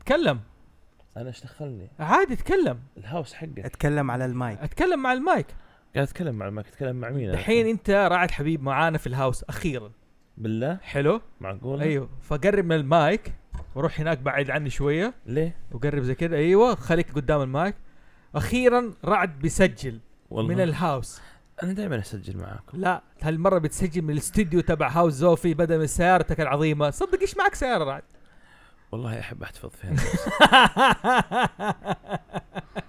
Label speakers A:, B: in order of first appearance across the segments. A: اتكلم
B: انا ايش دخلني؟
A: عادي اتكلم
B: الهاوس حقك
C: اتكلم على المايك
A: اتكلم مع المايك
B: قاعد اتكلم مع المايك اتكلم مع مين أنا؟
A: دحين انت رعد حبيب معانا في الهاوس اخيرا
B: بالله
A: حلو
B: معقول
A: ايوه فقرب من المايك وروح هناك بعد عني شويه
B: ليه
A: وقرب زي كذا ايوه خليك قدام المايك اخيرا رعد بيسجل
B: والله
A: من الهاوس
B: انا دائما اسجل معاكم
A: لا هالمره بتسجل من الاستديو تبع هاوس زوفي بدل من سيارتك العظيمه صدق ايش معك سياره رعد
B: والله احب احتفظ فيها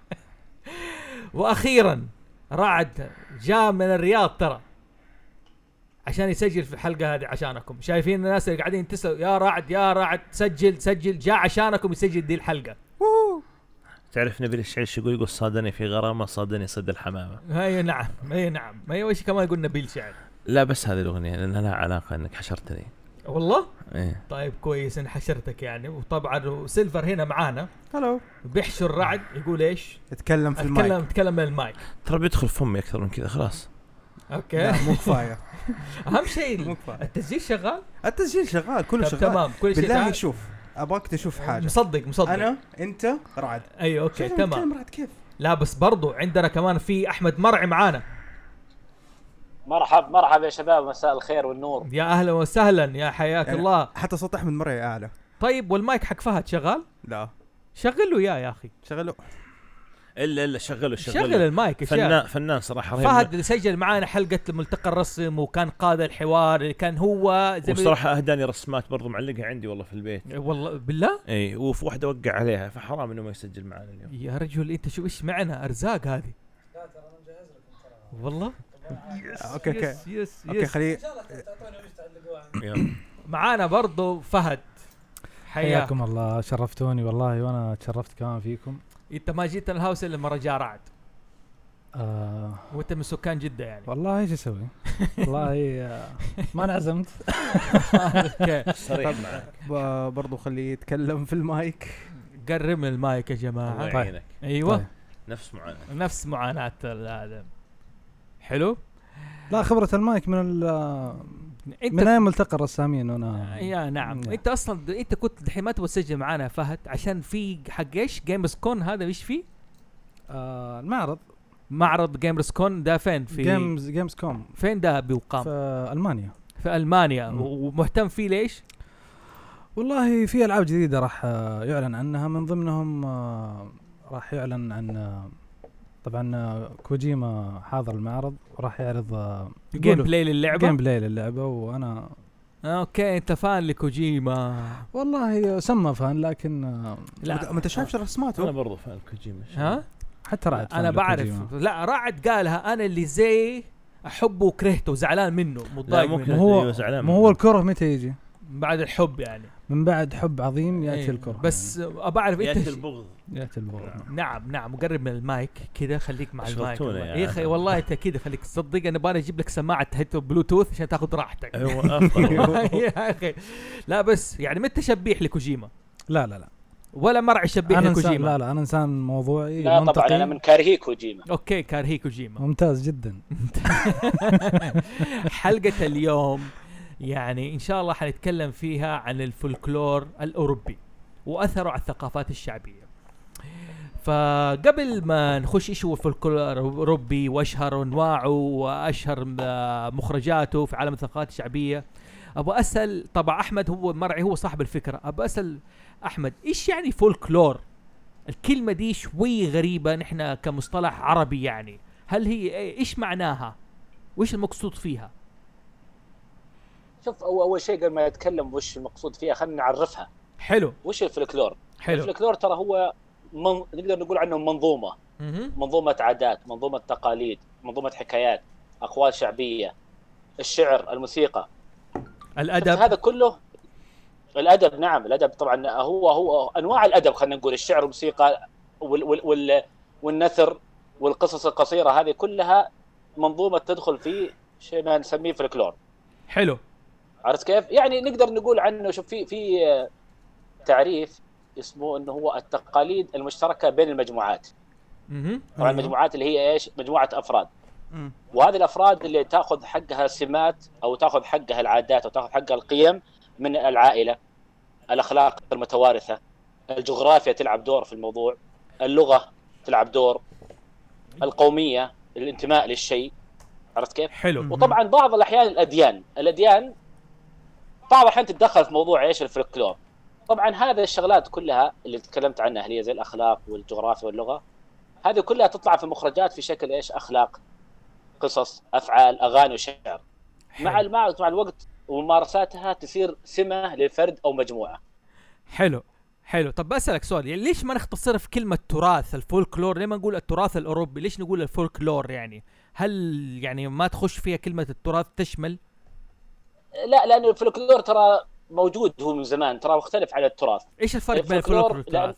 A: واخيرا رعد جاء من الرياض ترى عشان يسجل في الحلقه هذه عشانكم شايفين الناس اللي قاعدين تسأل يا رعد يا رعد سجل سجل جاء عشانكم يسجل دي الحلقه
B: تعرف نبيل الشعيش يقول يقول صادني في غرامه صادني صيد الحمامه
A: اي نعم اي نعم ما هي وش كمان قلنا نبيل شعر
B: لا بس هذه الاغنيه لانها لها علاقه انك حشرتني
A: والله
B: ايه
A: طيب كويس ان حشرتك يعني وطبعا سيلفر هنا معانا
C: هلو
A: بيحشر رعد يقول ايش
C: اتكلم في المايك
A: اتكلم اتكلم من المايك
B: ترى بيدخل فمي اكثر من كذا خلاص
A: اوكي
C: لا مو كفايه
A: اهم شيء
C: مو كفايه
A: التسجيل شغال
C: التسجيل شغال كله
A: طب
C: شغال
A: تمام كل شيء
C: بالله
A: تعال.
C: شوف ابغاك تشوف حاجه
A: مصدق مصدق
C: انا انت رعد
A: ايوه اوكي
C: شايف
A: تمام
C: نتكلم رعد كيف
A: لا بس برضو عندنا كمان في احمد مرعي معانا
D: مرحب مرحب يا شباب مساء الخير والنور
A: يا اهلا وسهلا يا حياك
C: يعني-
A: الله
C: حتى سطح من مرة اعلى
A: طيب والمايك حق فهد شغال
C: لا
A: شغل له اياه يا اخي
C: شغله
B: الا الا شغله
A: شغل
B: شغله
A: المايك يا شيخ.
B: فنان فنان صراحه رهيب.
A: فهد اللي سجل معانا حلقه ملتقى الرسم وكان قاد الحوار اللي كان هو زي ما-
B: وصراحه اهداني رسمات برضو معلقها عندي والله في البيت
A: والله بالله
B: اي وفي واحده وقع عليها فحرام انه ما يسجل معنا اليوم
A: يا رجل انت شو ايش معنى ارزاق هذه والله
C: اوكي اوكي
A: يس يس,
C: اوكي
A: يس.
C: خليه
B: يلا.
A: معانا برضو فهد حياك
E: حياكم الله شرفتوني والله وانا تشرفت كمان فيكم
A: انت ما جيت الهاوس الا مرة جاء رعد
E: آه
A: وانت من سكان جده يعني
E: والله ايش اسوي؟ والله آه ما انعزمت
A: اوكي
B: صريح معك
C: ب- برضو خليه يتكلم في المايك
A: قرب من المايك يا
B: الله
A: جماعه
E: طيب.
B: يعينك
A: ايوه
B: نفس معاناه
A: نفس معاناه ال- هذا حلو
E: لا خبره المايك من ال- آه،
A: انت
E: من ايام ملتقى الرسامين وانا
A: يا نعم
E: نعم.
A: انت اصلا انت كنت دحين ما تبغى تسجل معانا يا فهد عشان في حق ايش جيمز كون هذا ايش فيه؟
E: آه المعرض
A: معرض جيمز كون ده فين في
E: جيمز جيمز كوم
A: فين ده بيقام؟
E: في المانيا
A: في المانيا
E: مم.
A: و- ومهتم فيه ليش؟
E: والله في العاب جديده راح آه، يعلن عنها من ضمنهم آه، راح يعلن عن آه، طبعا آه، كوجيما حاضر المعرض وراح يعرض آه،
A: جيم
E: قولوا.
A: بلاي
E: جيم
A: للعبه؟
E: بلاي للعبه وانا
A: اوكي انت آه، فان لكوجيما
E: والله سمى فان لكن آه،
C: وت- ما انت شايف
B: انا
C: رسماته
B: برضو فاهم كوجيما
A: ها؟
E: حتى رعد
A: انا بعرف لا رعد قالها انا اللي زي احبه وكرهته وزعلان منه
B: لا
A: متضايق
B: ممكن
A: منه
E: مو هو-
B: أيوة، زعلان
E: ما هو
B: منه.
E: الكره متى يجي؟
A: بعد الحب يعني
E: من بعد حب عظيم ياتي
A: إيه،
E: الكره يعني،
A: بس ابى اعرف
B: ياتي
A: انت
B: البغض
E: ياتي البغض
A: نعم نعم قرب من المايك كذا خليك مع المايك
B: أشغلتونا يا
A: يا اخي
B: عالم.
A: والله انت كذا خليك تصدق انا باني اجيب لك سماعه هيد بلوتوث عشان تاخذ راحتك
B: ايوه افضل
A: يا اخي لا بس يعني متى شبيح لكوجيما
E: لا لا لا
A: ولا مرعي شبيح
E: انا انسان لا
A: لكوجيما
E: لا انا انسان موضوعي
D: لا طبعا انا من كارهيه كوجيما
A: اوكي كارهي كوجيما
E: ممتاز جدا
A: حلقة اليوم يعني إن شاء الله حنتكلم فيها عن الفولكلور الأوروبي وأثره على الثقافات الشعبية فقبل ما نخش ايش هو الفولكلور الاوروبي واشهر انواعه واشهر م- آه، مخرجاته في عالم الثقافات الشعبيه ابغى اسال طبعا احمد هو مرعي هو صاحب الفكره ابغى اسال احمد ايش يعني فولكلور الكلمه دي شوي غريبه نحن كمصطلح عربي يعني هل هي ايش معناها وايش المقصود فيها
D: شوف أو اول شيء قبل ما نتكلم وش المقصود فيها خلينا نعرفها
A: حلو
D: وش الفلكلور
A: حلو
D: الفلكلور ترى هو من... نقدر نقول عنه منظومه
A: مهم.
D: منظومه عادات منظومه تقاليد منظومه حكايات اقوال شعبيه الشعر الموسيقى شفت
A: الادب
D: هذا كله الادب نعم الادب طبعا هو هو انواع الادب خلينا نقول الشعر والموسيقى وال وال وال والنثر والقصص القصيره هذه كلها منظومه تدخل في شيء ما نسميه فلكلور
A: حلو
D: عرفت كيف؟ يعني نقدر نقول عنه شوف في في آه، تعريف اسمه انه هو التقاليد المشتركه بين المجموعات،
A: مهم.
D: طبعا
C: أيوة.
D: المجموعات اللي هي ايش؟ مجموعه افراد،
C: مم.
D: وهذه الافراد اللي تاخذ حقها سمات او تاخذ حقها العادات او تاخذ حقها القيم من العائله الاخلاق المتوارثه الجغرافيا تلعب دور في الموضوع اللغه تلعب دور القوميه الانتماء للشيء عرفت كيف؟
A: حلو
D: وطبعا بعض الاحيان الاديان الاديان بعض الاحيان تتدخل في موضوع ايش الفلكلور طبعا هذه الشغلات كلها اللي تكلمت عنها اللي هي زي الاخلاق والجغرافيا واللغه هذه كلها تطلع في مخرجات في شكل ايش اخلاق قصص افعال اغاني وشعر مع
A: حلو.
D: المع مع الوقت وممارساتها تصير سمه لفرد او مجموعه
A: حلو حلو طب بسالك سؤال يعني ليش ما نختصر في كلمه تراث الفولكلور ليه ما نقول التراث الاوروبي ليش نقول الفولكلور يعني هل يعني ما تخش فيها كلمه التراث تشمل
D: لا لانه الفلكلور ترى موجود هو من زمان ترى مختلف عن التراث
A: ايش الفرق بين
D: الفولكلور
A: الفولكلور والتراث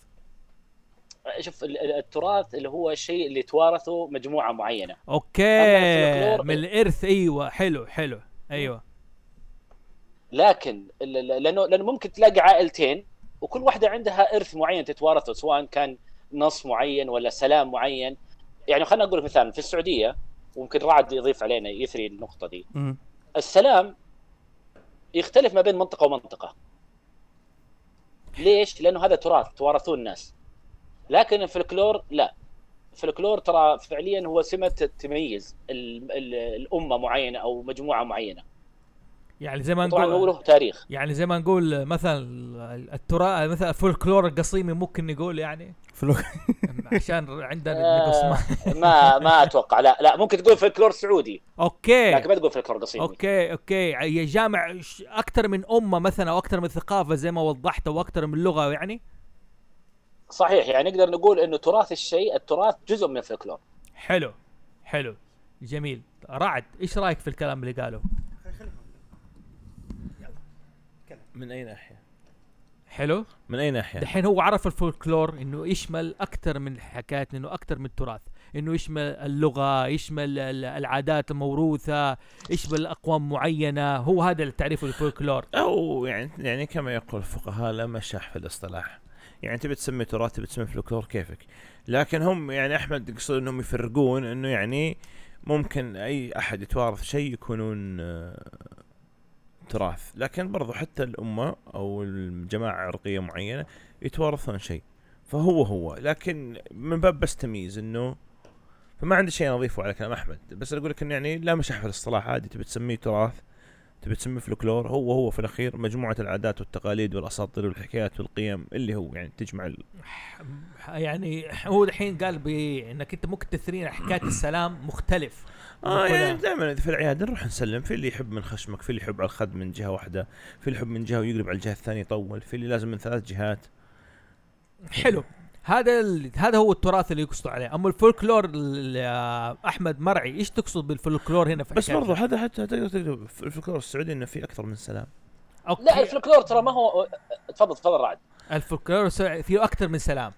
D: شوف ال- ال- التراث اللي هو الشيء اللي توارثه مجموعه معينه أما
A: اوكي
D: الفولكلور- إيه؟
A: من الارث ايوه حلو حلو ايوه
D: لكن ال- ال- لانه لانه ممكن تلاقي عائلتين وكل واحده عندها ارث معين تتوارثه سواء كان نص معين ولا سلام معين يعني خلينا اقول لك مثال في السعوديه وممكن رعد يضيف علينا يثري النقطه دي
C: مم.
D: السلام يختلف ما بين منطقه ومنطقه ليش؟ لانه هذا تراث توارثوه الناس لكن الفلكلور لا الفلكلور ترى فعليا هو سمه تميز ال- ال- الامه معينه او مجموعه معينه
A: يعني زي ما
D: طبعا هو
A: نقول
D: له تاريخ
A: يعني زي ما نقول مثلا التراث مثلا الفولكلور القصيمي ممكن نقول يعني
C: فلوك
A: عشان عندنا
D: آه،
A: نقص
D: ما ما اتوقع لا لا ممكن تقول فلكلور سعودي
A: اوكي
D: لكن ما تقول فلكلور قصيمي
A: اوكي اوكي يعني جامع اكثر من امه مثلا او اكثر من ثقافه زي ما وضحت او اكثر من لغه يعني
D: صحيح يعني نقدر نقول انه تراث الشيء التراث جزء من الفلكلور
A: حلو حلو جميل رعد ايش رايك في الكلام اللي قاله
B: من اي ناحيه؟
A: حلو
B: من اي ناحيه؟
A: دحين هو عرف الفولكلور انه يشمل اكثر من حكايات انه اكثر من التراث انه يشمل اللغه يشمل ال- العادات الموروثه يشمل اقوام معينه هو هذا التعريف الفولكلور
B: او يعني يعني كما يقول الفقهاء لا مشاح في الاصطلاح يعني تبي تسمي تراث تبي تسمي فلكلور كيفك لكن هم يعني احمد يقصد انهم يفرقون انه يعني ممكن اي احد يتوارث شيء يكونون آه، تراث لكن برضو حتى الامه او الجماعه عرقيه معينه يتوارثون شيء فهو هو لكن من باب بس تمييز انه فما عندي شيء أنا اضيفه على كلام احمد بس اقول لك انه يعني لا مشاح في الاصطلاح عادي تبي تسميه تراث تبي تسميه فلكلور هو هو في الاخير مجموعه العادات والتقاليد والاساطير والحكايات والقيم اللي هو يعني تجمع ال...
A: يعني هو الحين قال بانك انت ممكن تثرين حكايه السلام مختلف
B: اه
A: نقولها.
B: يعني دائما في العياده نروح نسلم في اللي يحب من خشمك في اللي يحب على الخد من جهه واحده في اللي يحب من جهه ويقلب على الجهه الثانيه يطول في اللي لازم من ثلاث جهات
A: حلو هذا ال... هذا هو التراث اللي يقصدوا عليه اما الفولكلور ال- آه، احمد مرعي ايش تقصد بالفولكلور هنا في
B: بس
A: حكاية؟
B: برضو هذا حتى تقدر تقدر في الفلكلور السعودي انه في اكثر من سلام
A: أوكي.
D: لا الفلكلور ترى ما هو تفضل تفضل رعد
A: الفولكلور السعودي فيه اكثر من سلام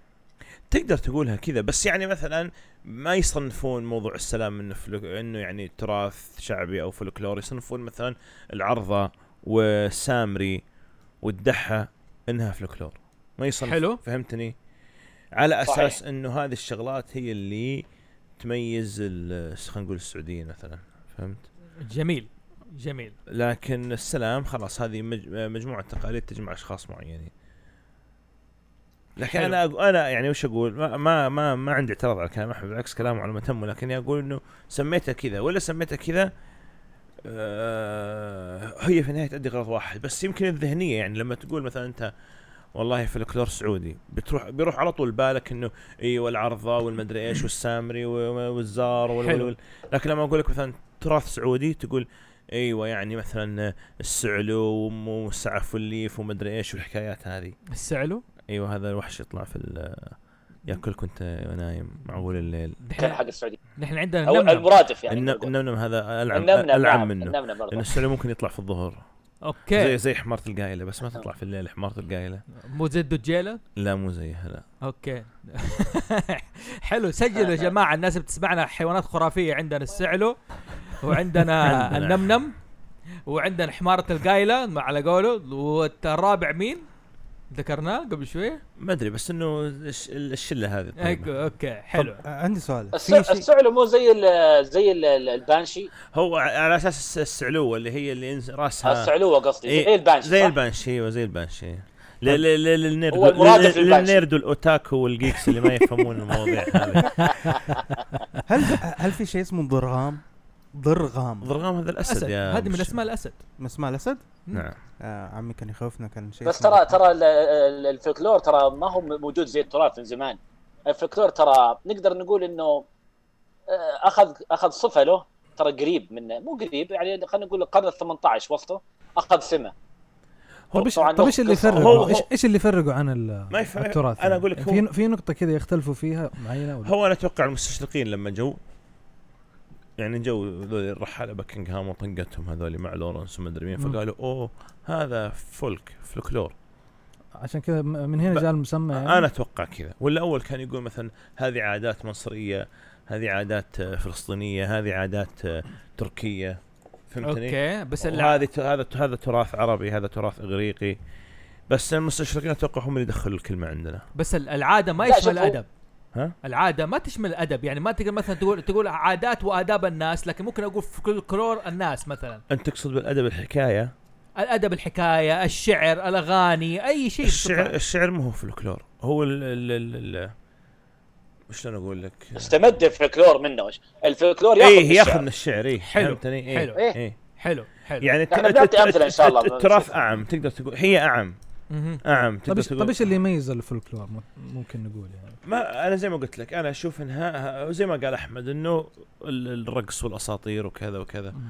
B: تقدر تقولها كذا بس يعني مثلا ما يصنفون موضوع السلام انه فلك... انه يعني تراث شعبي او فلكلور يصنفون مثلا العرضه والسامري والدحه انها فلكلور ما يصنف
A: حلو.
B: فهمتني على
D: صحيح.
B: اساس انه هذه الشغلات هي اللي تميز ال- خلينا نقول السعوديه مثلا فهمت
A: جميل جميل
B: لكن السلام خلاص هذه مج... مجموعه تقاليد تجمع اشخاص معينين لكن
A: حلو.
B: انا أق- انا يعني وش اقول ما ما ما, ما عندي اعتراض على كلام احمد بالعكس كلامه على ما تم لكن اقول انه سميته كذا ولا سميته كذا آه هي في النهايه تؤدي غرض واحد بس يمكن الذهنيه يعني لما تقول مثلا انت والله فلكلور سعودي بتروح بيروح على طول بالك انه ايوه العرضه والمدري ايش والسامري و- والزار وال-
A: حلو.
B: وال- لكن لما اقول لك مثلا تراث سعودي تقول ايوه يعني مثلا السعلوم والسعف والليف ومدري ايش والحكايات هذه
A: السعلو
B: ايوه هذا الوحش يطلع في ال- ياكل كنت نايم معقول الليل
D: كان
A: نحن,
D: حق السعودي
A: نحن عندنا
D: او
A: النمنم
D: المرادف يعني
B: الن-
D: نقول.
B: النمنم هذا العن
D: النمنم
B: العن
D: نعم،
B: منه
D: النمنم برضه.
B: لان السعلوم ممكن يطلع في الظهر زي
A: اوكي
B: زي حمارة القايلة بس
A: آه.
B: ما تطلع في الليل حمارة القايلة
A: مو زد الجيله
B: لا مو زيها لا
A: اوكي حلو سجلوا يا جماعه الناس بتسمعنا حيوانات خرافيه عندنا السعلو وعندنا
B: عندنا.
A: النمنم وعندنا حماره القايله مع- على قوله والرابع مين ذكرناه قبل شويه
E: طيب.
B: ما ادري بس انه الش- الشلة هذه الطيبة.
A: أيوة، اوكي حلو
C: طب، آه، عندي سؤال
D: الس-
C: في شيء
D: السعل مو زي ال- زي ال- ال- البانشي
B: هو ع- على اساس الس- السعلوة اللي هي اللي ينز- راسها
D: السعلوه قصدي زي البانشي
B: آه. زي
D: يعني صح؟
B: البانشي ايوه زي البانشي ل- ل- ل- للنيرد
D: هو المرادف
B: لل-
D: للباش.
B: للنيرد والاوتاكو والجيكس اللي ما يفهمون المواضيع هذه
C: هل هل في شيء اسمه ضرغام؟ ضرغام
B: ضرغام هذا الاسد
A: اسد
B: يا
A: هذه من
B: مش-
A: اسماء الاسد
C: اسمه الاسد؟
B: نعم
C: آه عمي كان يخوفنا كان شيء
D: بس
C: اسمه
D: ترى ترى ال- ال- الفلكلور ترى ما هو موجود زي التراث من زمان الفلكلور ترى نقدر نقول انه آه، اخذ اخذ صفه له ترى قريب منه مو قريب يعني خلينا نقول القرن ال 18 وسطه اخذ سمه
E: طيب ايش
D: طبعاً
E: طيب ايش اللي
D: قصة.
B: هو-
E: يفرقوا
B: هو-
E: ايش ايش اللي يفرقوا عن ال-
B: ما يفرق.
E: التراث
B: أنا أقول لك
E: يعني
B: هو-
E: في في نقطه كذا يختلفوا فيها معينه ولا
B: هو انا اتوقع المستشرقين لما جو يعني جو ذول الرحاله بكنغهام وطنقتهم هذول مع لورنس وما ادري مين
E: مم.
B: فقالوا اوه هذا فولك فلكلور
E: عشان كذا م- من هنا
B: ب-
E: جاء المسمى يعني
A: آه.
B: انا اتوقع كذا ولا اول كان يقول مثلا هذه عادات مصريه هذه عادات آه، فلسطينيه هذه عادات آه، تركيه فهمتني؟
A: اوكي بس ال-
B: وهذه ت- هذا هذا تراث عربي هذا تراث اغريقي بس المستشرقين اتوقع هم اللي دخلوا الكلمه عندنا
A: بس ال- العاده ما
D: لا، شوف
A: يشمل
D: هو-
A: الادب
B: ها؟
A: العاده ما تشمل الادب يعني ما تقدر مثلا تقول تقول عادات واداب الناس لكن ممكن اقول في كل كرور الناس مثلا
B: انت تقصد بالادب
A: إيه،
B: الحكايه
A: الادب الحكايه الشعر الاغاني اي شيء
B: الشعر
A: بصفة-
B: الشعر مو هو فلكلور هو ال ال ال ال شلون اقول لك؟
D: استمد الفلكلور منه وش الفلكلور ياخذ
B: ايه
D: من
B: ياخذ
D: الشعر.
B: من الشعر ايه
A: حلو،
B: فهمتني ايه
A: حلو.
D: إيه.
B: ايه
A: حلو حلو
B: يعني الت-
D: إحنا بنعطي
B: الت-
D: أمثلة إن شاء الله.
B: الت- التراث اعم تقدر تقول هي اعم
A: مهم.
B: اعم
E: طيب
B: تقدر
E: ايش
B: تقول
E: طيب ايش اللي يميز الفولكلور م- ممكن نقول يعني
B: ما انا زي ما قلت لك انا اشوف انها زي ما قال احمد انه ال- الرقص والاساطير وكذا وكذا
E: مم.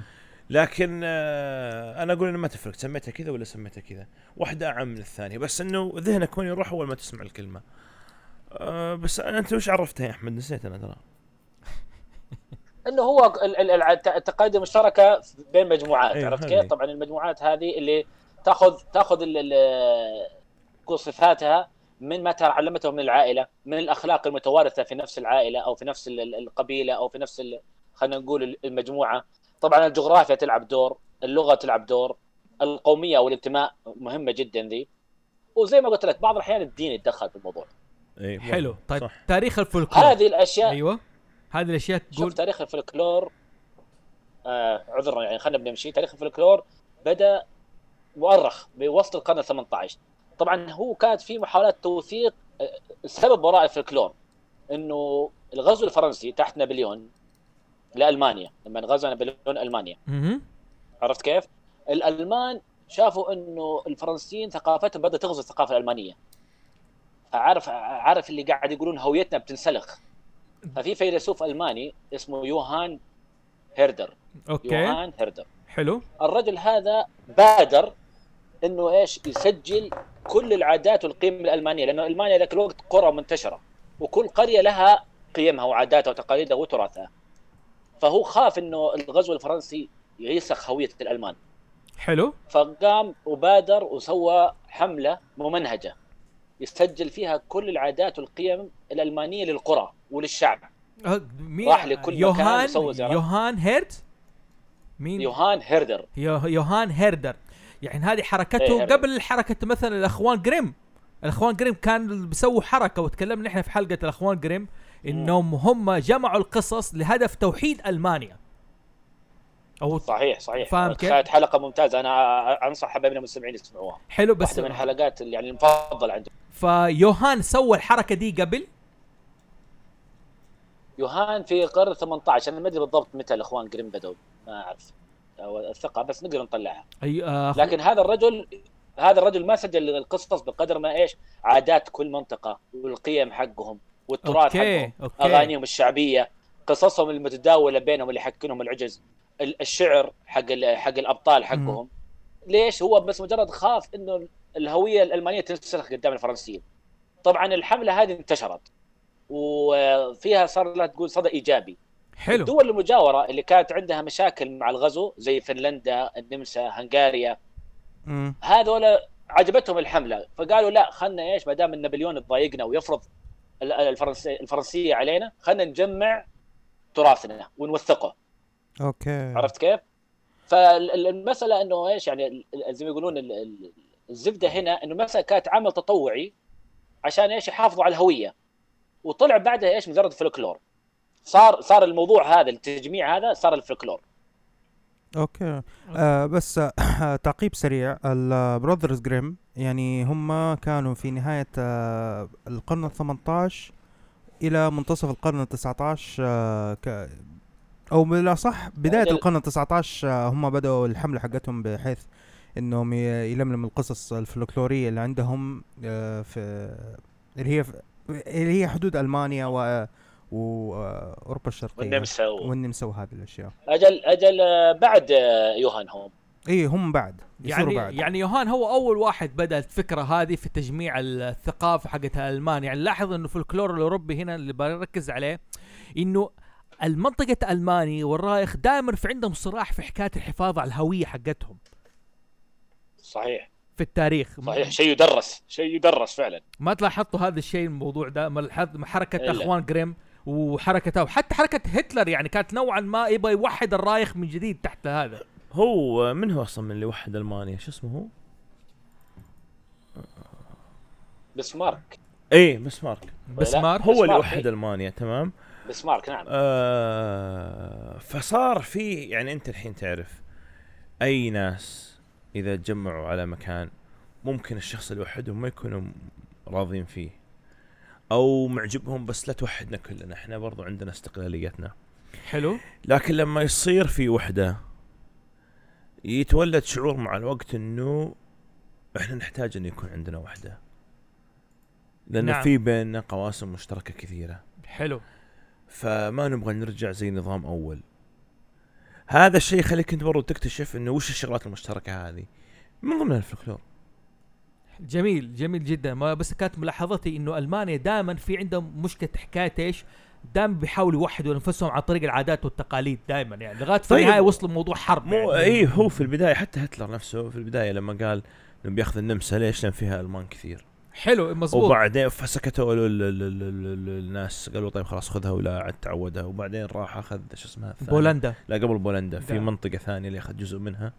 B: لكن آه، انا اقول انه ما تفرق سميتها كذا ولا سميتها كذا واحده اعم من الثانيه بس انه ذهنك وين يروح اول ما تسمع الكلمه آه، بس انت وش عرفتها يا احمد نسيت انا ترى
D: انه هو ال- ال- الع- الت- التقاليد المشتركه بين مجموعات
B: إيه،
D: عرفت
B: هذه.
D: كيف؟ طبعا المجموعات هذه اللي تاخذ تاخذ ال- ال- كل صفاتها من ما تعلمته من العائله، من الاخلاق المتوارثه في نفس العائله او في نفس ال- ال- القبيله او في نفس ال- خلينا نقول ال- المجموعه. طبعا الجغرافيا تلعب دور، اللغه تلعب دور، القوميه او الانتماء مهمه جدا ذي. وزي ما قلت لك بعض الاحيان الدين يتدخل في الموضوع.
B: إيه،
A: حلو
B: والله،
A: طيب
B: صح.
A: تاريخ الفولكلور
D: هذه الاشياء
A: ايوه هذه الاشياء تقول
D: شوف تاريخ الفلكلور آه عذرا يعني خلينا بنمشي تاريخ الفلكلور بدا مؤرخ بوسط القرن ال 18 طبعا هو كانت في محاولات توثيق آه، السبب وراء الفلكلور انه الغزو الفرنسي تحت نابليون لالمانيا لما غزا نابليون المانيا
A: مهم.
D: عرفت كيف؟ الالمان شافوا انه الفرنسيين ثقافتهم بدات تغزو الثقافه الالمانيه. عارف عارف اللي قاعد يقولون هويتنا بتنسلخ. ففي فيلسوف الماني اسمه يوهان هيردر،
A: اوكي
D: يوهان هيردر.
A: حلو
D: الرجل هذا بادر انه ايش؟ يسجل كل العادات والقيم الالمانيه لانه المانيا ذاك الوقت قرى منتشره وكل قريه لها قيمها وعاداتها وتقاليدها وتراثها. فهو خاف انه الغزو الفرنسي يسخ هويه الالمان.
A: حلو
D: فقام وبادر وسوى حملة ممنهجة يسجل فيها كل العادات والقيم الألمانية للقرى وللشعب
A: أه، مين
D: راح لكل مكان
A: يوهان
D: وسوى زيارات.
A: يوهان هيرت مين
D: يوهان هيردر
A: يو- يوهان هيردر يعني هذه
D: إيه،
A: حركته
D: هيردر.
A: قبل حركه مثلا الاخوان جريم الاخوان جريم كان بيسووا حركه وتكلمنا احنا في حلقه الاخوان جريم انهم هم جمعوا القصص لهدف توحيد المانيا او
D: صحيح صحيح
A: فاهم كيف؟
D: كانت حلقة ممتازة أنا أنصح حبايبنا المستمعين يسمعوها
A: حلو بس
D: واحدة من الحلقات اللي يعني المفضلة عندهم
A: فيوهان سوى الحركه دي قبل
D: يوهان في قرن 18 أنا ما أدري بالضبط متى الإخوان جريم بدأوا ما أعرف أو الثقة بس نقدر نطلعها
A: اي آه أخو-
D: لكن هذا الرجل هذا الرجل ما سجل القصص بقدر ما ايش عادات كل منطقه والقيم حقهم والتراث
A: أوكي،
D: حقهم
A: أوكي.
D: اغانيهم الشعبيه قصصهم المتداوله بينهم اللي حقنهم العجز ال- الشعر حق ال- حق الابطال حقهم ليش هو بس مجرد خاف انه الهويه الالمانيه تنسلخ قدام الفرنسيين طبعا الحمله هذه انتشرت وفيها صار لها تقول صدى ايجابي
A: حلو
D: الدول المجاوره اللي كانت عندها مشاكل مع الغزو زي فنلندا النمسا هنغاريا
C: مم.
D: هذول عجبتهم الحمله فقالوا لا خلنا ايش ما دام إن نابليون تضايقنا ويفرض ال- الفرنسي الفرنسيه علينا خلنا نجمع تراثنا ونوثقه
C: اوكي
D: عرفت كيف؟ فالمساله انه ايش يعني ال- ال- زي ما يقولون ال- ال- الزبده هنا انه مثلا كانت عمل تطوعي عشان ايش يحافظوا على الهويه وطلع بعدها ايش مجرد فلكلور صار صار الموضوع هذا التجميع هذا صار الفلكلور
C: اوكي آه بس آه تعقيب سريع البراذرز جريم يعني هم كانوا في نهاية آه القرن ال 18 إلى منتصف القرن ال 19 آه ك أو بالأصح بداية
D: يعني ال-
C: القرن ال 19 آه هم بدأوا الحملة حقتهم بحيث إنهم ي- يلملم القصص الفلكلورية اللي عندهم آه في اللي هي في اللي هي حدود ألمانيا و وأوروبا الشرقية
D: والنمسا و-
C: والنمسا وهذه الأشياء
D: اجل اجل آه، بعد آه، يوهان هم
C: اي إيه، هم بعد يصيروا
A: يعني
C: بعد
A: يعني يوهان هو اول واحد بدا الفكره هذه في تجميع الثقافه حقت المانيا يعني لاحظ انه في الفلكلور الاوروبي هنا اللي بركز عليه انه المنطقة الماني والرايخ دائما في عندهم صراع في حكاية الحفاظ على الهوية حقتهم
D: صحيح
A: في التاريخ
D: صحيح شيء يدرس شيء يدرس فعلا
A: ما تلاحظتوا هذا الشيء الموضوع ده ما لاحظ- حركة
D: إلا.
A: اخوان جريم وحركته وحتى حركة هتلر يعني كانت نوعا ما يبغى يوحد الرايخ من جديد تحت هذا
B: هو من هو اصلا من اللي وحد المانيا شو اسمه هو؟
D: بسمارك
B: ايه بسمارك
A: بسمار
B: هو اللي
D: بسمارك،
B: وحد
D: إيه.
B: المانيا تمام
D: بسمارك نعم
B: آه فصار في يعني انت الحين تعرف اي ناس اذا تجمعوا على مكان ممكن الشخص اللي وحدهم ما يكونوا م- راضين فيه او معجبهم بس لا توحدنا كلنا احنا برضو عندنا استقلاليتنا
A: حلو
B: لكن لما يصير في وحده يتولد شعور مع الوقت انه احنا نحتاج انه يكون عندنا وحده لان
A: نعم.
B: نعم. في بيننا قواسم مشتركه كثيره
A: حلو
B: فما نبغى نرجع زي نظام اول هذا الشيء يخليك انت برضو تكتشف انه وش الشغلات المشتركه هذه من ضمنها الفلكلور
A: جميل جميل جدا ما بس كانت ملاحظتي انه المانيا دائما في عندهم مشكله حكايه ايش؟ دائما بيحاولوا يوحدوا انفسهم عن طريق العادات والتقاليد دائما يعني لغايه في
B: طيب.
A: النهايه وصلوا لموضوع حرب
B: مو إيه.
A: يعني.
B: اي هو في البدايه حتى هتلر نفسه في البدايه لما قال انه بياخذ النمسا ليش؟ لان فيها المان كثير
A: حلو مزبوط
B: وبعدين فسكتوا له ال- ال- ال- ال- ال- الناس قالوا طيب خلاص خذها ولا عاد تعودها وبعدين راح اخذ شو اسمها الثانية.
A: بولندا
B: لا قبل بولندا في
A: نعم.
B: منطقه ثانيه اللي اخذ جزء منها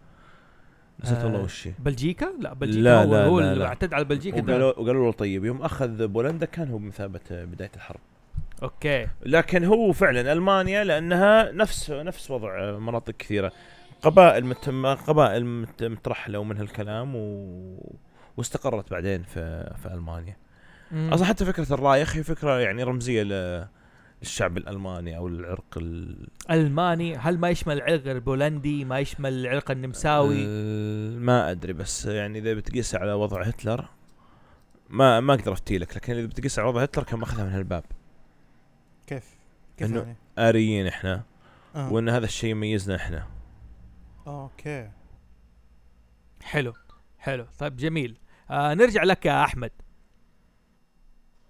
B: نسيت والله
A: آه،
B: وش هي.
A: بلجيكا؟ لا بلجيكا
B: لا،
A: هو,
B: لا،
A: هو
B: لا،
A: اللي
B: لا.
A: اعتد على بلجيكا ده
B: وقالوا وقالوا له طيب يوم اخذ بولندا كان هو بمثابه بدايه الحرب
A: اوكي
B: لكن هو فعلا المانيا لانها نفس نفس وضع مناطق كثيره قبائل مت... قبائل مت... مترحله ومن هالكلام و... واستقرت بعدين في في المانيا
A: مم.
B: اصلا حتى فكره الرايخ هي فكره يعني رمزيه ل- للشعب الالماني او العرق ال...
A: الماني هل ما يشمل العرق البولندي ما يشمل العرق
B: آه.
A: النمساوي
B: ال- ما ادري بس يعني اذا بتقيس على وضع هتلر ما ما اقدر افتي لك لكن اذا بتقيس على وضع هتلر كان ماخذها من هالباب
C: كيف كيف
B: إنه-
C: يعني؟
B: اريين احنا
C: آه.
B: وان هذا الشيء يميزنا احنا
C: اوكي
A: حلو حلو طيب جميل آه نرجع لك يا احمد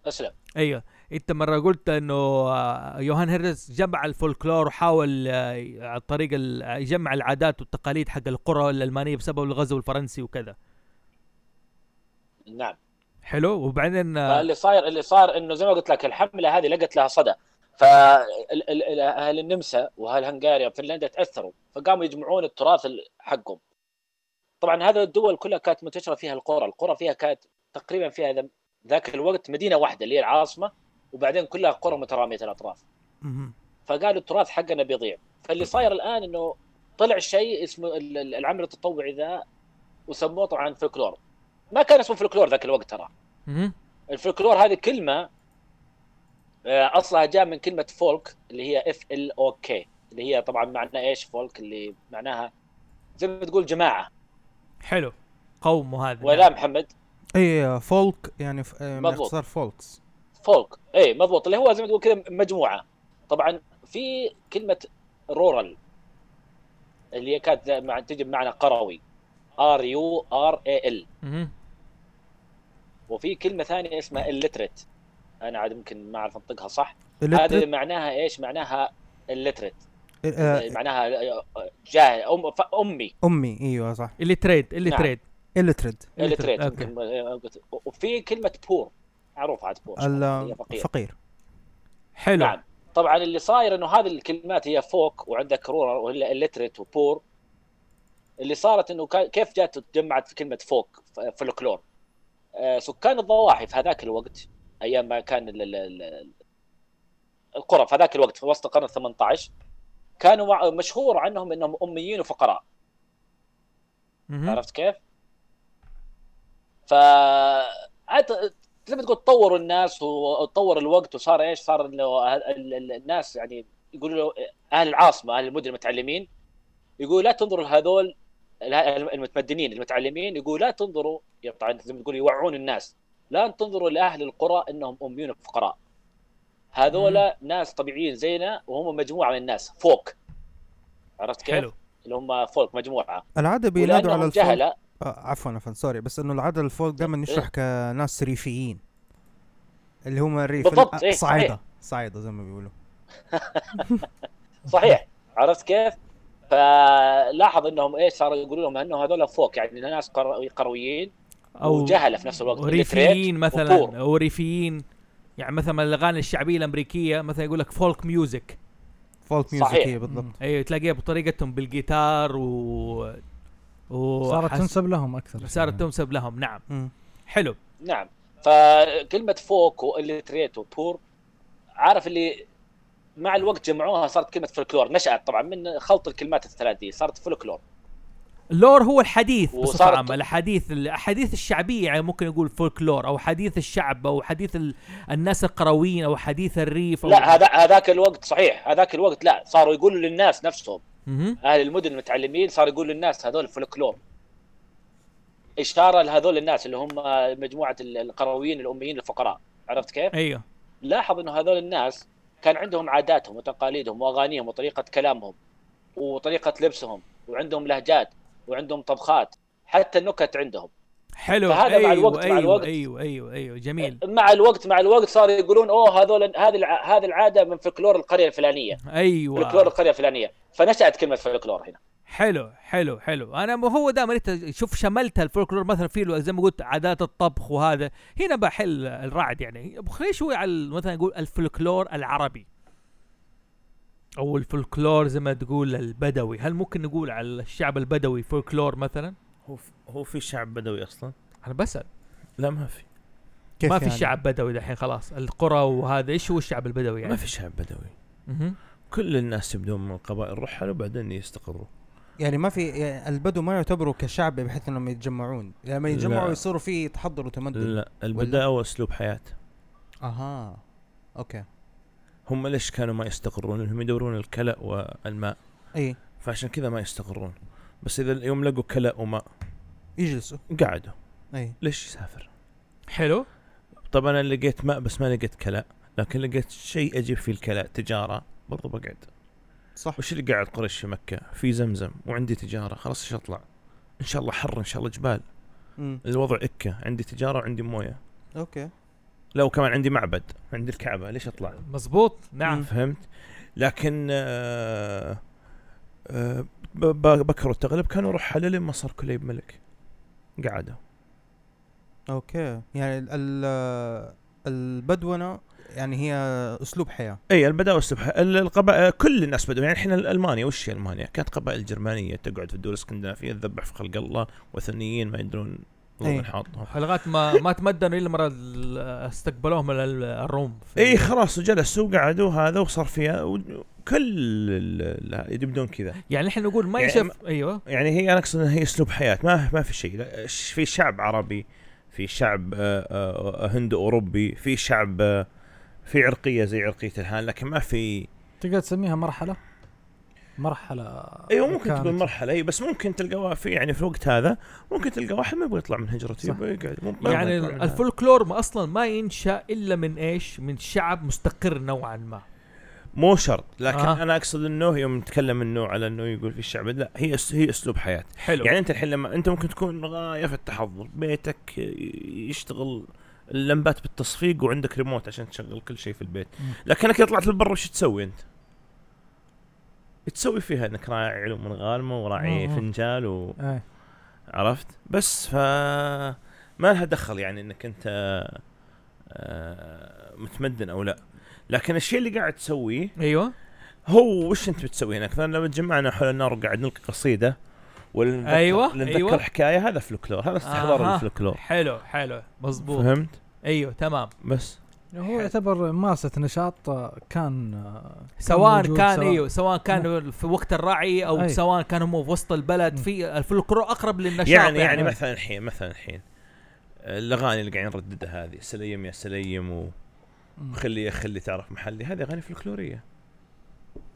D: اسلم
A: ايوه انت مره قلت انه آه، يوهان هيرس جمع الفولكلور وحاول آه، عن طريق ال- آه، يجمع العادات والتقاليد حق القرى الالمانيه بسبب الغزو الفرنسي وكذا
D: نعم
A: حلو وبعدين آه،
D: فاللي صاير اللي صار انه زي ما قلت لك الحمله هذه لقت لها صدى فاهل النمسا واهل هنغاريا وفنلندا تاثروا فقاموا يجمعون التراث ال- حقهم طبعا هذه الدول كلها كانت منتشره فيها القرى القرى فيها كانت تقريبا فيها ذا- ذاك الوقت مدينه واحده اللي هي العاصمه وبعدين كلها قرى متراميه الاطراف
C: مهم.
D: فقالوا التراث حقنا بيضيع فاللي صاير الان انه طلع شيء اسمه ال- ال- العمل التطوعي ذا وسموه طبعا فلكلور ما كان اسمه فلكلور ذاك الوقت ترى
A: مهم.
D: الفلكلور هذه كلمه آه، اصلها جاء من كلمه فولك اللي هي اف ال او كي اللي هي طبعا معناها ايش فولك اللي معناها زي ما تقول جماعه
A: حلو نعم. قوم وهذا
D: ولا محمد
C: اي فولك يعني ف... آه، من
D: مضبوط.
C: اختصار فولكس
D: فولك اي إيه، مضبوط اللي هو زي ما تقول كذا مجموعه طبعا في كلمه رورال اللي هي كانت مع- تجي بمعنى قروي ار يو ار اي ال
A: مهم.
D: وفي كلمه ثانيه اسمها الليتريت انا عاد يمكن ما اعرف انطقها صح هذه
C: illiterate-
D: معناها ايش معناها الليتريت
C: آه،
D: معناها جاهل أم ف- امي
C: امي ايوه صح
A: اللي تريد اللي
D: نعم.
A: تريد
C: التريد
A: illiterate،
D: الليتريت
A: أوكي.
D: وفي كلمه بور معروفه عاد بور هي فقير
C: الفقير
A: حلو
D: نعم طبعا اللي صاير انه هذه الكلمات هي فوق وعندك رورال ولا الليتريت وبور اللي صارت انه كا- كيف جات تجمعت في كلمه فوق ف- فلكلور آه، سكان الضواحي في هذاك الوقت ايام ما كان ال- ال- ال- القرى في هذاك الوقت في وسط القرن ال 18 كانوا مع- مشهور عنهم انهم اميين وفقراء
A: مهم.
D: عرفت كيف؟ ف عاد زي ما تقول طوروا الناس وطور الوقت وصار ايش؟ صار انه ال- ال- ال- الناس يعني يقولوا له اهل العاصمه اهل المدن المتعلمين يقول لا تنظروا لهذول اله- المتمدنين المتعلمين يقول لا تنظروا طبعا زي ما تقول يوعون الناس لا تنظروا لاهل القرى انهم اميون فقراء هذولا ناس طبيعيين زينا وهم مجموعه من الناس فوق عرفت كيف؟
A: حلو
D: اللي هم فوق مجموعه
C: العاده بينادوا على
D: ولانهم
C: الفوق
D: جهله
C: آه عفوا عفوا سوري بس انه العدد الفوق دائما
D: إيه،
C: نشرح كناس ريفيين اللي هم الريف
D: بالضبط، إيه،
C: صعيده
D: صحيح.
C: صعيده زي ما بيقولوا
D: صحيح عرفت كيف؟ فلاحظ انهم ايش صاروا يقولوا لهم انه هذول فوق يعني ناس قر- قرويين
A: او
D: وجهله في نفس الوقت
A: ريفيين
D: illiterate وبور.
A: مثلا او ريفيين يعني مثلا الاغاني الشعبيه الامريكيه مثلا يقول لك فولك ميوزك
C: فولك ميوزك
D: صحيح.
C: هي بالضبط
E: مم.
A: ايوه تلاقيها بطريقتهم بالجيتار و و
E: صارت
A: حس-
E: تنسب لهم اكثر
A: صارت تنسب لهم نعم
C: مم.
A: حلو
D: نعم فكلمه فوق والليتريت وبور عارف اللي مع الوقت جمعوها صارت كلمه فولكلور نشات طبعا من خلط الكلمات الثلاث دي صارت فولكلور
A: اللور هو الحديث بصفه
D: وصارت-
A: عامه الاحاديث الاحاديث الشعبيه يعني ممكن نقول فولكلور او حديث الشعب او حديث ال... الناس القرويين او حديث الريف أو...
D: لا هذا هذاك الوقت صحيح هذاك الوقت لا صاروا يقولوا للناس نفسهم
A: مهم.
D: اهل المدن المتعلمين صاروا يقولوا للناس هذول فولكلور اشاره لهذول الناس اللي هم مجموعه القرويين الاميين الفقراء عرفت كيف؟
A: ايوه
D: لاحظ انه هذول الناس كان عندهم عاداتهم وتقاليدهم واغانيهم وطريقه كلامهم وطريقه لبسهم وعندهم لهجات وعندهم طبخات حتى النكت عندهم
A: حلو
D: فهذا مع
A: أيوة
D: الوقت- مع
A: أيوة
D: الوقت.
A: ايوه ايوه ايوه جميل
D: مع الوقت مع الوقت صاروا يقولون اوه هذول هذه الع- هذه العاده من فلكلور القريه الفلانيه فلكلور
A: ايوه
D: القريه الفلانيه فنشات كلمه فلكلور هنا
A: حلو حلو حلو انا م- هو دائما انت شوف شملت الفولكلور مثلا في له زي ما قلت عادات الطبخ وهذا هنا بحل الرعد يعني خلينا شوي على ال- مثلا نقول الفولكلور العربي او الفولكلور زي ما تقول البدوي هل ممكن نقول على الشعب البدوي فولكلور مثلا
B: هو ف- هو في شعب بدوي اصلا؟
A: انا بسال
B: لا ما في
C: كيف
A: ما في
C: يعني؟
A: شعب بدوي دحين خلاص القرى وهذا ايش هو الشعب البدوي يعني
B: ما في شعب بدوي
A: مهم.
B: كل الناس يبدون من قبائل رحل وبعدين يستقروا
C: يعني ما في يعني البدو ما يعتبروا كشعب بحيث انهم يتجمعون لما يتجمعوا يصيروا في تحضر وتمدد
B: لا البداوة اسلوب حياة
C: اها اوكي
B: هم ليش كانوا ما يستقرون؟ لانهم يدورون الكلأ والماء
C: اي
B: فعشان كذا ما يستقرون بس اذا يوم لقوا كلأ وماء
C: يجلسوا
B: قعدوا
C: اي
B: ليش يسافر؟
A: حلو
B: طبعا انا لقيت ماء بس ما لقيت كلأ لكن لقيت شيء اجيب فيه الكلأ تجارة برضو بقعد
C: صح
B: وش اللي قاعد قريش في مكة؟ في زمزم وعندي تجارة خلاص ايش اطلع؟ ان شاء الله حر ان شاء الله جبال
C: مم.
B: الوضع إكة عندي تجارة وعندي موية
C: اوكي
B: لو كمان عندي معبد عندي الكعبة ليش اطلع؟
A: مزبوط نعم
C: مم.
B: فهمت؟ لكن آه آه ب- ب- بكر والتغلب كانوا رحلة لين ما صار كليب ملك قعدوا
C: اوكي يعني ال- ال- البدونه يعني هي اسلوب حياه
B: اي البداوة السبحة القبائل كل الناس بدو يعني احنا المانيا وش هي المانيا؟ كانت قبائل جرمانية تقعد في الدول الاسكندنافية تذبح في خلق الله وثنيين ما يدرون الله
C: أي.
B: من حاطهم
A: لغايه ما ما تمدنوا الا مره ال- استقبلوهم ال- ال- الروم في-
C: إيه.
B: اي خلاص وجلسوا وقعدوا هذا وصار فيها وكل ال- لا يبدون كذا
A: يعني احنا نقول ما
B: يعني
A: يشاف ايوه
B: يعني هي انا اقصد انها هي اسلوب حياه ما ما في شيء لا، ش- في شعب عربي في شعب آه، آه، آه، هند اوروبي في شعب آه، في عرقيه زي عرقيه الهان لكن ما في
E: تقدر تسميها مرحله مرحله
B: ايوه ممكن
E: كانت-
B: تقول مرحله اي بس ممكن تلقى في يعني في الوقت هذا ممكن تلقى واحد ما يبغى يطلع من هجرته
E: صح.
B: يبغى يقعد مو- ما
A: يعني
B: يبغى يطلع
A: ال-
B: من
A: الفولكلور ما اصلا ما ينشا الا من ايش؟ من شعب مستقر نوعا ما
B: هذا. مو شرط لكن
A: آه.
B: آه. انا اقصد انه يوم نتكلم انه على انه يقول في الشعب لا هي أس- هي اسلوب حياه
A: حلو
B: يعني انت الحين لما انت ممكن تكون غايه في التحضر بيتك يشتغل اللمبات بالتصفيق وعندك ريموت عشان تشغل كل شيء في البيت
E: مم.
B: لكنك اذا طلعت لبرا وش تسوي انت؟ تسوي فيها انك راعي علوم غالمه وراعي
E: آه، آه.
B: فنجال
E: ايه
B: وعرفت بس ف ما لها دخل يعني انك انت آه، متمدن او لا لكن الشيء اللي قاعد تسويه
A: ايوه
B: هو وش انت بتسوي هناك؟ مثلا لو تجمعنا حول النار وقاعد نلقي قصيده ونتذكر
A: أيوة،
B: نتذكر
A: أيوة.
B: حكايه هذا فلكلور هذا استحضار
A: آها.
B: الفلكلور
A: حلو حلو مزبوط
B: فهمت؟
A: ايوه تمام
B: بس
E: هو يعتبر ممارسه نشاط آه، كان آه،
A: سواء
E: موجود،
A: كان
E: سواء-
A: ايوه سواء كان في وقت الرعي او
E: أي.
A: سواء كان هم في وسط البلد
E: م.
A: في الفلكلور اقرب للنشاط
B: يعني يعني مثلا الحين مثلا الحين الاغاني اللي قاعدين نرددها هذه سليم يا سليم
E: مم.
B: وخلي خلي تعرف محلي هذه اغاني فلكلوريه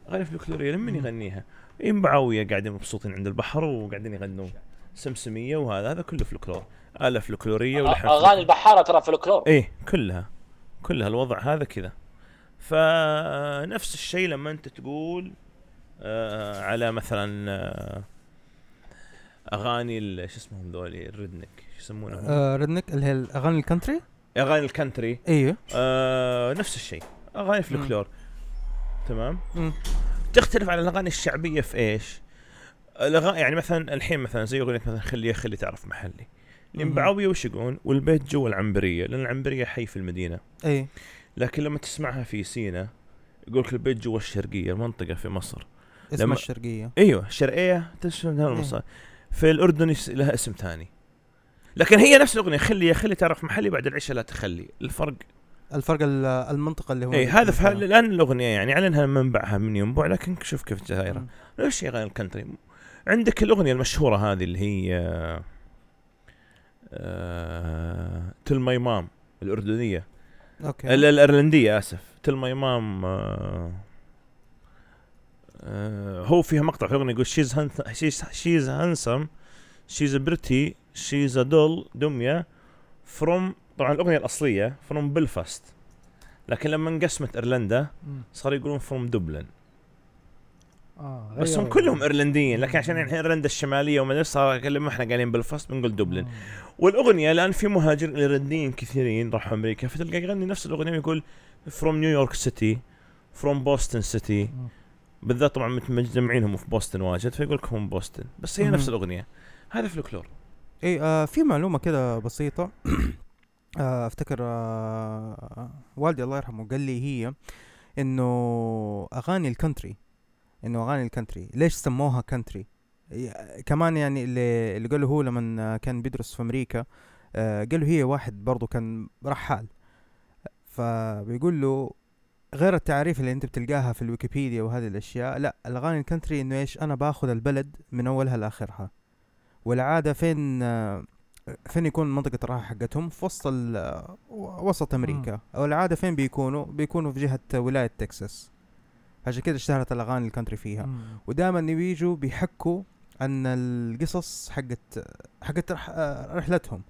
B: اغاني فلكلوريه لمن يغنيها ينبعويه قاعدين مبسوطين عند البحر وقاعدين يغنون سمسميه وهذا هذا كله فلكلور اله فلكلوريه ولحن
D: اغاني البحاره ترى فلكلور
B: ايه كلها كلها الوضع هذا كذا فنفس الشيء لما انت تقول آه على مثلا آه اغاني ال- شو اسمهم ذولي الردنك شو يسمونهم آه
C: ردنك اللي هي الاغاني الكنتري
B: اغاني الكنتري
C: ايوه
B: آه نفس الشيء اغاني فلكلور تمام
C: مم.
B: تختلف عن الاغاني الشعبيه في ايش؟ الاغاني يعني مثلا الحين مثلا زي اغنيه مثلا خلي خلي تعرف محلي الينبعاويه وش يقولون؟ والبيت جوا العنبريه لان العنبريه حي في المدينه
C: اي
B: لكن لما تسمعها في سينا يقول لك البيت جوا الشرقيه منطقه في مصر
C: اسمها
B: لما-
C: الشرقيه
B: ايوه شرقيه تسمى
C: إيه.
B: مصر في الاردن يس- لها اسم ثاني لكن هي نفس الاغنيه خلي يا خلي تعرف محلي بعد العشاء لا تخلي الفرق
C: الفرق ال- المنطقه اللي هو
B: اي هذا في هال- الان الاغنيه يعني على انها منبعها من ينبع لكن شوف كيف جزائرها
C: مم.
B: ليش غير الكنتري عندك الاغنيه المشهوره هذه اللي هي آه، آه، تل ماي مام الاردنيه
C: اوكي
B: ال- الايرلنديه اسف تل ماي مام آه آه هو فيها مقطع في الاغنيه يقول شيز شيز شيز هانسم شيز بريتي شيز دول دميه فروم طبعا الاغنيه الاصليه فروم بلفاست لكن لما انقسمت ايرلندا
E: مم.
B: صار يقولون فروم دبلن
E: آه،
B: بس هم
C: أيوة.
E: غيروا.
B: كلهم ايرلنديين لكن عشان يعني ايرلندا الشماليه وما ادري صار لما احنا قايلين بلفاست بنقول دبلن
E: آه.
B: والاغنيه الان في مهاجر ايرلنديين كثيرين راحوا امريكا فتلقى يغني نفس الاغنيه ويقول فروم نيويورك سيتي فروم بوسطن سيتي
E: مم.
B: بالذات طبعا مت- مجمعين هم في بوسطن واجد فيقول لك هم بوسطن بس هي
C: مهم.
B: نفس الاغنيه هذا فلكلور
C: اي آه في معلومه كده بسيطه آه افتكر آه والدي الله يرحمه قال لي هي انه اغاني الكنتري انه اغاني الكنتري ليش سموها كنتري ي- كمان يعني اللي, اللي قاله هو لما كان بيدرس في امريكا آه قالوا هي واحد برضه كان رحال فبيقول له غير التعريف اللي انت بتلقاها في الويكيبيديا وهذه الاشياء لا الاغاني الكنتري انه ايش انا باخذ البلد من اولها لاخرها والعاده فين آه، فين يكون منطقة الراحة حقتهم في وسط ال- آه، وسط أمريكا أو العادة فين بيكونوا بيكونوا في جهة ولاية تكساس عشان كده اشتهرت الأغاني الكنتري فيها
E: مم.
C: ودائما بيجوا بيحكوا عن القصص حقت حقت رح- آه، رحلتهم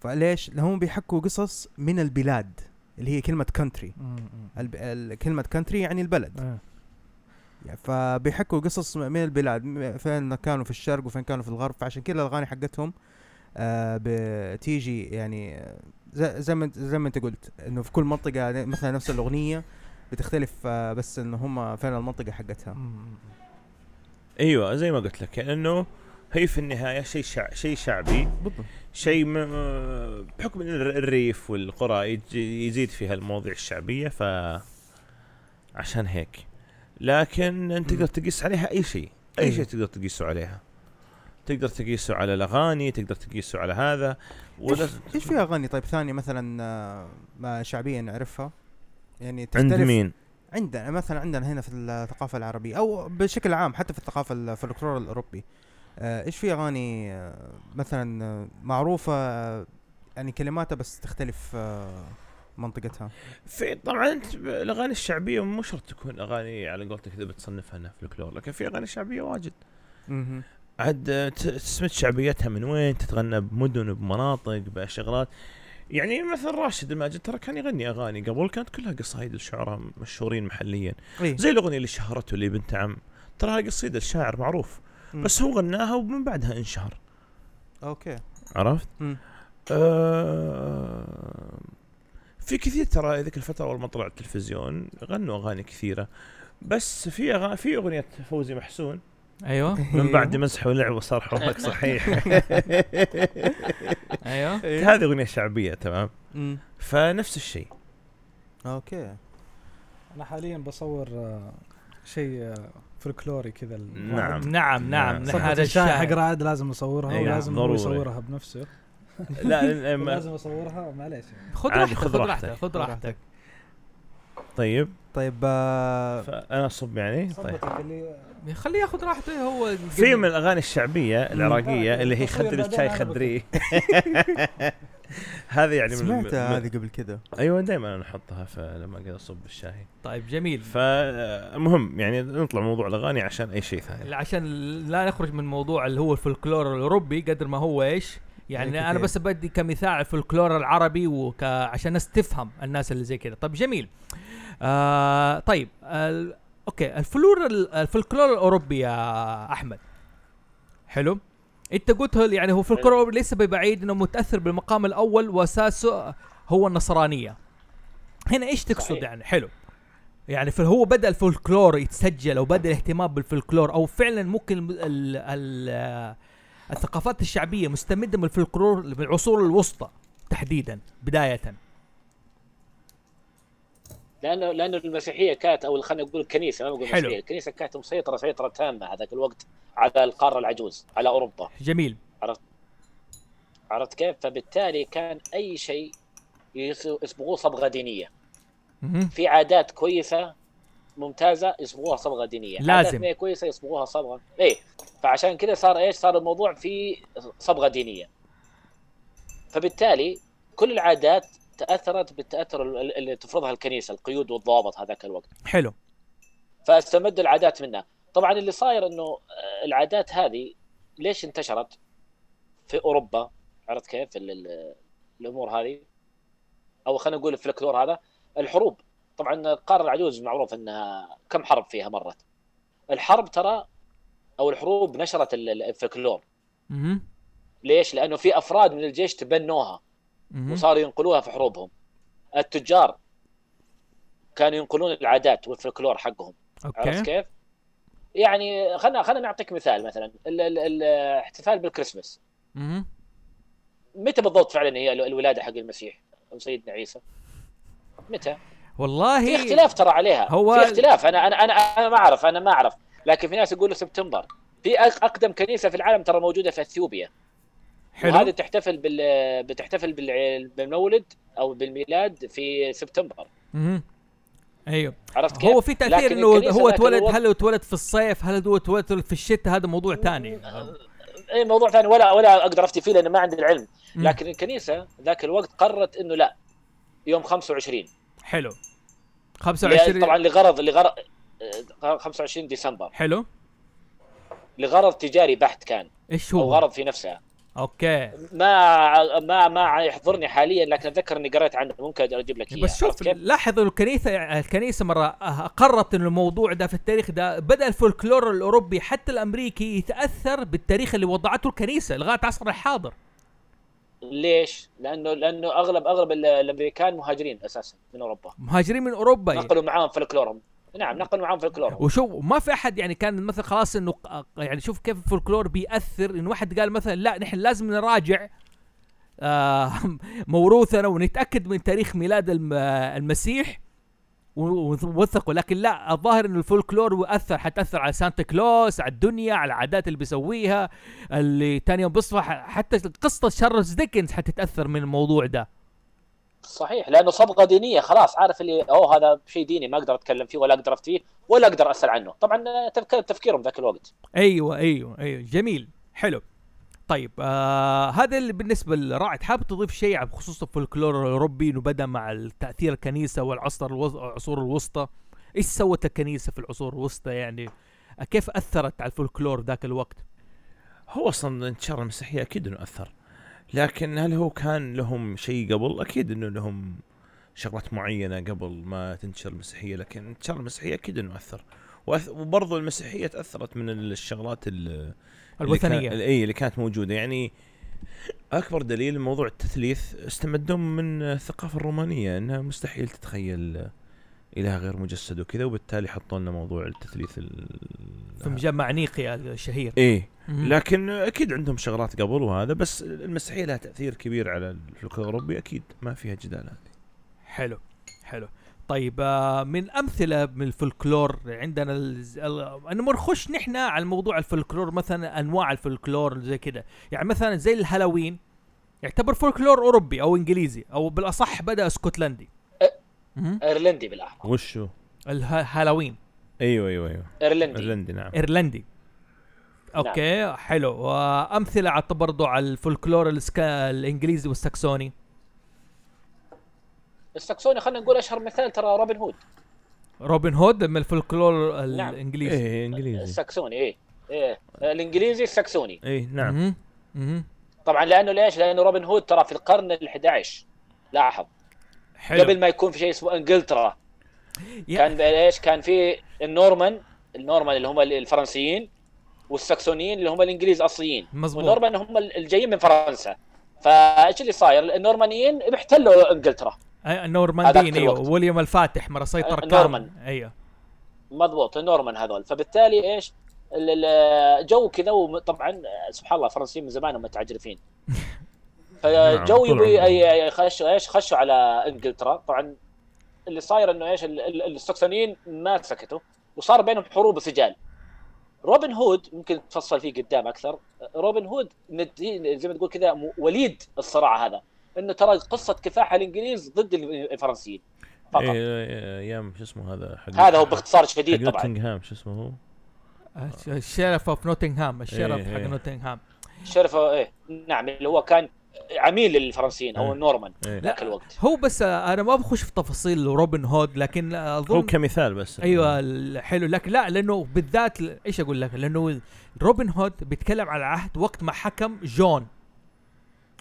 C: فليش؟ لأن هم بيحكوا قصص من البلاد اللي هي كلمة كنتري
E: مم. مم.
C: الب... ال- كلمة كنتري يعني البلد
E: إيه.
C: يعني فبيحكوا قصص م- من البلاد م- فين كانوا في الشرق وفين كانوا في الغرب فعشان كذا الاغاني حقتهم آه بتيجي يعني آه، زي زي ما انت- زي ما انت قلت انه في كل منطقه يعني مثلا نفس الاغنيه بتختلف آه بس انه هم فين المنطقه حقتها
E: مم.
B: ايوه زي ما قلت لك لانه هي في النهايه شيء شع... شيء شعبي
C: بالضبط
B: شيء م... آه، بحكم ان الر- الريف والقرى يج- يزيد فيها المواضيع الشعبيه ف عشان هيك لكن انت تقدر تقيس عليها اي شيء اي
C: أيوه.
B: شيء تقدر تقيسه عليها تقدر تقيسه على الاغاني تقدر تقيسه على هذا ولا
C: ايش في اغاني طيب ثانيه مثلا آه ما شعبيه نعرفها يعني
B: عند
C: تختلف-
B: مين
C: عندنا مثلا عندنا هنا في الثقافة العربية أو بشكل عام حتى في الثقافة ال- في الفولكلور الأوروبي آه، إيش في أغاني آه، مثلا آه، معروفة آه، يعني كلماتها بس تختلف آه، منطقتها
B: في طبعا انت ب- الاغاني الشعبيه مو شرط تكون اغاني على قولتك اذا بتصنفها انها فلكلور لكن في اغاني شعبيه واجد
C: مهم.
B: عاد ت- تسمت شعبيتها من وين تتغنى بمدن بمناطق بشغلات يعني مثل راشد الماجد ترى كان يغني اغاني قبل كانت كلها قصايد الشعراء مشهورين محليا
C: إيه.
B: زي الاغنيه اللي شهرته اللي بنت عم تراها قصيده الشاعر معروف
C: مم.
B: بس هو غناها ومن بعدها انشهر
C: أوكي
B: عرفت؟
C: مم.
B: آه في كثير ترى ذيك الفترة أول ما طلع التلفزيون غنوا أغاني كثيرة بس في أغاني في أغنية فوزي محسون
C: أيوة.
A: ايوه
C: إيه.
B: من بعد مزح ولعب وصار حوارك صحيح
A: ايوه
B: هذه أغنية شعبية تمام
C: إيه. مم.
B: فنفس الشيء
C: أوكي
E: انا حاليا بصور آه، شيء آه، فلكلوري كذا الواحد
B: نعم.
A: نعم نعم
B: نعم.
A: نحن هذا
E: الشاي
A: الشاي
E: حق رعد لازم اصورها
B: أيوة،
E: ولازم هو
B: ضروري.
E: يصورها بنفسه
B: لا لأن- ما-
E: لازم اصورها معليش
A: خذ
B: عادي،
A: راحتك
B: خذ
A: خذ
B: راحتك.
A: راحتك خذ راحتك
B: طيب
C: طيب آه
B: فانا اصب يعني طيب
E: صبتك اللي آه،
A: خليه ياخذ راحته هو
B: في من الاغاني الشعبيه العراقيه اللي هي
C: طيب،
B: خدري الشاي خدري هذه يعني من- من-
C: سمعتها هذه قبل كذا
B: ايوه دائما انا احطها فلما اقعد اصب الشاي
A: طيب جميل
B: فالمهم يعني نطلع موضوع الاغاني عشان اي شيء ثاني
A: عشان لا نخرج من موضوع اللي هو الفولكلور الاوروبي قدر ما هو ايش
C: أي
A: يعني
C: كثير.
A: انا بس بدي كمثال على الفولكلور العربي وك... عشان الناس تفهم الناس اللي زي كذا طب جميل آه طيب ال... اوكي الفلور الفولكلور الاوروبي يا احمد حلو انت قلت هل- يعني
D: إيه.
A: هو الفولكلور الأوروبي ليس ببعيد انه متاثر بالمقام الاول واساسه هو النصرانيه هنا ايش تقصد
D: صحيح.
A: يعني حلو يعني فهو بدا الفولكلور يتسجل او بدا الاهتمام بالفولكلور او فعلا ممكن الم- ال ال الثقافات الشعبيه مستمده من الفولكلور من العصور الوسطى تحديدا بدايه
D: لانه لانه المسيحيه كانت او خلينا نقول الكنيسه ما بقول
A: حلو.
D: المسيحيه الكنيسه كانت مسيطره سيطره تامه هذاك الوقت على القاره العجوز على اوروبا
A: جميل
D: عرفت كيف؟ فبالتالي كان اي شيء يس- يصبغوه صبغه دينيه،
A: مهم.
D: في عادات كويسه ممتازه يصبغوها صبغه دينيه،
A: لازم.
D: عادات ما هي كويسه يصبغوها صبغه ايه فعشان كذا صار ايش؟ صار الموضوع في صبغه دينيه. فبالتالي كل العادات تاثرت بالتاثر ال- ال- اللي تفرضها الكنيسه، القيود والضوابط هذاك الوقت.
A: حلو
D: فاستمدوا العادات منها طبعا اللي صاير انه آه، العادات هذه ليش انتشرت في اوروبا عرفت كيف ال- ال- الامور هذه او خلينا نقول الفلكلور هذا الحروب طبعا القاره العجوز معروف انها كم حرب فيها مرت الحرب ترى او الحروب نشرت ال- ال- الفلكلور
A: مهم.
D: ليش؟ لانه في افراد من الجيش تبنوها
A: مهم.
D: وصاروا ينقلوها في حروبهم التجار كانوا ينقلون العادات والفلكلور حقهم عرفت
A: اوكي
D: كيف؟ يعني خلنا خلنا نعطيك مثال مثلا ال- ال- الاحتفال بالكريسماس
A: مهم.
D: متى بالضبط فعلا هي ال- الولاده حق المسيح او سيدنا عيسى؟ متى؟
A: والله
D: في اختلاف ترى عليها
A: هو-
D: في اختلاف انا انا انا انا ما اعرف انا ما اعرف لكن في ناس يقولوا سبتمبر في أق- اقدم كنيسه في العالم ترى موجوده في اثيوبيا وهذه
A: حلو
D: تحتفل بال بتحتفل بالع- بالمولد او بالميلاد في سبتمبر
A: مهم. ايوه
D: عرفت كيف؟
A: هو في تاثير
D: لكن
A: انه
D: الكنيسة
A: هو
D: ذاك
A: اتولد
D: الوقت-
A: هل هو اتولد في الصيف هل هو اتولد في الشتاء هذا موضوع ثاني
D: اي موضوع ثاني ولا ولا اقدر افتي فيه لان ما عندي العلم
A: مم.
D: لكن الكنيسه ذاك الوقت قررت انه لا يوم 25
A: حلو
D: لا،
A: 25
D: طبعا لغرض لغرض آه، 25 ديسمبر
A: حلو
D: لغرض تجاري بحت كان
A: ايش
D: او
A: هو
D: غرض في نفسها
A: اوكي
D: ما ما ما يحضرني حاليا لكن اتذكر اني قريت عنه ممكن اجيب لك اياه
A: بس شوف
D: عرفت كيف؟
A: لاحظ الكنيسه الكنيسه مره قررت ان الموضوع ده في التاريخ ده بدا الفولكلور الاوروبي حتى الامريكي يتاثر بالتاريخ اللي وضعته الكنيسه لغايه عصر الحاضر
D: ليش؟ لانه لانه اغلب اغلب ال- الامريكان مهاجرين اساسا من اوروبا
A: مهاجرين من اوروبا
D: نقلوا معاهم فلكلورهم نعم نقلوا معاهم فلكلورهم
A: وشوف ما في احد يعني كان مثلا خلاص انه ق- يعني شوف كيف الفولكلور بياثر ان واحد قال مثلا لا نحن لازم نراجع آه، موروثنا ونتاكد من تاريخ ميلاد الم- آه، المسيح ونوثقه لكن لا الظاهر انه الفولكلور يؤثر حتاثر على سانتا كلوس على الدنيا على العادات اللي بيسويها اللي تاني يوم بيصبح حتى قصه شارلز ديكنز حتتاثر من الموضوع ده
D: صحيح لانه صبغه دينيه خلاص عارف اللي اوه هذا شيء ديني ما اقدر اتكلم فيه ولا اقدر افتيه ولا اقدر اسال عنه طبعا آه، تفكير تفكيرهم ذاك الوقت
A: ايوه ايوه ايوه جميل حلو طيب آه هذا اللي بالنسبه لرائد حاب تضيف شيء على- بخصوص الفولكلور الاوروبي انه بدا مع تاثير الكنيسه والعصر الوز... العصور الوسطى ايش سوت الكنيسه في العصور الوسطى يعني آه، كيف اثرت على الفولكلور ذاك الوقت
B: هو اصلا انتشار المسيحيه اكيد انه اثر لكن هل هو كان لهم شيء قبل؟ اكيد انه لهم شغلات معينه قبل ما تنتشر المسيحيه لكن انتشار المسيحيه اكيد انه اثر وأث... وبرضه المسيحيه تاثرت من الشغلات ال- اللي كان...
A: الوثنيه
B: اي اللي كانت موجوده يعني اكبر دليل موضوع التثليث استمدوا من الثقافه الرومانيه انها مستحيل تتخيل اله غير مجسد وكذا وبالتالي حطوا لنا موضوع التثليث ال...
A: في مجمع نيقيا الشهير
B: ايه
A: مهم.
B: لكن اكيد عندهم شغلات قبل وهذا بس المسيحيه لها تاثير كبير على الفلكلور الاوروبي اكيد ما فيها جدال هذه
A: حلو حلو طيب آه، من امثله من الفولكلور عندنا الز- ال- انه نخش نحن على موضوع الفولكلور مثلا انواع الفولكلور زي كده يعني مثلا زي الهالوين يعتبر فولكلور اوروبي او انجليزي او بالاصح بدا اسكتلندي
D: أه.
A: مهم.
D: ايرلندي بالاحرى
B: وشو؟
A: الها- هالوين
B: ايوه ايوه ايوه
D: ايرلندي
B: ايرلندي نعم
A: ايرلندي اوكي نعم. حلو وامثله على برضو على الفولكلور السكا... الانجليزي والساكسوني
D: الساكسوني خلينا نقول اشهر مثال ترى روبن هود
A: روبن هود من الفولكلور
D: نعم.
A: الانجليزي
B: ايه
A: إيه.
B: انجليزي
D: الساكسوني ايه ايه الانجليزي الساكسوني
B: ايه نعم
A: مهم. مهم.
D: طبعا لانه ليش؟ لانه روبن هود ترى في القرن ال11 لاحظ
A: حلو
D: قبل ما يكون في شيء اسمه انجلترا
A: يا-
D: كان ايش؟ كان في النورمان النورمان اللي هم الفرنسيين والساكسونيين اللي هم الانجليز اصليين
A: مزبوط
D: والنورمان هم الجايين من فرنسا فايش اللي صاير؟ النورمانيين احتلوا انجلترا
A: أي-
D: هذاك
A: النورمانديين ايوه
D: الوقت. أيوة،
A: ويليام الفاتح مره سيطر
D: النورمان.
A: كامل ايوه
D: مضبوط النورمان هذول فبالتالي ايش؟ ال- ال- جو كذا وم- طبعا سبحان الله الفرنسيين من زمان هم متعجرفين فجو
B: نعم، طول
D: يبي
B: عمرهم.
D: أي- أي- خشوا ايش خشوا على انجلترا طبعا اللي صاير انه ايش ال- ال- السكسونيين ما سكتوا وصار بينهم حروب وسجال روبن هود ممكن تفصل فيه قدام اكثر روبن هود ندي- زي ما تقول كذا م- وليد الصراع هذا انه ترى قصه كفاح الانجليز ضد الفرنسيين فقط
B: ايه إيه، ايام شو اسمه هذا حق
D: هذا هو باختصار شديد
B: حق
D: طبعا
B: نوتنغهام شو اسمه هو؟
A: الش- الشرف اوف نوتنغهام الشرف
B: إيه،
A: حق
B: إيه.
A: نوتنغهام
D: شرف ايه نعم اللي هو كان عميل للفرنسيين او
B: إيه.
D: النورمان
B: إيه.
D: ذاك الوقت
A: هو بس آه، انا ما بخش في تفاصيل روبن هود لكن آه،
B: هو
A: اظن
B: كمثال بس
A: ايوه الحلو لك لا لانه بالذات ل- ايش اقول لك لانه روبن هود بيتكلم على عهد وقت ما حكم جون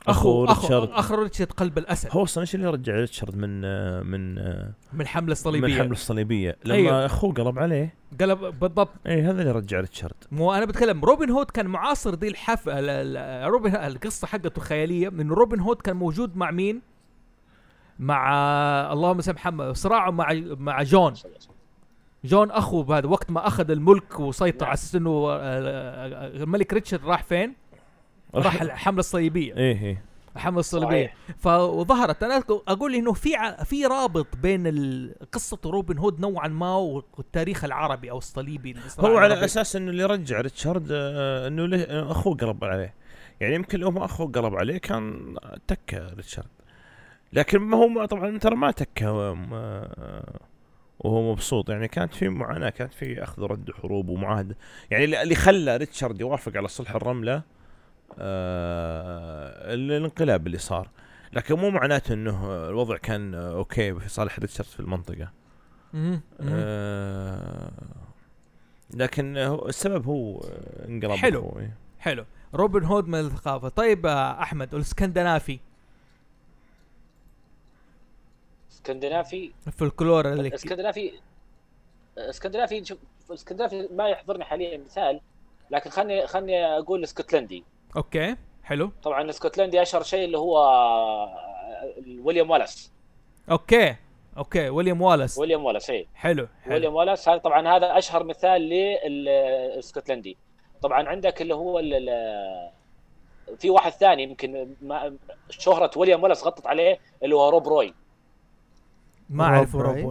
B: أخو
A: أخو-
B: ريتشارد.
A: اخو ريتشارد قلب الاسد
B: هو اصلا ايش اللي رجع ريتشارد من آه، من آه،
A: من الحمله
B: من
A: الصليبيه
B: الحمله الصليبيه لما
A: أيوه.
B: اخوه قلب عليه
A: قلب بالضبط
B: اي هذا اللي رجع ريتشارد
A: مو انا بتكلم روبن هود كان معاصر دي الحف ال- ال- روبن القصه حقته خياليه من روبن هود كان موجود مع مين؟ مع اللهم سم محمد صراعه مع مع جون جون اخوه بهذا وقت ما اخذ الملك وسيطر على اساس انه آه، آه، الملك ريتشارد راح فين؟ راح الحمله الصليبيه
B: ايه ايه
A: الحمله الصليبيه
D: صحيح.
A: فظهرت انا اقول انه في ع- في رابط بين ال- قصه روبن هود نوعا ما والتاريخ العربي او الصليبي
B: هو على
A: العربي.
B: اساس انه اللي رجع ريتشارد آه، انه له- آه، اخوه قلب عليه يعني يمكن لو ما اخوه قلب عليه كان تكه ريتشارد لكن ما هو ما- طبعا ترى ما تكه و- ما- وهو مبسوط يعني كانت في معاناه كانت في اخذ ورد وحروب ومعاهده يعني اللي- اللي خلى ريتشارد يوافق على صلح الرمله آه ال- الانقلاب اللي صار لكن مو معناته انه الوضع كان آه، اوكي في صالح ريتشارد في المنطقه
A: مهم. مهم.
B: آه، لكن هو السبب هو آه، انقلاب
A: حلو.
B: أخوه، إيه.
A: حلو روبن هود من الثقافه طيب آه، احمد الاسكندنافي
D: اسكندنافي
A: الفولكلور اللي
D: اسكندنافي اسكندنافي شوف اسكندنافي ما يحضرني حاليا مثال لكن خلني خلني اقول اسكتلندي
A: اوكي حلو
D: طبعا الاسكتلندي اشهر شيء اللي هو آه، ويليام والاس
A: اوكي اوكي ويليام والاس
D: ويليام والاس إيه. اي
A: حلو حلو
D: ويليام والاس هذا طبعا هذا اشهر مثال للاسكتلندي طبعا عندك اللي هو ال- ال- في واحد ثاني يمكن ما شهرة ويليام والاس غطت عليه اللي هو روب روي
A: ما اعرف
C: روب
A: روب
C: روي.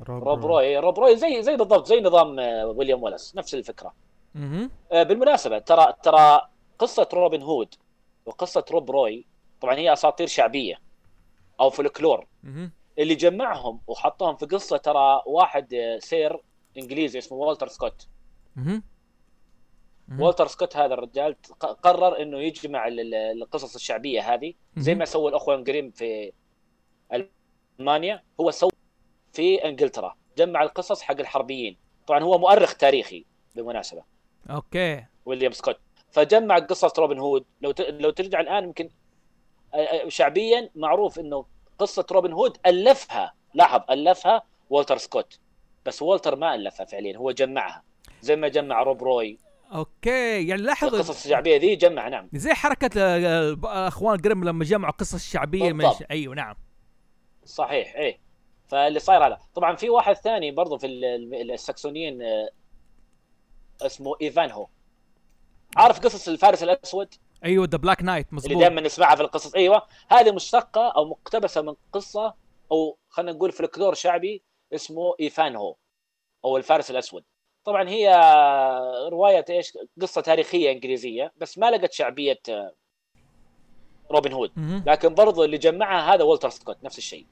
A: روي
D: روب روي روب روي زي زي بالضبط زي نظام آه، ويليام والاس نفس الفكرة
A: مهم.
D: آه، بالمناسبة ترى ترى قصة روبن هود وقصة روب روي طبعا هي اساطير شعبية او فلكلور
A: مهم.
D: اللي جمعهم وحطهم في قصة ترى واحد آه، سير انجليزي اسمه والتر سكوت
A: مهم. مم.
D: والتر سكوت هذا الرجال ق- قرر انه يجمع ال- ال- القصص الشعبيه هذه زي
A: مهم.
D: ما سوى الاخوه جريم في المانيا هو سوى في انجلترا جمع القصص حق الحربيين طبعا هو مؤرخ تاريخي بالمناسبه
A: اوكي
D: ويليام سكوت فجمع قصص روبن هود لو ت- لو ترجع الان يمكن آه، آه، شعبيا معروف انه قصه روبن هود الفها لاحظ الفها والتر سكوت بس والتر ما الفها فعليا هو جمعها زي ما جمع روب روي
A: اوكي يعني لاحظ
D: القصص الشعبيه ذي جمع نعم
A: زي حركه آه، آه، الاخوان قرم لما جمعوا قصص شعبيه من
D: بالضبط.
A: ايوه نعم
D: صحيح ايه فاللي صاير هذا طبعا في واحد ثاني برضو في ال- ال- الساكسونيين آه، اسمه ايفانهو عارف قصص الفارس الاسود
A: ايوه ذا بلاك نايت
D: اللي
A: مظبوط
D: دائما نسمعها في القصص ايوه هذه مشتقه او مقتبسه من قصه او خلينا نقول فلكلور شعبي اسمه ايفانهو او الفارس الاسود طبعا هي روايه ايش قصه تاريخيه انجليزيه بس ما لقت شعبيه آه، روبن هود
A: مهم.
D: لكن برضو اللي جمعها هذا والتر سكوت نفس الشيء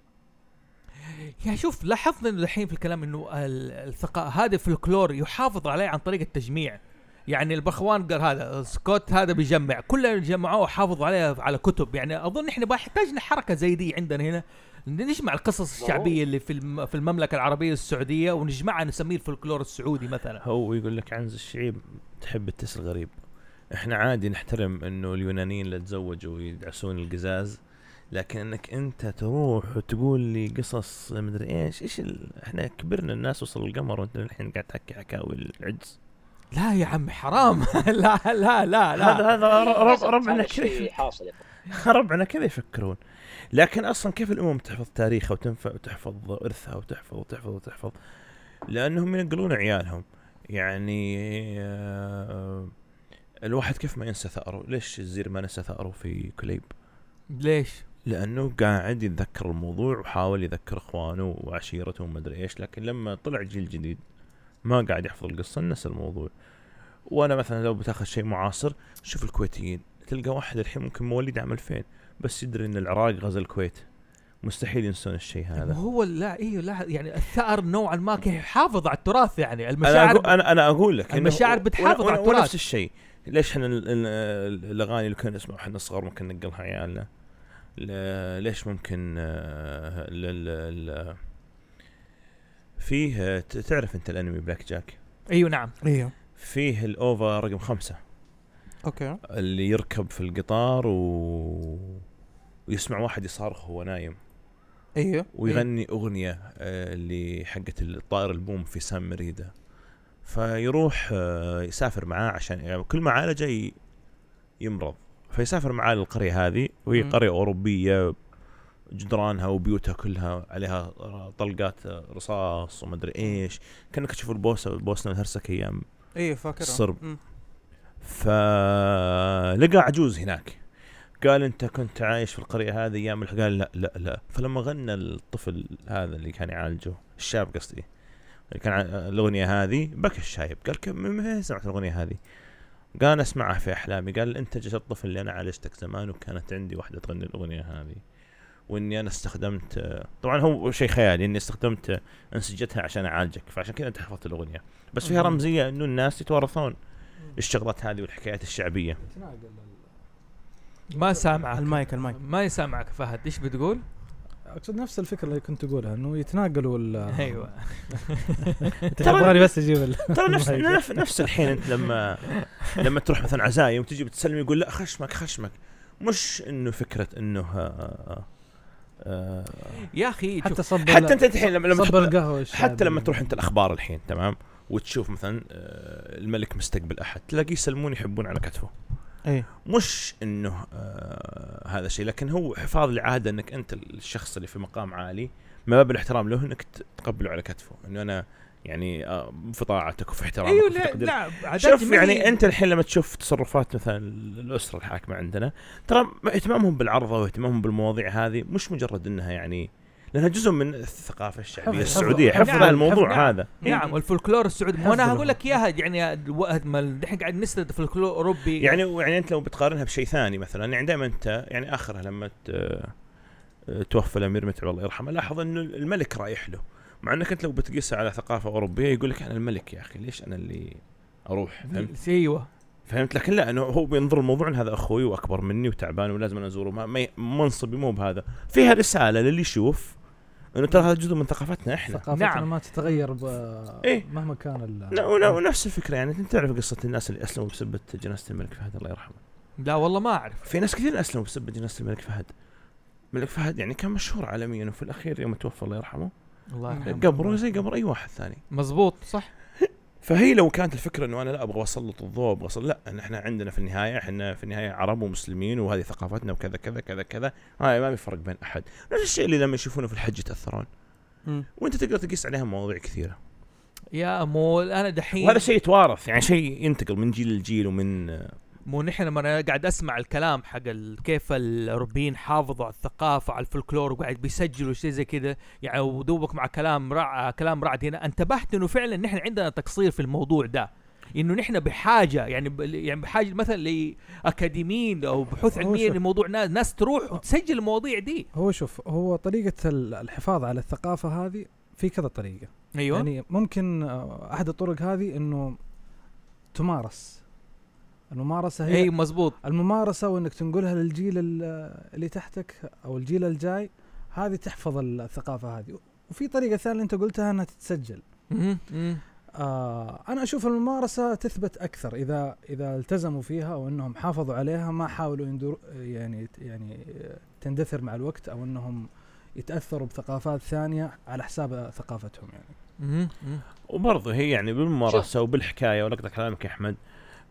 A: يا يعني شوف لاحظنا انه الحين في الكلام انه ال- الثقاء هذا الفلكلور يحافظ عليه عن طريق التجميع يعني البخوان قال هذا سكوت هذا بيجمع كلهم جمعوه وحافظوا عليه على كتب يعني اظن احنا بحتاجنا حركه زي دي عندنا هنا نجمع القصص الشعبيه اللي في الم- في المملكه العربيه السعوديه ونجمعها نسميه الفلكلور السعودي مثلا
B: هو يقول لك عنز الشعيب تحب التس الغريب احنا عادي نحترم انه اليونانيين لا تزوجوا ويدعسون القزاز لكن انك انت تروح وتقول لي قصص مدري ايش ايش ال... احنا كبرنا الناس وصلوا القمر وانت الحين قاعد تحكي حكاوي العجز
A: لا يا عم حرام لا لا لا لا
B: هذا هذا آه، رب-
D: للأسف
B: ربعنا
D: هذا
B: كذا
D: الشيء حاصل
B: ربعنا كذا يفكرون لكن اصلا كيف الامم تحفظ تاريخها وتنفع وتحفظ ارثها وتحفظ وتحفظ وتحفظ لانهم ينقلون عيالهم يعني آه، الواحد كيف ما ينسى ثأره ليش الزير ما نسى ثأره في كليب
A: ليش
B: لانه قاعد يتذكر الموضوع وحاول يذكر اخوانه وعشيرته ومدري ايش لكن لما طلع جيل جديد ما قاعد يحفظ القصه نسى الموضوع وانا مثلا لو بتاخذ شيء معاصر شوف الكويتيين تلقى واحد الحين ممكن مواليد عام 2000 بس يدري ان العراق غزا الكويت مستحيل ينسون الشيء هذا
A: هو لا ايوه لا يعني الثأر نوعا ما كيف يحافظ على التراث يعني
B: انا
A: المشاعر
B: أقول انا انا اقول لك إنه-
A: المشاعر بتحافظ
B: وأنا-
A: على
B: وأنا- وأنا
A: التراث.
B: نفس الشيء ليش احنا ال- ال- الاغاني اللي كنا نسمعها واحنا صغار ممكن ننقلها عيالنا ل- ليش ممكن آه، ال- ال- ال- فيه آه، ت- تعرف انت الانمي بلاك جاك
A: ايوه نعم
C: ايوه
B: فيه الاوفا رقم خمسة
C: اوكي
B: اللي يركب في القطار و... ويسمع واحد يصارخ وهو نايم
C: ايوه
B: ويغني اغنيه آه، اللي حقت الطائر البوم في سام مريدا فيروح آه، يسافر معاه عشان يعني كل ما عالجه ي- يمرض فيسافر معاه للقريه هذه وهي
C: مم.
B: قريه اوروبيه جدرانها وبيوتها كلها عليها طلقات آه، رصاص ومدري ايش كانك تشوف البوسه البوسنه والهرسك ايام
C: ايوه فاكرها
B: الصرب.
C: مم.
B: فلقى عجوز هناك قال انت كنت عايش في القريه هذه ايام الح- قال لا لا لا فلما غنى الطفل هذا اللي كان يعالجه الشاب قصدي اللي كان ع- الاغنيه هذه بكى الشايب قال كم من وين سمعت الاغنيه هذه قال أنا اسمعها في احلامي قال انت جيت الطفل اللي انا عالجتك زمان وكانت عندي واحده تغني الاغنيه هذه واني انا استخدمت آه، طبعا هو شيء خيالي اني استخدمت آه، انسجتها عشان اعالجك فعشان كذا انت حفظت الاغنيه بس فيها
A: مم.
B: رمزيه انه الناس يتوارثون الشغلات هذه والحكايات الشعبيه
A: ما سامعك
C: المايك المايك
A: ما يسامعك فهد ايش بتقول؟
E: اقصد نفس الفكره اللي كنت تقولها انه يتناقلوا ال
A: ايوه
E: آه. تبغاني بس اجيب ال-
B: ترى نفس
E: المايك.
B: نف- نفس الحين انت لما لما تروح مثلا عزايم وتجي بتسلم يقول لا خشمك خشمك مش انه فكره انه آه، آه،
A: يا اخي شوف
E: حتى صب
B: حتى انت الحين لما لما
E: صب
B: تحط-
E: القهوه الشعبي.
B: حتى لما تروح انت الاخبار الحين تمام وتشوف مثلا آه، الملك مستقبل احد تلاقيه يسلمون يحبون على كتفه
C: اي
B: مش انه آه هذا الشيء لكن هو حفاظ للعاده انك انت الشخص اللي في مقام عالي ما باب الاحترام له انك ت- تقبله على كتفه انه انا يعني آه في طاعتك وفي احترامك
A: ايوه
B: وفي
A: لا
B: تقديرك.
A: لا عادات
B: شوف
A: جميلة.
B: يعني انت الحين لما تشوف تصرفات مثلا الاسره الحاكمه عندنا ترى ما- اهتمامهم بالعرضه واهتمامهم بالمواضيع هذه مش مجرد انها يعني لانها جزء من الثقافه الشعبيه
E: حفظ-
B: السعوديه
A: حفظ.
B: حفظ
A: نعم،
B: الموضوع
A: حفظ، نعم.
B: هذا
A: نعم والفولكلور السعودي
E: حفظ
A: وانا
E: لهم.
A: هقول لك اياها يعني الوقت ما الحين قاعد نسرد فولكلور اوروبي
B: يعني يعني انت لو بتقارنها بشيء ثاني مثلا يعني دائما انت يعني اخرها لما ت- توفى الامير متعب الله يرحمه لاحظ انه الملك رايح له مع انك انت لو بتقيسها على ثقافه اوروبيه يقول لك انا الملك يا اخي ليش انا اللي اروح فهمت
A: ايوه
B: فهمت لكن لا انه هو بينظر الموضوع ان هذا اخوي واكبر مني وتعبان ولازم انا ازوره ما ما ي- منصبي مو بهذا فيها رساله للي يشوف انه ترى هذا جزء من ثقافتنا احنا
E: ثقافتنا
A: نعم.
E: ما تتغير ب...
B: إيه.
E: مهما كان ال...
B: لا ولا- ونفس الفكره يعني انت تعرف قصه الناس اللي اسلموا بسبه جنازه الملك فهد الله يرحمه
A: لا والله ما اعرف
B: في ناس كثير اسلموا بسبه جنازه الملك فهد الملك فهد يعني كان مشهور عالميا وفي الاخير يوم توفى الله يرحمه
A: الله يرحمه
B: قبره زي قبر اي واحد ثاني
A: مزبوط صح
B: فهي لو كانت الفكره انه انا لا ابغى اسلط الضوء ابغى أسلط لا إن احنا عندنا في النهايه احنا في النهايه عرب ومسلمين وهذه ثقافتنا وكذا كذا كذا كذا هاي ما في فرق بين احد نفس الشيء اللي لما يشوفونه في الحج يتاثرون
C: مم.
B: وانت تقدر تقيس عليها مواضيع كثيره
A: يا مول انا دحين
B: وهذا شيء يتوارث يعني شيء ينتقل من جيل لجيل ومن
A: مو نحن لما انا قاعد اسمع الكلام حق ال- كيف الاوروبيين حافظوا على الثقافه على الفولكلور وقاعد بيسجلوا شيء زي كذا يعني ودوبك مع كلام رع كلام رعد هنا انتبهت انه فعلا نحن عندنا تقصير في الموضوع ده انه نحن بحاجه يعني ب- يعني بحاجه مثلا لاكاديميين او بحوث
E: هو
A: علميه
E: شوف.
A: لموضوع ناس, ناس تروح وتسجل المواضيع دي
E: هو شوف هو طريقه ال- الحفاظ على الثقافه هذه في كذا طريقه
A: ايوه يعني
E: يعني ممكن آه، احد الطرق هذه انه تمارس الممارسه هي
A: اي مزبوط
E: الممارسه وانك تنقلها للجيل ال- اللي تحتك او الجيل الجاي هذه تحفظ الثقافه هذه وفي طريقه ثانيه انت قلتها انها تتسجل
A: مهم. مهم.
E: آه انا اشوف الممارسه تثبت اكثر اذا اذا التزموا فيها وانهم حافظوا عليها ما حاولوا يندر يعني يعني تندثر مع الوقت او انهم يتاثروا بثقافات ثانيه على حساب ثقافتهم يعني
A: مهم. مهم.
B: وبرضه هي يعني بالممارسه وبالحكايه ولقطة كلامك يا احمد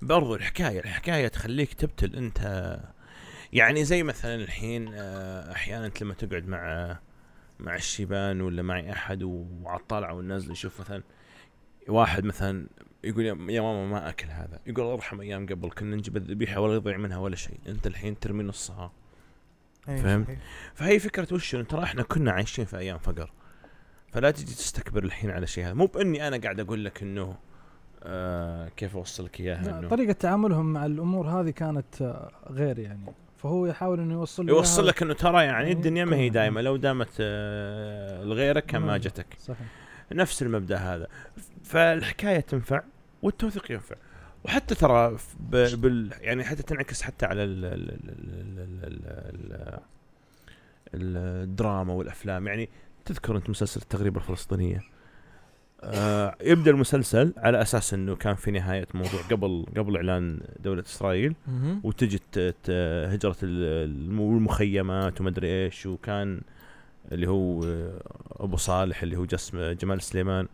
B: برضه الحكايه الحكايه تخليك تبتل انت يعني زي مثلا الحين آه، احيانا أنت لما تقعد مع مع الشيبان ولا معي احد وعلى الطالعه والنازل يشوف مثلا واحد مثلا يقول يا يا ماما ما اكل هذا يقول ارحم ايام قبل كنا نجيب الذبيحه ولا يضيع منها ولا شيء انت الحين ترمي نصها
C: أي
B: فهمت؟
C: صحيح.
B: فهي فكرة وش إنه ترى احنا كنا عايشين في ايام فقر فلا تجي تستكبر الحين على شيء هذا مو باني انا قاعد اقول لك انه آه كيف اوصل لك اياها انه
E: طريقه تعاملهم مع الامور هذه كانت آه، غير يعني فهو يحاول انه يوصل لها-
B: يوصل لك انه ترى يعني
E: يعني
B: الدنيا ما هي
E: كلها.
B: دائمه لو دامت آه لغيرك كان ما
E: مم.
B: جتك
E: صحيح
B: نفس المبدا هذا فالحكايه تنفع والتوثيق ينفع وحتى ترى ف- ب- بال يعني حتى تنعكس حتى على ال ال ال ال ال ال ال الدراما والافلام يعني تذكر انت مسلسل التغريبه الفلسطينيه آه يبدا المسلسل على اساس انه كان في نهايه موضوع قبل قبل اعلان دوله اسرائيل
A: مهم.
B: وتجي ت- ت- هجره ال- الم- والمخيمات ومدري ايش وكان اللي هو آه، ابو صالح اللي هو جسم جمال سليمان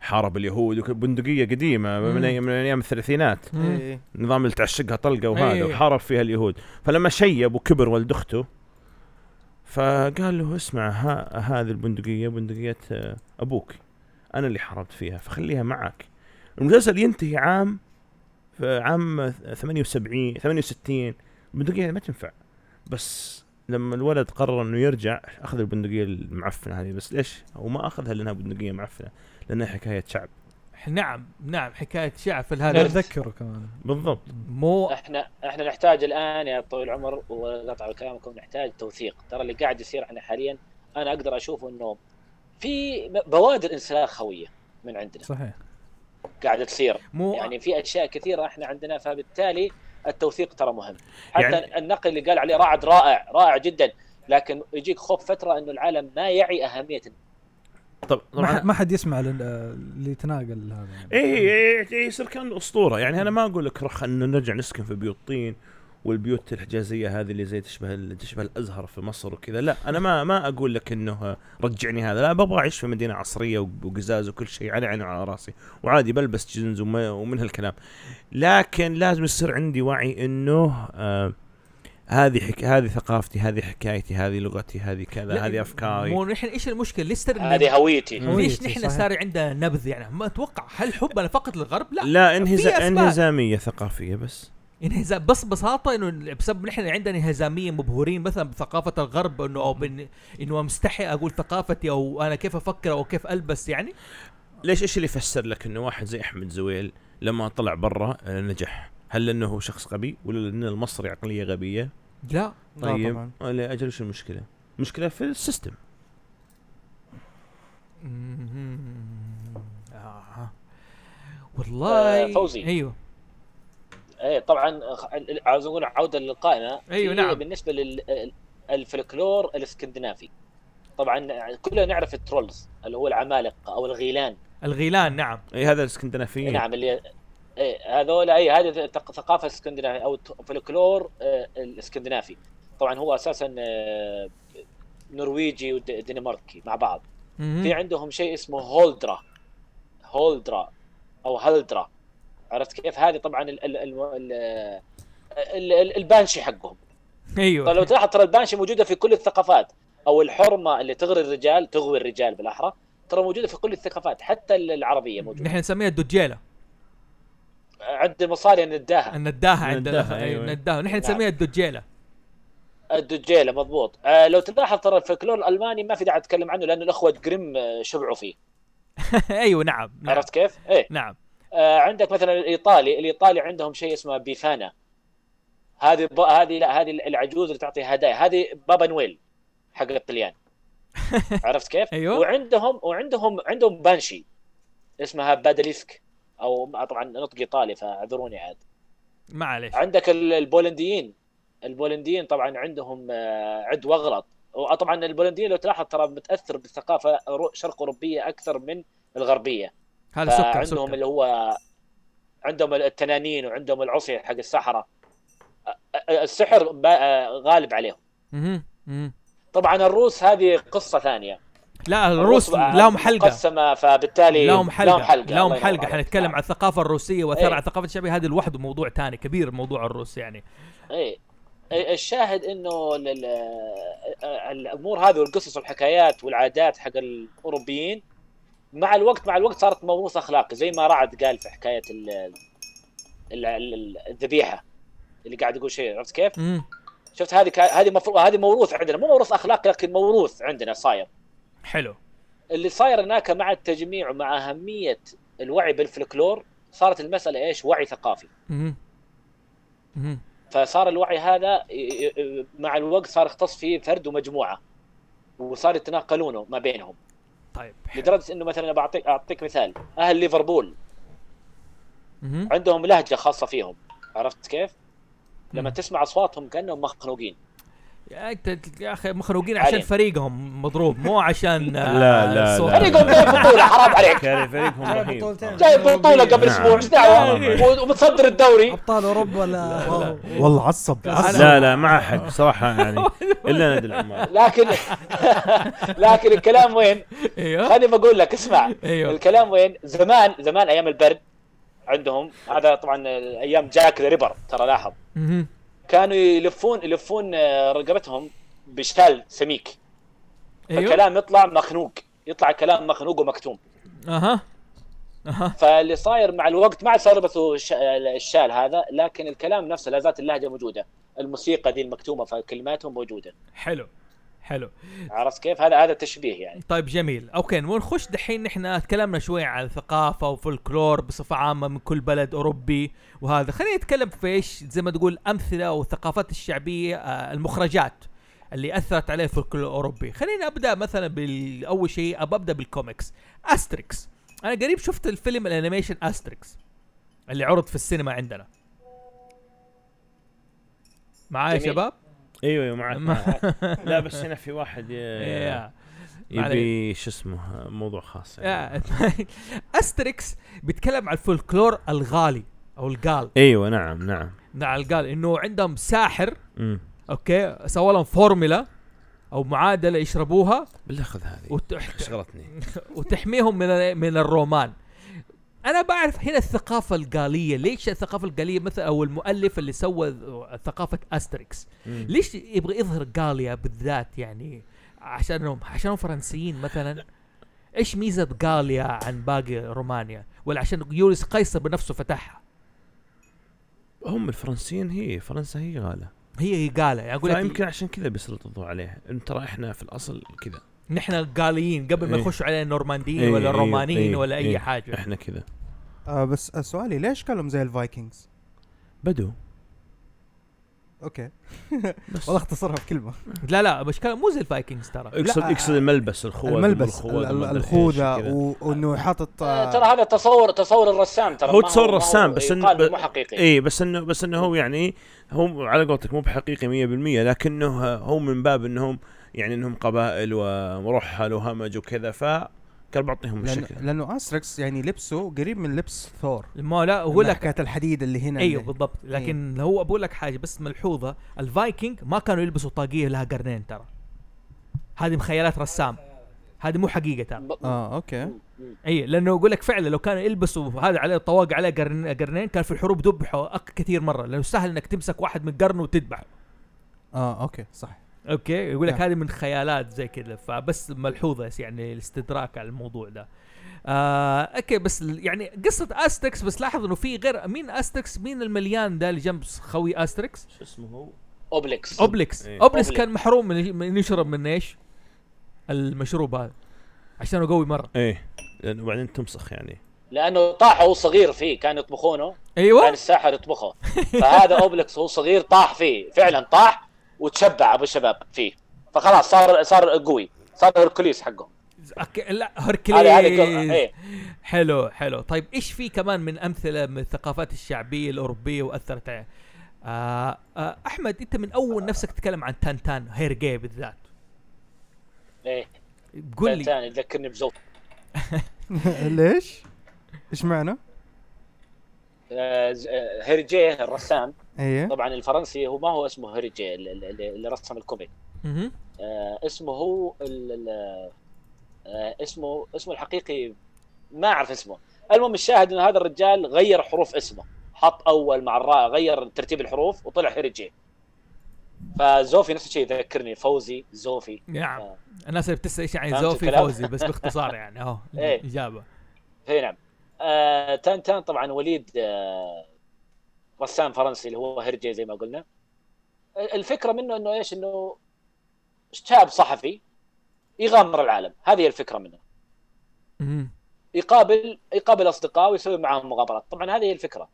B: حارب اليهود وك- بندقيه قديمه من
A: مم.
B: أي- من ايام الثلاثينات
A: مم.
C: إيه.
B: نظام اللي تعشقها طلقه وهذا
A: أي.
B: وحارب فيها اليهود فلما شيب وكبر ولد اخته فقال له اسمع ها هذه البندقيه بندقيه آه، ابوك انا اللي حاربت فيها فخليها معك المسلسل ينتهي عام في عام 78 68 البندقيه ما تنفع بس لما الولد قرر انه يرجع اخذ البندقيه المعفنه هذه بس ليش؟ هو ما اخذها لانها بندقيه معفنه لانها حكايه شعب
A: نعم نعم حكايه شعب في هذا
E: اتذكره كمان
B: بالضبط
A: مو
D: احنا احنا نحتاج الان يا طويل العمر وقطع كلامكم نحتاج توثيق ترى اللي قاعد يصير احنا حاليا انا اقدر اشوف انه في بوادر انسلاخ هويه من عندنا
E: صحيح
D: قاعده تصير
A: مو
D: يعني في اشياء كثيره احنا عندنا فبالتالي التوثيق ترى مهم حتى
B: يعني-
D: يعني النقل اللي قال عليه رائد رائع رائع جدا لكن يجيك خوف فتره انه العالم ما يعي اهميه
B: طب
E: ما
B: طبعا
E: حد- ما حد يسمع لل- اللي يتناقل هذا يعني.
B: اي إي- إي، إيه، يصير كان اسطوره يعني انا ما اقول لك رخ انه نرجع نسكن في بيوت طين والبيوت الحجازيه هذه اللي زي تشبه ال- تشبه الازهر في مصر وكذا لا انا ما ما اقول لك انه رجعني هذا لا ببغى اعيش في مدينه عصريه وقزاز وكل شيء على عيني وعلى راسي وعادي بلبس جنز وما- ومن هالكلام لكن لازم يصير عندي وعي انه آه هذه حك... هذه ثقافتي هذه حكايتي هذه لغتي هذه كذا
A: لا،
B: هذه افكاري
A: مو نحن ايش المشكله ليش
B: نعم.
A: صرنا
D: هذه هويتي
B: مم.
A: ليش
E: هويتي،
A: نحن
E: صحيح.
A: صار عندنا نبذ يعني ما اتوقع هل حبنا فقط للغرب لا
B: لا
A: في
B: انهزا...
A: أسباب.
B: انهزاميه ثقافيه بس
A: انهزام بس ببساطه انه بسبب نحن عندنا انهزاميه مبهورين مثلا بثقافه الغرب انه او بن... انه مستحي اقول ثقافتي او انا كيف افكر او كيف البس يعني
B: ليش ايش اللي يفسر لك انه واحد زي احمد زويل لما طلع برا آه، نجح؟ هل لانه هو شخص غبي ولا لان المصري عقليه غبيه؟
A: لا
C: لا
B: طيب
C: طبعاً.
B: ولا اجل شو المشكله؟ مشكله في السيستم
A: آه. والله
D: آه، فوزي.
A: ايوه
D: ايه طبعا خ- ال- عاوز اقول عوده للقائمه
A: أيوة
D: في-
A: نعم.
D: بالنسبه للفلكلور الاسكندنافي طبعا كلنا نعرف الترولز اللي هو العمالقه او الغيلان
A: الغيلان نعم
B: اي إيه، هذا
A: إيه.
B: الاسكندنافيين
D: نعم اللي إيه هذول اي هذه الثق- الثقافه الاسكندنافيه او الت- الفلكلور آه، الاسكندنافي طبعا هو اساسا آه، نرويجي ودنماركي مع بعض
A: مهم.
D: في عندهم شيء اسمه هولدرا هولدرا او هلدرا عرفت كيف هذه طبعا ال ال ال ال ال- ال- البانشي حقهم
A: ايوه
D: طيب لو تلاحظ ترى البانشي موجوده في كل الثقافات او الحرمه اللي تغري الرجال تغوي الرجال بالاحرى ترى موجوده في كل الثقافات حتى ال- العربيه موجوده
A: نحن نسميها الدجيله
D: عند المصاري نداها
A: النداهه عندنا
B: النداهة،
A: أيوة.
B: أيوة.
A: النداهه نحن
D: نعم.
A: نسميها الدجيله
D: الدجيله مضبوط آه لو تلاحظ ترى الفلكلور الالماني ما في داعي اتكلم عنه لان الاخوه جريم آه، شبعوا فيه
A: ايوه نعم نعم
D: عرفت كيف؟ ايه
A: نعم
D: آه، عندك مثلا الايطالي الايطالي عندهم شيء اسمه بيفانا هذه ب... هذه لا هذه العجوز اللي تعطي هدايا هذه بابا نويل حق الطليان عرفت كيف؟
A: أيوه.
D: وعندهم وعندهم عندهم بانشي اسمها بادليفك او طبعا نطق ايطالي فاعذروني عاد
A: معليش
D: عندك ال- البولنديين البولنديين طبعا عندهم آه، عد واغلط وطبعا البولنديين لو تلاحظ ترى متاثر بالثقافه رو- شرق اوروبيه اكثر من الغربيه
A: هذا سكر
D: عندهم
A: سكر
D: اللي هو عندهم التنانين وعندهم العصي حق السحره أ- أ- السحر با- غالب عليهم
A: مهم، مهم.
D: طبعا الروس هذه قصه ثانيه
A: لا الروس لهم حلقه
D: مقسمه فبالتالي
A: لهم
D: لهم
A: حلقه
D: حلقه
A: لهم
D: الله ينور
A: حلقه
D: عليك. نعم.
A: حنتكلم عن الثقافه الروسيه واثرها
D: إيه.
A: على الثقافه الشعبيه هذه لوحده موضوع ثاني كبير موضوع الروس يعني
D: ايه إيه، الشاهد انه ال- ال- آه، الامور هذه والقصص والحكايات والعادات حق الاوروبيين مع الوقت مع الوقت صارت موروث اخلاقي زي ما رعد قال في حكايه ال- ال- ال- الذبيحه اللي قاعد يقول شيء عرفت كيف؟
A: مم.
D: شفت هذه كا- هذه مفروض هذه موروث عندنا مو موروث اخلاقي لكن موروث عندنا صاير
A: حلو
D: اللي صاير هناك مع التجميع ومع اهميه الوعي بالفلكلور صارت المساله ايش؟ وعي ثقافي
A: مهم. مهم.
D: فصار الوعي هذا ي- ي- ي- مع الوقت صار يختص فيه فرد ومجموعه وصار يتناقلونه ما بينهم
A: طيب
D: لدرجه انه مثلا بعطيك اعطيك مثال اهل ليفربول
A: مهم.
D: عندهم لهجه خاصه فيهم عرفت كيف؟ لما
A: مم.
D: تسمع اصواتهم كانهم مخنوقين
A: يا أنت- يا اخي مخنوقين عشان
D: علينا.
A: فريقهم مضروب مو عشان آه،
B: لا، لا،
A: الصوت.
B: لا.
D: فريقهم جايب بطوله حرام عليك
B: كان فريقهم رهيب
F: بطولتين.
D: جايب بطوله قبل
B: نعم.
D: اسبوع ايش دعوه ومتصدر الدوري
F: ابطال اوروبا ولا واو.
C: والله عصب عصب
B: لا لا ما حد صراحه يعني الا نادي العمال
D: لكن لكن الكلام وين؟
A: ايوه
D: خليني بقول لك اسمع
A: ايوه
D: الكلام وين؟ زمان زمان ايام البرد عندهم هذا طبعا ايام جاك ذا ريبر ترى لاحظ
A: مهم.
D: كانوا يلفون يلفون آه، رقبتهم بشال سميك
A: ايوه
D: الكلام يطلع مخنوق يطلع كلام مخنوق ومكتوم
A: اها اها
D: فاللي صاير مع الوقت ما عاد صار يلبسوا الش- الشال هذا لكن الكلام نفسه لا زالت اللهجه موجوده الموسيقى ذي المكتومه في كلماتهم موجوده
A: حلو حلو
D: عرفت كيف هذا هذا تشبيه يعني
A: طيب جميل اوكي ونخش دحين نحن تكلمنا شوي عن ثقافه وفولكلور بصفه عامه من كل بلد اوروبي وهذا خلينا نتكلم في ايش زي ما تقول امثله والثقافات الشعبيه آه، المخرجات اللي اثرت عليه الفولكلور الاوروبي خلينا ابدا مثلا باول شيء أبى ابدا بالكوميكس استريكس انا قريب شفت الفيلم الانيميشن استريكس اللي عرض في السينما عندنا معايا يا
D: جميل.
A: شباب
B: ايوه ايوه معك معك. لا بس هنا في واحد ي-
C: إيه،
A: يا.
B: يبي شو اسمه موضوع خاص يعني.
A: آه، استريكس بيتكلم عن الفولكلور الغالي او القال
B: ايوه نعم نعم
A: نعم القال انه عندهم ساحر
B: مم.
A: اوكي سوى لهم فورمولا او معادله يشربوها
B: بالله خذ هذه
A: وتح...
B: شغلتني
A: وتحميهم من ال- من الرومان انا بعرف هنا الثقافه القاليه ليش الثقافه القاليه مثلا او المؤلف اللي سوى ثقافه استريكس
B: مم.
A: ليش يبغى يظهر قاليا بالذات يعني عشانهم عشانهم فرنسيين مثلا ايش ميزه قاليا عن باقي رومانيا ولا عشان يوليوس قيصر بنفسه فتحها
B: هم الفرنسيين هي فرنسا هي غالة
A: هي قالة يعني اقول لك
B: يمكن عشان كذا بيسلط الضوء عليها إن ترى احنا في الاصل كذا
A: نحن قاليين قبل ما
B: إيه.
A: يخشوا علينا النورمانديين
B: إيه،
A: ولا
B: إيه،
A: الرومانيين
B: إيه،
A: ولا اي
B: إيه.
A: حاجه
B: احنا كذا
C: آه بس آه، سؤالي ليش كلهم زي الفايكنجز؟
B: بدو
C: اوكي
B: بس
C: والله اختصرها في كلمه
A: لا لا مش كلام مو زي الفايكنجز ترى
B: اقصد
C: لا،
B: اقصد الملبس الخوذة
C: الملبس
B: والخوذة
C: ال- ال-
B: وما أدري إيش
C: الخوذه
B: كذا.
C: و- وانه حاطط
D: آه،
C: آه،
D: ترى هذا تصور تصور الرسام ترى
B: هو
D: ما
B: تصور
D: ما
B: رسام بس إن- إيه.
D: إيقان
B: ب-
D: مو حقيقي
B: اي بس انه بس انه هو يعني هو على قولتك مو بحقيقي 100% لكنه هو من باب انهم يعني انهم قبائل ورحل وهمج وكذا فكان بعطيهم
C: لأنه,
B: الشكل
C: لانه استركس يعني لبسه قريب من لبس ثور
A: ما لا اقول
B: نعم،
A: لك
C: كانت الحديد اللي هنا
A: ايوه
C: اللي-
A: بالضبط
B: إيه.
A: لكن هو بقول لك حاجه بس ملحوظه الفايكنج ما كانوا يلبسوا طاقيه لها قرنين ترى هذه مخيلات رسام هذه مو حقيقه ترى
D: ب-
C: اه اوكي
A: اي لانه يقول لك فعلا لو كانوا يلبسوا هذا عليه طواق عليه قرن قرنين كان في الحروب ذبحوا أك- كثير مره لانه سهل انك تمسك واحد من قرنه وتذبحه
C: اه اوكي صح
A: اوكي يقول لك
C: نعم.
A: هذه من خيالات زي كذا فبس ملحوظه يعني الاستدراك على الموضوع ده آه اوكي بس ال- يعني قصه استريكس بس لاحظ انه في غير مين استريكس مين المليان ده اللي جنب خوي استريكس
B: شو اسمه هو؟
D: اوبليكس
A: اوبليكس
B: إيه.
A: اوبليكس
D: أوبليكس.
A: كان محروم من من يشرب من ايش المشروب هذا عشانه قوي مره
B: ايه لانه بعدين إيه، تمسخ يعني
D: لانه طاح هو صغير فيه كان يطبخونه كان
A: ايوه
D: الساحر يطبخه فهذا اوبلكس هو صغير طاح فيه فعلا طاح وتشبع ابو شباب فيه فخلاص صار صار قوي صار هركليس حقه
A: أك... لا
D: هذا هذا
A: هركليز
D: إيه.
A: حلو حلو طيب ايش في كمان من امثله من الثقافات الشعبيه الاوروبيه واثرت عليها آه آه احمد انت من اول نفسك تتكلم عن تانتان هيرجي بالذات
D: ايه
A: قول لي
D: ثاني تذكرني بزوج
C: ليش؟ ايش معنى؟
D: آه، ز- آه، هيرجيه الرسام
B: إيه.
C: ايه
D: طبعا الفرنسي هو ما هو اسمه هيرجيه اللي- اللي اللي رسم الكوميك
A: مهم.
D: آه، اسمه هو ال- ال- آه، اسمه اسمه الحقيقي ما اعرف اسمه المهم الشاهد ان هذا الرجال غير حروف اسمه حط اول مع الراء غير ترتيب الحروف وطلع هيرجي فزوفي نفس الشيء يذكرني فوزي زوفي
A: نعم
D: آه.
A: الناس اللي بتسال ايش يعني
D: فهمت
A: زوفي
D: الكلام؟
A: فوزي بس باختصار يعني اهو
D: إيه.
A: الاجابه
D: اي نعم آه تان تان طبعا وليد آه رسام فرنسي اللي هو هرجي زي ما قلنا الفكره منه انه ايش انه شاب صحفي يغامر العالم هذه هي الفكره منه
A: مهم.
D: يقابل يقابل اصدقائه ويسوي معهم مغامرات طبعا هذه هي الفكره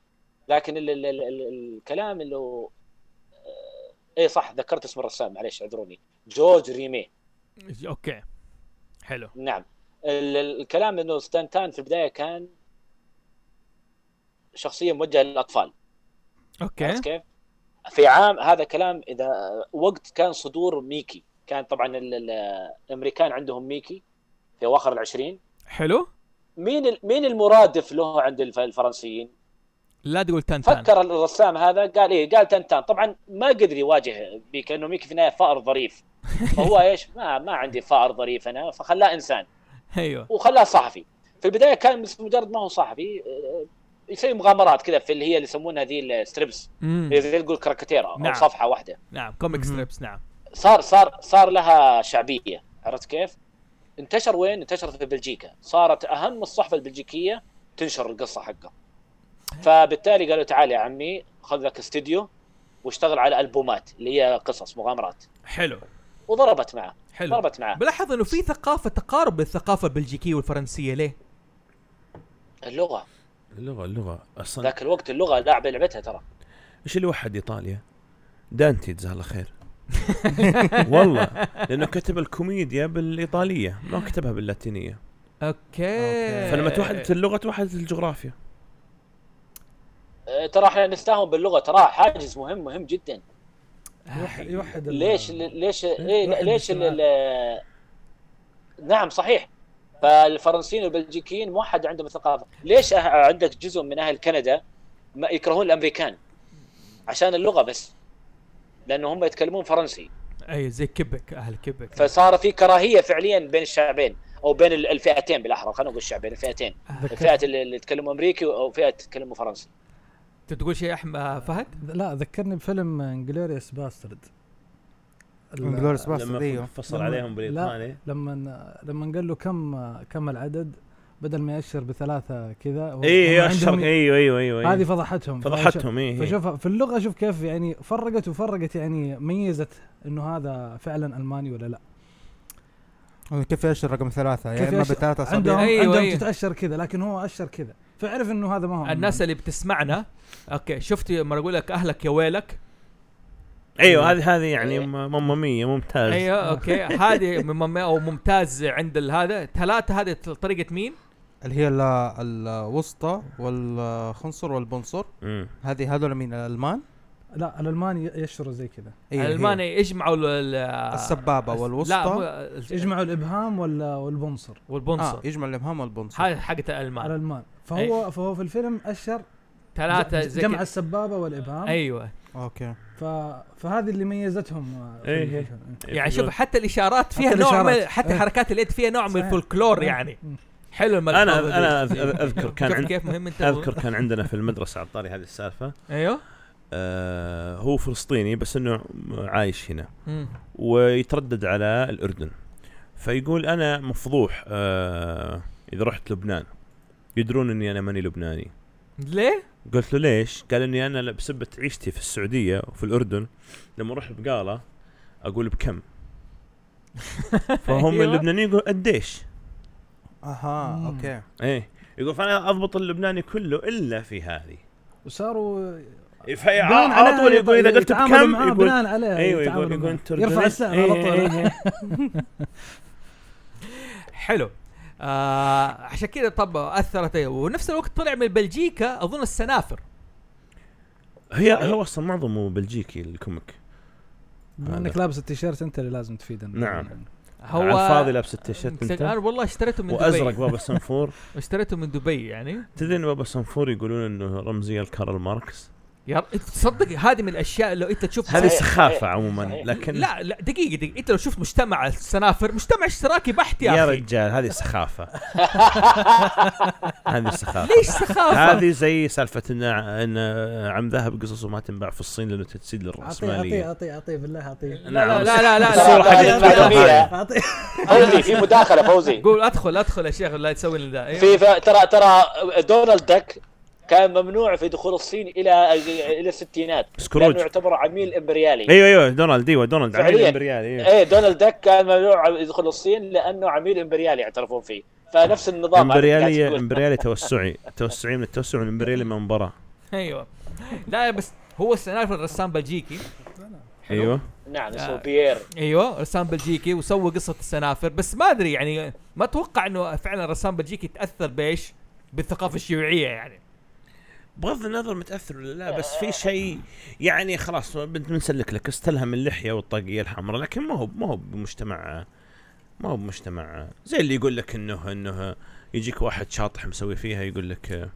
D: لكن ال ال ال ال الكلام اللي هو آه، اي صح ذكرت اسم الرسام معليش اعذروني جورج ريمي
A: اوكي حلو
D: نعم ال- ال- الكلام انه ستانتان في البدايه كان شخصيه موجهه للاطفال
A: اوكي
D: عرفت كيف؟ في عام هذا كلام اذا وقت كان صدور ميكي كان طبعا ال- ال- الامريكان عندهم ميكي في اواخر العشرين
A: حلو
D: مين ال- مين المرادف له عند الف- الفرنسيين؟
A: لا تقول تانتان
D: فكر الرسام هذا قال ايه قال تنتان طبعا ما قدر يواجه بيك لانه ميكي في النهايه فأر ظريف فهو ايش ما ما عندي فأر ظريف انا فخلاه انسان
A: ايوه
D: وخلاه صحفي في البدايه كان بس مجرد ما هو صحفي آه، يسوي مغامرات كذا في اللي هي اللي يسمونها ذي الستريبس
A: مم.
D: اللي زي تقول كاريكاتيرا او
A: نعم.
D: صفحه واحده
A: نعم كوميك
C: مهم.
A: ستريبس نعم
D: صار صار صار لها شعبيه عرفت كيف؟ انتشر وين؟ انتشر في بلجيكا، صارت اهم الصحف البلجيكيه تنشر القصه حقه. فبالتالي قالوا تعال يا عمي خذ لك استديو واشتغل على البومات اللي هي قصص مغامرات
A: حلو
D: وضربت معه
A: حلو
D: ضربت معه
A: بلاحظ انه في ثقافه تقارب بين الثقافه البلجيكيه والفرنسيه ليه؟
D: اللغه
B: اللغه اللغه اصلا
D: ذاك الوقت اللغه لاعب لعبتها ترى
B: ايش اللي وحد ايطاليا؟ دانتي جزاه الله خير والله لانه كتب الكوميديا بالايطاليه ما كتبها باللاتينيه
A: اوكي
B: فلما توحدت اللغه توحدت الجغرافيا
D: آه، ترى احنا نستهون باللغه ترى حاجز مهم مهم جدا
E: يوحد, يوحد ال-
D: ليش ليش ايه
E: الواحد
D: ليش ال-
E: بالسؤال.
D: ال- نعم صحيح فالفرنسيين والبلجيكيين موحد عندهم الثقافه ليش أه- عندك جزء من اهل كندا ما يكرهون الامريكان عشان اللغه بس لانه هم يتكلمون فرنسي
A: اي زي كبك اهل كبك
D: فصار في كراهيه فعليا بين الشعبين او بين ال- الفئتين بالاحرى خلينا نقول الشعبين الفئتين الفئه اللي اللي تتكلموا امريكي او فئه تتكلموا فرنسي
A: انت تقول شيء يا احمد فهد؟
E: لا ذكرني بفيلم انجلوريوس باسترد
C: انجلوريس باسترد
B: لما
C: ايوه
B: فصل عليهم بالايطالي
E: لما لما قال له كم كم العدد بدل ما يأشر بثلاثة كذا هو- هم
B: اي اشهر
E: عندهم-
B: ايوه ايوه ايوه
E: هذه
B: أيوه.
E: فضحتهم
B: فضحتهم إيه، اي
E: فشوف في اللغه شوف كيف يعني فرقت وفرقت يعني ميزت انه هذا فعلا الماني ولا لا
C: كيف يأشر رقم ثلاثة يا
E: كيف
C: اما
E: يأشر؟
C: بثلاثة
E: عندهم
C: صبيان
A: أيوة،
E: أيوة عندهم
A: أيوة.
E: أيوة. تتاشر كذا لكن هو اشر كذا فعرف انه هذا ما هو
A: الناس اللي بتسمعنا اوكي شفت لما اقول لك اهلك يا ويلك
B: ايوه هذه هذه يعني مماميه ممتاز
A: ايوه اوكي هذه مم- او ممتاز عند ال- هذا ثلاثه هذه طريقه مين؟
E: إيه،
C: اللي هي ال- الوسطى والخنصر والبنصر
B: مم.
C: هذه هذول من الألمان إيه،
E: لا الالماني يشر زي كذا
C: هي- هي.
D: إيه،
A: الالمان يجمعوا ال- ال-
C: السبابة
A: الس-
C: والوسطى.
A: لا مو-
B: إيه.
E: يجمعوا آه، الابهام ولا والبنصر
A: والبنصر
C: اه يجمع الإبهام والبنصر
A: هذه حقت
B: آه.
A: الالمان
E: الالمان
B: إيه.
E: فهو فهو في الفيلم اشر
A: ثلاثه
E: ج-
A: زي
E: جمع
A: كده.
E: السبابه والابهام
B: إيه.
A: ايوه
C: إيه، اوكي
E: ف... فهذه اللي ميزتهم آه، في
B: إيه.
E: الفيلم.
A: يعني شوف حتى الاشارات فيها
E: حتى
A: نوع من
E: الإشارات.
A: حتى
E: إيه.
A: حركات اليد فيها نوع من
E: صحيح.
A: الفولكلور
E: إيه.
A: يعني حلو الملحوظة
B: انا
A: دي.
B: انا أذ- أذ- اذكر كان
A: شفت
B: عند
A: كيف مهم انت
B: اذكر كان عندنا في المدرسه على الطاري هذه السالفه
A: ايوه
B: آه هو فلسطيني بس انه عايش هنا
A: مم.
B: ويتردد على الاردن فيقول انا مفضوح آه اذا رحت لبنان يدرون اني انا ماني لبناني
A: ليه؟
B: قلت له ليش؟ قال اني انا بسبه عيشتي في السعوديه وفي الاردن لما اروح بقاله اقول بكم فهم
A: أيوة.
E: أيوة.
B: اللبنانيين يقولوا قديش؟
C: اها
E: مم.
C: اوكي
B: ايه يقول فانا اضبط اللبناني كله الا في هذه
E: وصاروا
B: فهي
E: بناء
B: إيه، على طول
E: عليها
B: يقول اذا قلت
E: يتعاملوا
B: بكم
E: معاه
B: يقول
E: بناء عليها
B: ايوه
E: يتعاملوا
B: يقول يقول
E: معاه.
B: انت
E: يرفع
B: أردني.
E: السعر على
B: إيه،
E: طول
B: إيه، إيه.
A: حلو آه عشان كذا طب اثرت إيه. ونفس الوقت طلع من بلجيكا اظن السنافر
B: هي هو اصلا معظمه بلجيكي الكوميك
E: بما انك لابس التيشيرت انت اللي لازم تفيدنا
B: نعم.
A: هو
B: هو الفاضي لابس التيشيرت
A: انا
B: انت
A: والله اشتريته من
B: وازرق
A: دبي
B: بابا سنفور
A: اشتريته من دبي يعني
B: تدري ان بابا سنفور يقولون انه رمزيه لكارل ماركس
A: يا ر- أنت تصدق هذه من الاشياء لو انت تشوف
B: هذه
D: صحيح،
B: سخافه
D: صحيح،
B: عموما
D: صحيح.
B: لكن
A: لا لا دقيقه دقيقه انت لو شفت مجتمع السنافر مجتمع اشتراكي بحت يا,
B: يا
A: اخي
B: رجال هذه سخافه هذه سخافه
A: ليش سخافه
B: هذه زي سالفه ان ان عم ذهب قصصه ما تنباع في الصين لانه تجسيد
E: اعطيه اعطيه
B: للراسماليه
E: اعطيه اعطيه بالله اعطيه
A: لا لا لا لا, لا,
B: الصورة
A: لا,
B: حقت
D: لا، لا،
B: بعد
D: لا.
E: اعطيه
D: فوزي في مداخله فوزي
A: قول ادخل ادخل يا شيخ لا تسوي لنا ذا إيه.
D: في ف- ترى ترى دونالد دك كان ممنوع في دخول الصين الى الى الستينات
B: سكروج
D: لانه يعتبر عميل امبريالي
B: ايوه ايوه دونالد ايوه دونالد عميل
D: فعلياً.
B: امبريالي ايوه
D: ايه دونالد دك كان ممنوع يدخل الصين لانه عميل امبريالي يعترفون فيه فنفس النظام هذا اللي قاعد
B: امبريالي
D: تقول.
B: امبريالي توسعي توسعي من التوسع والامبريالي من برا
A: ايوه لا بس هو السنافر رسام بلجيكي
B: ايوه
D: نعم
A: آه.
D: اسمه بيير
A: ايوه رسام بلجيكي وسوى قصه السنافر بس ما ادري يعني ما اتوقع انه فعلا رسام بلجيكي تاثر بايش؟ بالثقافه الشيوعيه يعني
B: بغض النظر متاثر ولا لا بس في شيء يعني خلاص بنت منسلك لك استلهم اللحيه والطاقيه الحمراء لكن ما هو ما هو بمجتمع ما هو بمجتمع زي اللي يقول لك انه انه يجيك واحد شاطح مسوي فيها يقول لك آه،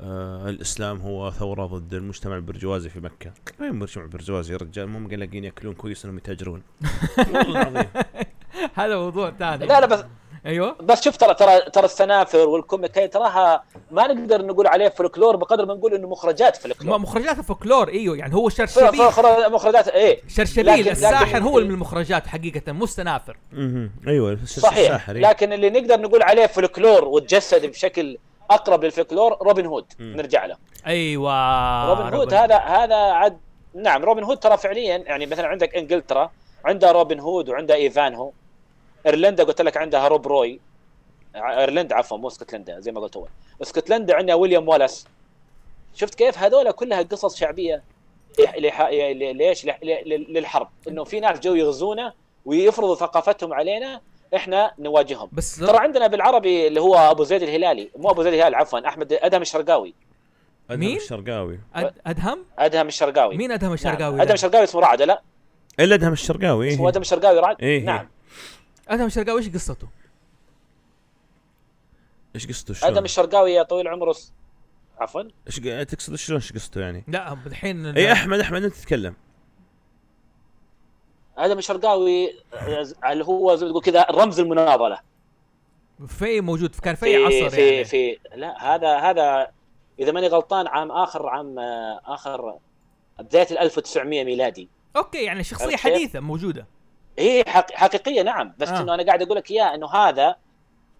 B: آه الاسلام هو ثوره ضد المجتمع البرجوازي في مكه وين المجتمع البرجوازي يا رجال مو مقلقين ياكلون كويس انهم يتاجرون والله العظيم
A: هذا موضوع ثاني
D: لا لا بس
A: ايوه
D: بس شوف ترى ترى ترى السنافر والكوميك هي تراها ما نقدر نقول عليه فلكلور بقدر ما نقول انه مخرجات
A: ما
D: فلكلور
A: مخرجات الفولكلور ايوه يعني هو
D: فر-
A: شرشبيل
D: فر- مخرجات ايه لكن-
A: شرشبيل
D: لكن-
A: الساحر هو من المخرجات حقيقه مو السنافر
B: مهم. ايوه
D: صحيح لكن اللي نقدر نقول عليه فلكلور وتجسد بشكل اقرب للفلكلور روبن هود
B: مم.
D: نرجع له
A: ايوه
D: آه، روبن هود هذا هذا عد نعم روبن هود ترى فعليا يعني مثلا عندك انجلترا عندها روبن هود وعندها ايفانهو ايرلندا قلت لك عندها روب روي ع- ايرلندا عفوا مو اسكتلندا زي ما قلت اول اسكتلندا عندها ويليام والاس شفت كيف هذول كلها قصص شعبيه لح- لح- ل- ليش لح- ل- ل- للحرب انه في ناس جو يغزونا ويفرضوا ثقافتهم علينا احنا نواجههم
A: بس
D: ترى عندنا بالعربي اللي هو ابو زيد الهلالي مو ابو زيد الهلالي عفوا احمد ادهم الشرقاوي
A: مين؟
B: مين الشرقاوي
A: أد- ادهم
D: ادهم الشرقاوي
A: مين ادهم الشرقاوي
D: نعم. ادم
A: ده؟
D: الشرقاوي اسمه رعد لا
B: الا ادهم إيه، الشرقاوي
D: اسمه
B: إيه.
D: ادم الشرقاوي رعد
B: إيه.
D: نعم
A: ادهم الشرقاوي ايش قصته؟
B: ايش قصته شلون؟
D: ادم الشرقاوي يا طويل عمره س- عفوا
B: ايش ق- تقصد شلون ايش قصته يعني؟ إيه،
A: لا الحين
B: اي احمد احمد انت تتكلم
D: ادم الشرقاوي آه، اللي هو زي ما تقول كذا رمز المناضله
A: في موجود كان في
D: في
A: عصر
D: في
A: يعني
D: في لا هذا هذا اذا ماني غلطان عام اخر عام آه، اخر بدايه ال 1900 ميلادي
A: اوكي يعني شخصيه
D: عرفت
A: حديثه موجوده
D: هي إيه، حق حقيقيه نعم بس
A: آه.
D: انه انا قاعد اقول لك اياه انه هذا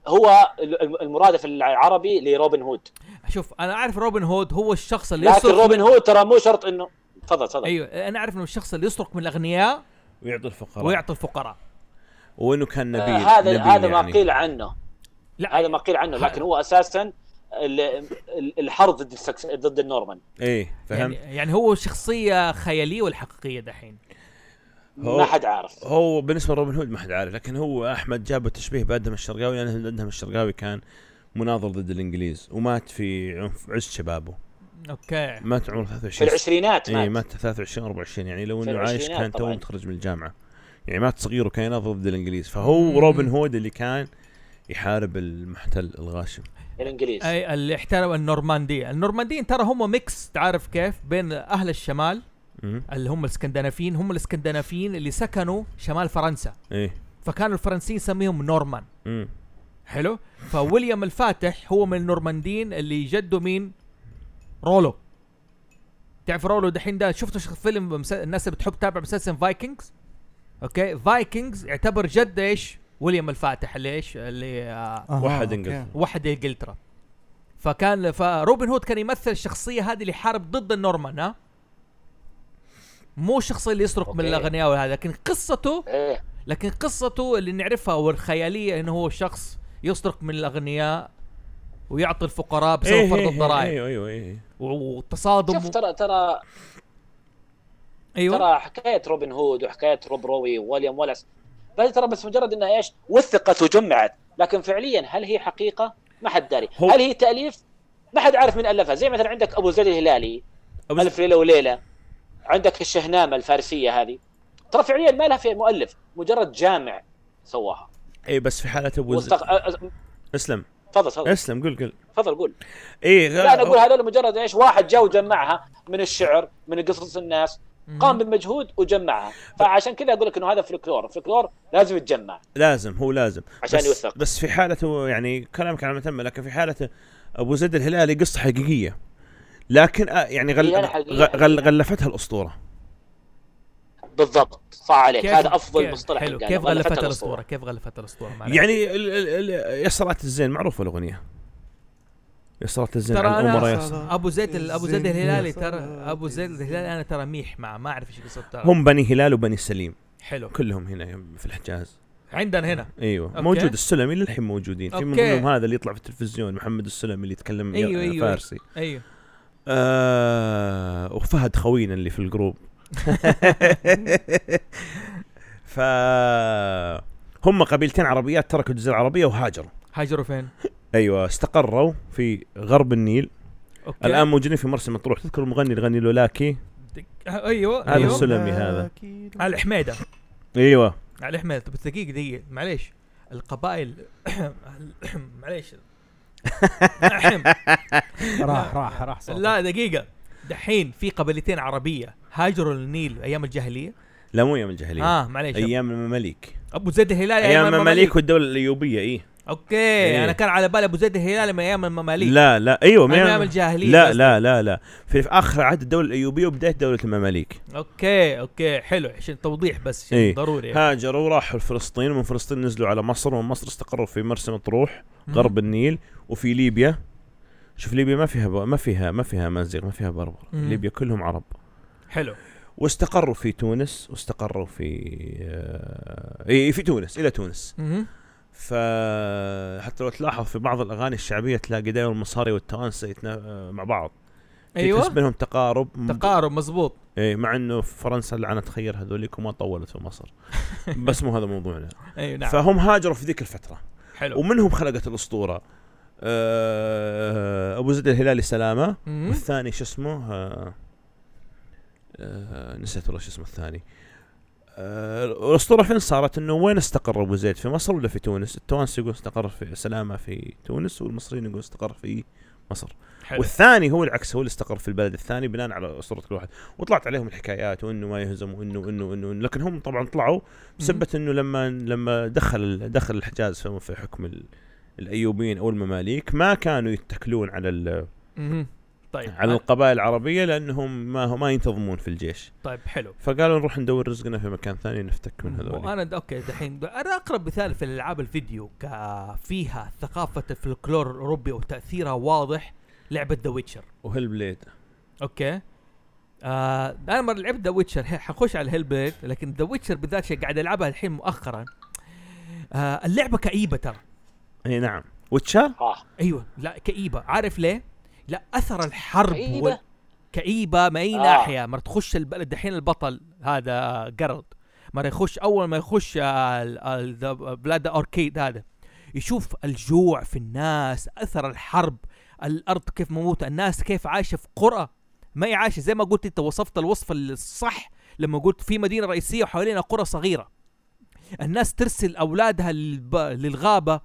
D: هو ال- ال- المرادف العربي لروبن هود
A: شوف انا اعرف روبن هود هو الشخص اللي
D: لكن
A: يسرق
D: روبن هود ترى مو شرط انه تفضل تفضل
B: أيوة،
A: ايوه انا اعرف انه الشخص اللي يسرق من الاغنياء
B: ويعطي الفقراء
A: ويعطي الفقراء
B: وانه كان نبيل
D: آه، هذا
B: نبيل
D: هذا ما
B: يعني.
D: قيل عنه
A: لا
D: هذا ما قيل عنه لكن هو اساسا ال- ال- الحرب ضد السكس... ضد النورمان
B: ايه
A: يعني,
B: فهمت
A: يعني هو شخصيه خياليه ولا حقيقيه دحين
B: هو-
D: ما حد عارف
B: هو بالنسبه لروبن هود ما حد عارف لكن هو احمد جاب التشبيه بادهم الشرقاوي لان ادهم الشرقاوي كان مناظر ضد الانجليز ومات في عنف- عز شبابه
A: اوكي
B: مات عمره
D: في
B: 23
D: العشرينات
B: اي
D: مات
B: مات 23 24 يعني لو
D: في
B: انه عايش
D: العشرينات
B: كان تو
D: طبعاً.
B: متخرج من الجامعه يعني مات صغير وكان يناظر ضد الانجليز فهو روبن هود اللي كان يحارب المحتل الغاشم
D: الانجليز
A: اي اللي احترم النورمانديه النورمانديين ترى هم ميكس تعرف كيف بين اهل الشمال
B: مم.
A: اللي هم الاسكندنافيين هم الاسكندنافيين اللي سكنوا شمال فرنسا
B: ايه
A: فكانوا الفرنسيين يسميهم نورمان
B: مم.
A: حلو فويليام الفاتح هو من النورمانديين اللي جده مين رولو تعرف رولو دحين ده شفتوا شخ- فيلم مس- الناس اللي بتحب تتابع مسلسل فايكنجز اوكي فايكنجز يعتبر جد ايش ويليام الفاتح اللي ايش اللي آه
C: أها،
B: واحد
C: أوكي.
B: إنجلترا.
A: وحد انجلترا فكان فروبن هود كان يمثل الشخصيه هذه اللي حارب ضد النورمان ها مو الشخص اللي يسرق من
D: أوكي.
A: الاغنياء وهذا لكن قصته
D: ايه
A: لكن قصته اللي نعرفها والخياليه انه هو شخص يسرق من الاغنياء ويعطي الفقراء بسبب فرض الضرائب
B: ايوه ايوه ايوه
A: و- والتصادم
D: شوف
A: و-
D: ترى ترى
A: ايوه
B: أيوة.
D: ترى حكايه روبن هود وحكايه روب روي ووليام ولس بس ترى بس مجرد انها ايش وثقت وجمعت لكن فعليا هل هي حقيقه ما حد داري
B: هو-
D: هل هي تاليف ما حد عارف من الفها زي مثلا عندك ابو زيد الهلالي
B: أبو
D: الف ليله وليله عندك الشهنامه الفارسيه هذه ترى فعليا ما لها في مؤلف مجرد جامع سواها
B: اي إيه، بس في حاله ابو زيد
D: واستغ... أ- أ-
B: اسلم
D: تفضل تفضل
B: اسلم إيه، قل قل
D: تفضل قول
B: اي
D: لا انا اقول هذول مجرد ايش واحد جاء وجمعها من الشعر من قصص الناس قام بمجهود وجمعها فعشان كذا اقول لك انه هذا فلكلور الفلكلور لازم يتجمع
B: لازم هو لازم
D: عشان
B: بس
D: يوثق.
B: بس في حالته يعني كلامك على متم لكن في حالته ابو زيد الهلالي قصه حقيقيه لكن آه، يعني غل...
D: هي أنا حقيقية،
B: غل... غل...
D: حقيقية.
B: غلفتها الاسطوره
D: بالضبط صح عليك
A: كيف-
D: هذا افضل
A: كيف-
D: مصطلح يعني
A: حلو
D: قاله.
A: كيف غلفت الاسطوره
D: الأسطورة.
A: كيف غلفت الاسطوره معلش.
B: يعني ال... ال... ال... يا صلاه الزين معروفه الاغنيه يا صلاه الزين
A: ترى
B: على الامراء
A: أنا
B: يا صلاة.
A: ابو زيد ال- ابو زيد
C: الزين
A: الهلالي
C: يا
A: ترى
C: صلاة
A: ابو زيد
C: الزين.
A: الهلالي انا ترى ميح مع ما اعرف ايش قصته ترى
B: هم بني هلال وبني سليم
A: حلو
B: كلهم هنا في الحجاز
A: عندنا هنا
B: ايوه
A: أوكي.
B: أوكي. موجود السلمي للحين موجودين في
A: أوكي.
B: منهم هذا اللي يطلع في التلفزيون محمد السلمي اللي يتكلم
A: أيوة، أيوة،
B: أيوة
A: أيوة.
B: فارسي أيوة.
A: ايوه
B: آه وفهد خوينا اللي في الجروب ف هم قبيلتين عربيات تركوا الجزيره العربيه وهاجروا
A: هاجروا فين؟
B: ايوه استقروا في غرب النيل
A: اوكي
B: الان موجودين في مرسى مطروح تذكر المغني اللي غني لولاكي
A: ايوه
B: هذا
A: ايوه
B: السلم. السلمي إيه، هذا.
A: على الحميده
B: ايوه
A: على الحميده بس دقيقه دقيقه معليش القبائل معليش أحم.
E: راح راح راح صوتك.
A: لا دقيقه دحين في قبيلتين عربيه هاجروا للنيل ايام الجاهليه
B: لا مو ايام الجاهليه
A: اه معليش
B: ايام المماليك
A: ابو زيد الهلالي
B: ايام المماليك
A: المماليك.
B: والدوله الايوبيه ايه
A: اوكي
B: إيه.
A: انا كان على بالي ابو زيد الهلالي من ايام المماليك
B: لا لا ايوه
A: من
B: ما
A: ايام الجاهليه
B: لا
A: بس.
B: لا لا لا في في اخر عهد الدوله الايوبيه وبدايه دوله المماليك
A: اوكي اوكي حلو عشان توضيح بس عشان
B: إيه.
A: ضروري
B: هاجروا راحوا لفلسطين ومن فلسطين نزلوا على مصر ومن مصر استقروا في مرسى مطروح
A: مم.
B: غرب النيل وفي ليبيا شوف ليبيا ما فيها ما فيها ما فيها مازيغ ما فيها بربر
A: مم.
B: ليبيا كلهم عرب
A: حلو
B: واستقروا في تونس واستقروا في آه، اي في تونس الى تونس
A: مهم.
B: فحتى لو تلاحظ في بعض الاغاني الشعبيه تلاقي دائما المصاري والتوانسه يتنا- آه، مع بعض في تحس
A: ايوه
B: بينهم تقارب
A: تقارب مزبوط
B: اي مع انه فرنسا لعنت خير هذوليك وما طولت في مصر بس مو هذا موضوعنا
A: ايوه نعم
B: فهم هاجروا في ذيك الفتره
A: حلو
B: ومنهم خلقت الاسطوره آه، ابو زيد الهلالي سلامه
A: مهم.
B: والثاني شو اسمه آه، آه، نسيت والله شو اسمه الثاني آه، الاسطوره فين صارت انه وين استقر ابو زيد في مصر ولا في تونس التوانسه يقول استقر في سلامه في تونس والمصريين يقول استقر في مصر
A: حلو
B: والثاني هو العكس هو اللي استقر في البلد الثاني بناء على اسطوره كل واحد وطلعت عليهم الحكايات وانه ما يهزم وانه وانه وانه وإنه. لكن هم طبعا طلعوا بسبه انه لما لما دخل دخل الحجاز في- في حكم ال- الايوبيين او المماليك ما كانوا يتكلون على ال-
A: مهم. طيب
B: على القبائل العربيه لانهم ما ما ينتظمون في الجيش
A: طيب حلو
B: فقالوا نروح ندور رزقنا في مكان ثاني نفتك من هذول
A: وانا د- اوكي دحين د- انا اقرب مثال في الالعاب الفيديو ك فيها ثقافه الفلكلور الاوروبي وتاثيرها واضح لعبه ذا ويتشر
B: وهيل بليد
A: اوكي آه انا مره لعبت ذا ويتشر حخش على الهيل بليد لكن ذا ويتشر بالذات شيء قاعد العبها الحين مؤخرا آه اللعبه كئيبه ترى
B: اي نعم وتشر
D: آه.
A: ايوه لا كئيبه عارف ليه؟ لا اثر الحرب
D: كئيبة؟
A: وال- كئيبه من اي
D: آه.
A: ناحيه مره تخش البلد دحين البطل هذا جارلد مره يخش اول ما يخش آه، ال- ال- ذا بلاد اوركيد هذا يشوف الجوع في الناس اثر الحرب الارض كيف مموتة الناس كيف عايشه في قرى ما هي عايشه زي ما قلت انت وصفت الوصف الصح لما قلت في مدينه رئيسيه وحوالينا قرى صغيره الناس ترسل اولادها للب- للغابه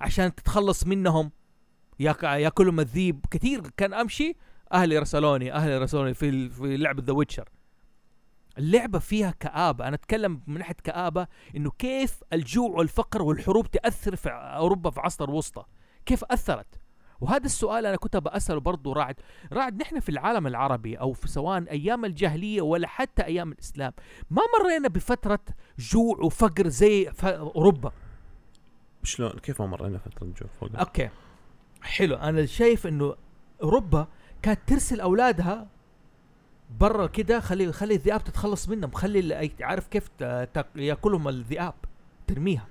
A: عشان تتخلص منهم ياك- ياكلهم الذيب كثير كان امشي اهلي رسلوني اهلي رسلوني في ال- في لعبه ذا ويتشر اللعبه فيها كابه انا اتكلم من ناحيه كابه انه كيف الجوع والفقر والحروب تاثر في اوروبا في عصر الوسطى كيف اثرت وهذا السؤال انا كنت بساله برضه راعد راعد نحن في العالم العربي او في سواء ايام الجاهليه ولا حتى ايام الاسلام ما مرينا بفتره جوع وفقر زي ف- اوروبا
B: شلون كيف ما مرينا فتره نجوع فوق
A: اوكي حلو انا شايف انه اوروبا كانت ترسل اولادها برا كده خلي خلي الذئاب تتخلص منهم خلي ال- أي- عارف كيف ت- ت- ياكلهم الذئاب ترميها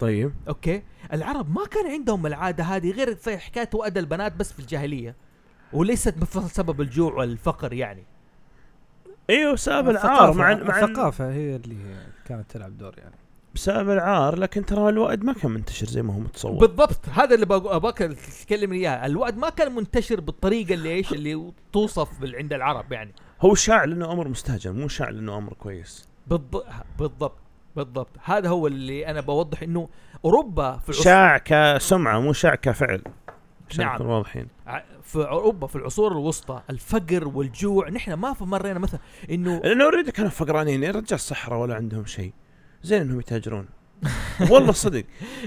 B: طيب
A: اوكي العرب ما كان عندهم العاده هذه غير في حكايه وأدى البنات بس في الجاهليه وليست بسبب الجوع والفقر يعني
B: ايوه بسبب العار مع مع
E: الثقافه هي اللي كانت تلعب دور يعني
B: بسبب العار لكن ترى الواد ما كان منتشر زي ما هو متصور
A: بالضبط هذا اللي بقو- ابغاك تكلمني اياه الوعد ما كان منتشر بالطريقه اللي ايش اللي توصف بال- عند العرب يعني
B: هو شاع لانه امر مستهجن مو شاع لانه امر كويس
A: بالضبط بالضبط بالضبط هذا هو اللي انا بوضح انه اوروبا في العصور
B: شاع كسمعه مو شاع كفعل عشان
A: نعم.
B: نكون واضحين
A: في اوروبا في العصور الوسطى الفقر والجوع نحن ما في مرينا مثلا انه
B: لانه اوريدي كانوا فقرانين يا رجال صحراء ولا عندهم شيء زين انهم يتاجرون والله صدق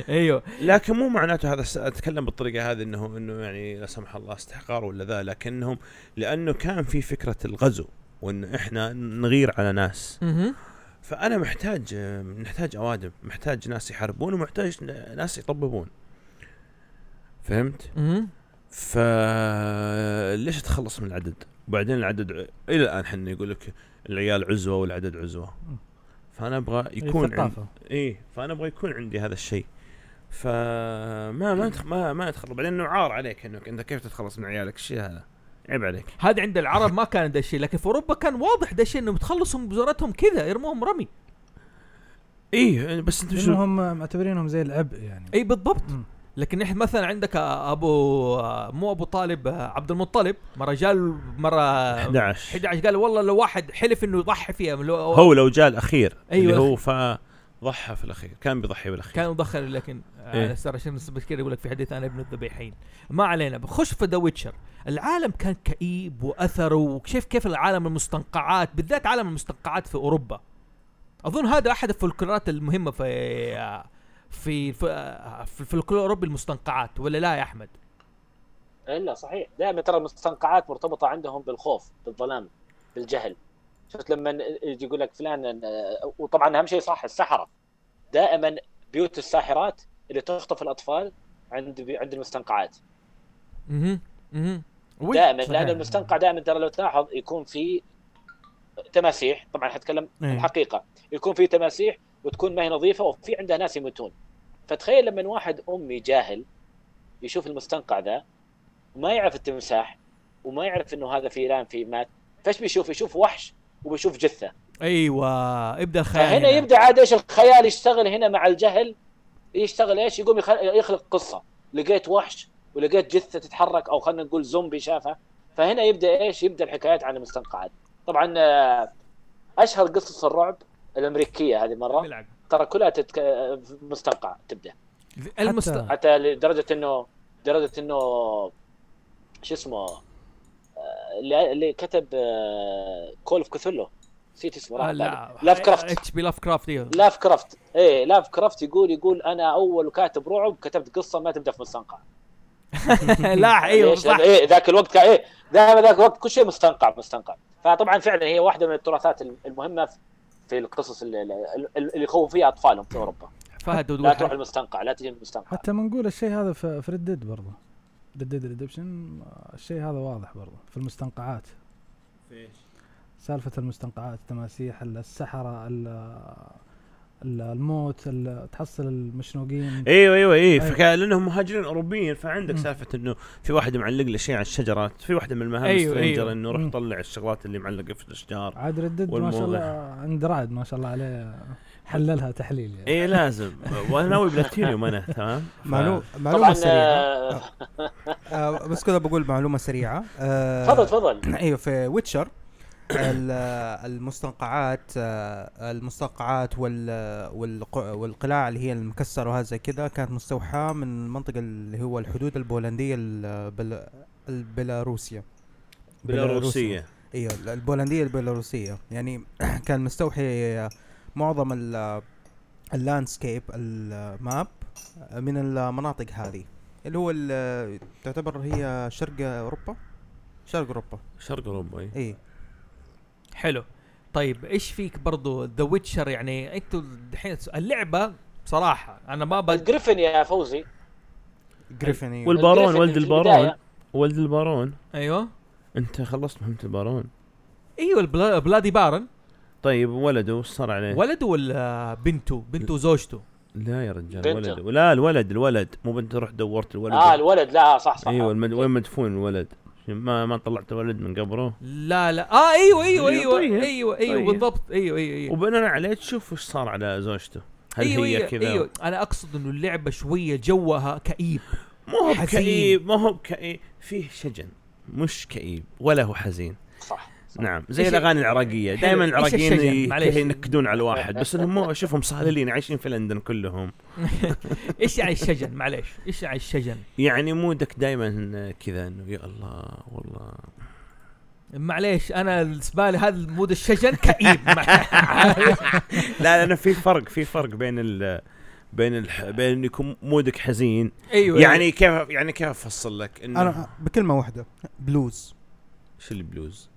A: ايوه
B: لكن مو معناته هذا س- اتكلم بالطريقه هذه انه انه يعني لا سمح الله استحقار ولا ذا لكنهم لانه كان في فكره الغزو وانه احنا نغير على ناس
A: مهم.
B: فانا محتاج آه، نحتاج اوادم محتاج ناس يحاربون ومحتاج ن- ناس يطببون فهمت
A: مهم.
B: فليش تخلص من العدد وبعدين العدد ع- الى الان حنا يقول لك العيال عزوه والعدد عزوه فانا ابغى
E: إيه،
B: يكون عند
E: الثقافه
B: ايه فانا ابغى يكون عندي هذا الشيء فما ما أدخ- ما ما ادخل بعدين انه عار عليك انك انت كيف تتخلص من عيالك الشيء هذا عيب عليك
A: هذا عند العرب ما كان ده الشيء لكن في اوروبا كان واضح ده الشيء انهم تخلصهم بزرتهم كذا يرموهم رمي
B: ايه بس انت شو
E: انهم معتبرينهم زي العبء يعني
A: اي بالضبط
E: مم.
A: لكن نحن مثلا عندك ابو مو ابو طالب عبد المطلب مره جال مره
B: 11
A: 11 قال والله لو واحد حلف انه يضحي فيها من لو
B: هو لو جاء الاخير
A: أيوة.
B: اللي هو فضحى في الاخير كان بيضحي بالاخير
A: كان مدخل لكن آه،
B: إيه.
A: على السر عشان بس كذا يقول لك في حديث انا ابن الذبيحين ما علينا بخش في ذا ويتشر العالم كان كئيب واثره وشوف كيف العالم المستنقعات بالذات عالم المستنقعات في اوروبا اظن هذا احد الفولكلورات المهمه في آه، في في, آه، في الفولكلور الاوروبي المستنقعات ولا لا يا احمد؟
D: الا صحيح دائما ترى المستنقعات مرتبطه عندهم بالخوف بالظلام بالجهل شفت لما يجي يقول لك فلان آه، وطبعا اهم شيء صح السحره دائما بيوت الساحرات اللي تخطف الاطفال عند بي- عند المستنقعات
A: اها اها
D: دائما
E: صحيح.
D: لان المستنقع دائما ترى لو تلاحظ يكون في تماسيح طبعا حتكلم
C: إيه.
D: الحقيقه يكون في تماسيح وتكون ما هي نظيفه وفي عندها ناس يموتون فتخيل لما واحد امي جاهل يشوف المستنقع ذا وما يعرف التمساح وما يعرف انه هذا فيلان في مات فايش بيشوف؟ يشوف وحش وبيشوف جثه
A: ايوه ابدا الخيال
D: فهنا يبدا عاد ايش الخيال يشتغل هنا مع الجهل يشتغل ايش يقوم يخ- يخلق قصه لقيت وحش ولقيت جثه تتحرك او خلينا نقول زومبي شافها فهنا يبدا ايش يبدا الحكايات عن المستنقعات طبعا آه، اشهر قصص الرعب الامريكيه هذه مره
A: بالعكس.
D: ترى كلها تتك... في مستنقع تبدا
A: المست...
D: حتى لدرجه انه لدرجه انه شو اسمه آه، اللي اللي كتب آه، كول اوف كثلو نسيت اسمه
A: آه،
D: راح بالي. لاف كرافت
A: اتش بي لاف كرافت ايوه
D: لاف كرافت ايه لاف كرافت يقول يقول انا اول كاتب رعب كتبت قصه ما تبدا في مستنقع
A: لا ايوه
B: أيوة،
D: ليش؟
A: صح
D: لأن ايه ذاك الوقت كان ايه ذاك ذاك الوقت كل شيء مستنقع مستنقع فطبعا فعلا هي واحده من التراثات المهمه في- في القصص اللي, اللي يخوفوا فيها اطفالهم في اوروبا
A: فهد
D: لا
A: وتقول
D: تروح
A: حاجة.
D: المستنقع لا تجي المستنقع
E: حتى ما نقول الشيء هذا في في ردد برضه ردد ريدبشن الشيء هذا واضح برضه في المستنقعات سالفة المستنقعات التماسيح ال- السحرة ال- ال- الموت ال- تحصل المشنوقين
B: ايوه ايوه ايه
E: أيوة.
B: فكان لانهم مهاجرين اوروبيين فعندك
E: مم.
B: سالفه انه في واحد معلق له شيء على الشجره في واحده من المهام
A: أيوة،
B: أيوة
A: أيوة.
B: انه روح
E: مم.
B: طلع الشغلات اللي معلقه في الاشجار
E: عاد ردد ما شاء
B: والموضع.
E: الله عند رعد ما شاء الله عليه حللها تحليل يعني
D: إيه،
B: ايه لازم وانا ناوي بلاتينيوم انا تمام ف-
C: معلو... معلومه
D: طبعا
C: سريعه
D: آه،
C: آه بس كذا بقول معلومه سريعه آه،
D: تفضل تفضل
C: ايوه في ويتشر ال- المستنقعات آه، المستنقعات وال والق- والقلاع اللي هي المكسره وهذا زي كذا كانت مستوحاه من المنطقه اللي هو الحدود البولنديه البل... البيلاروسيا
B: بيلاروسيه
C: ايوه ال- البولنديه البيلاروسيه يعني كان مستوحي معظم ال- اللاندسكيب الماب من المناطق هذه اللي هو ال- تعتبر هي شرق اوروبا شرق اوروبا
B: شرق اوروبا
A: أيوة.
B: إيه.
C: اي
A: حلو طيب ايش فيك برضو ذا ويتشر يعني انتوا الحين اللعبه بصراحه انا ما
B: طيب.
A: بق...
D: الجريفن يا فوزي
C: جريفن أيوة.
B: والبارون
D: الجريفن
B: ولد
D: في
B: البارون
D: البداية.
B: ولد البارون
A: ايوه
B: انت خلصت مهمه البارون
A: ايوه البلا... بلادي بارن
B: طيب ولده وش صار عليه؟
A: ولده ولا بنته بنته وزوجته
B: لا يا رجال
D: بنته.
B: ولد ولا الولد الولد مو بنت رحت دورت الولد
D: اه الولد لا آه، صح صح
B: ايوه المد... وين مدفون الولد؟ ما ما طلعت الولد من قبره
A: لا لا اه ايوه ايوه
B: طيب،
A: ايوه
B: طيب.
A: ايوه ايوه
B: طيب.
A: بالضبط ايوه ايوه ايوه
B: وبناء عليه تشوف وش صار على زوجته هل
A: ايوه
B: هي
A: ايوه,
B: كذا
A: أيوه. انا اقصد انه اللعبه شويه جوها كئيب
B: ما هو
A: حزين.
B: بكئيب ما هو بكئيب فيه شجن مش كئيب ولا هو حزين
D: صح
B: نعم زي
A: إيش-
B: الاغاني العراقيه
A: حلو.
B: دائما
A: إيش
B: العراقيين
A: الشجن؟
B: ي-
A: معليش.
B: ينكدون على الواحد بس انهم مو اشوفهم صهللين عايشين في لندن كلهم
A: ايش يعني الشجن معليش ايش يعني الشجن
B: يعني مودك دائما كذا انه يا الله والله
A: معليش انا بالنسبه لي هذا مود الشجن كئيب إيوه،
B: لا لانه في فرق في فرق بين ال بين الح... بين إنه يكون مودك حزين
A: ايوه
B: يعني كيف يعني كيف افصل لك انه
C: انا بكلمه واحده بلوز
B: شو البلوز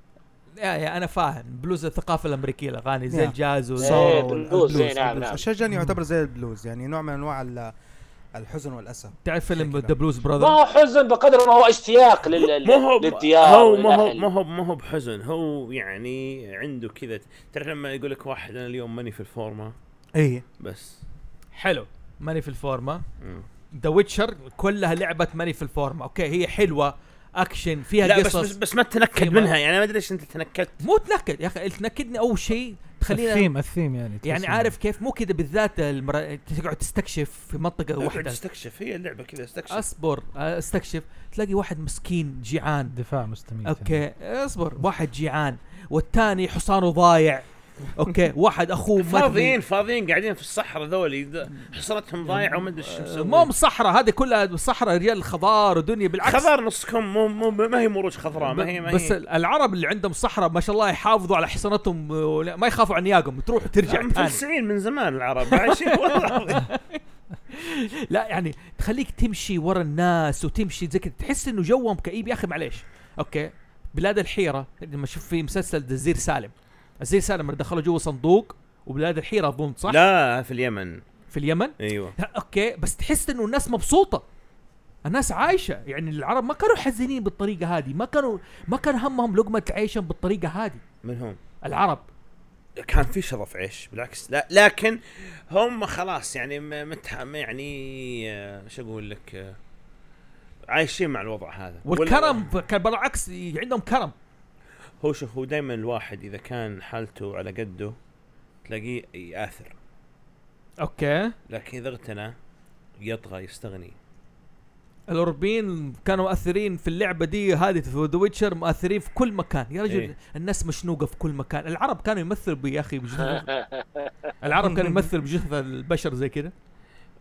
A: يا يا انا فاهم بلوز الثقافه الامريكيه الاغاني زي
C: يا.
A: الجاز
D: إيه،
A: وزي
C: صار
D: بلوز،
C: والبلوز،
D: إيه، نعم،
C: البلوز.
D: نعم.
C: الشجن يعتبر زي البلوز يعني نوع من انواع ال- الحزن والاسى
A: تعرف فيلم
C: شكله.
A: ذا بلوز
D: ما
A: براذر
D: هو حزن بقدر ما هو اشتياق لل...
B: ما هو
D: للديار
B: هو ما هو
D: وللأهل.
B: ما هو ما هو بحزن هو يعني عنده كذا تعرف لما يقول لك واحد انا اليوم ماني في الفورمه إيه.
C: اي
B: بس
A: حلو ماني في الفورمه
B: مم.
A: ذا ويتشر كلها لعبه ماني في الفورمه اوكي هي حلوه اكشن فيها
B: لا بس بس,
A: قصص
B: بس ما تنكد
A: إيه، ما-
B: منها يعني ما ادري ليش انت تنكدت
A: مو تنكد يا اخي تنكدني اول شيء تخلينا
E: الثيم الثيم يعني تحس
A: يعني
E: إنه-
A: عارف كيف مو كذا بالذات المرا... تقعد تستكشف في منطقه واحده
B: استكشف هي اللعبه كذا استكشف
A: اصبر استكشف تلاقي واحد مسكين جيعان
E: دفاع مستميت يعني.
A: اوكي اصبر واحد جيعان والثاني حصانه ضايع اوكي واحد اخوه
B: فاضيين
A: مدمن
B: فاضيين قاعدين في الصحراء ذولي د- حصرتهم ضايعه وما ادري ايش مسوين.
A: مو صحراء هذه كلها صحراء رجال خضار ودنيا بالعكس
B: خضار نص كم مو مو ما هي مروج خضراء ما هي ما هي
A: بس العرب اللي عندهم صحراء ما شاء الله يحافظوا على حصانتهم ولا- ما يخافوا عن نياقهم تروح ترجع ثاني
B: مفلسعين من زمان العرب عايشين والله العظيم.
A: لا يعني تخليك تمشي ورا الناس وتمشي زي كذا تحس انه جوهم كئيب يا اخي معليش اوكي بلاد الحيره لما اشوف في مسلسل الزير سالم الزير سالم لما دخلوا جوا صندوق وبلاد الحيره اظن صح
B: لا في اليمن
A: في اليمن
B: ايوه
A: لا اوكي بس تحس انه الناس مبسوطه الناس عايشه يعني العرب ما كانوا حزينين بالطريقه هذه ما كانوا ما كان همهم لقمه عيشهم بالطريقه هذه
B: من هم
A: العرب
B: كان في شرف عيش بالعكس لا لكن هم خلاص يعني م- متح يعني آه، شو اقول لك آه، عايشين مع الوضع هذا
A: والكرم كان بالعكس عندهم كرم
B: وال- هو شوف هو دائما الواحد اذا كان حالته على قده تلاقيه ياثر
A: اوكي
B: لكن اذا اغتنى يطغى يستغني
A: الاوروبيين كانوا مؤثرين في اللعبه دي هذه في ذا ويتشر مؤثرين في كل مكان يا رجل
B: إيه.
A: إيه؟ الناس مشنوقه في كل مكان العرب كانوا يمثلوا ب- يا اخي بجثث العرب كانوا يمثلوا بجثث البشر زي كذا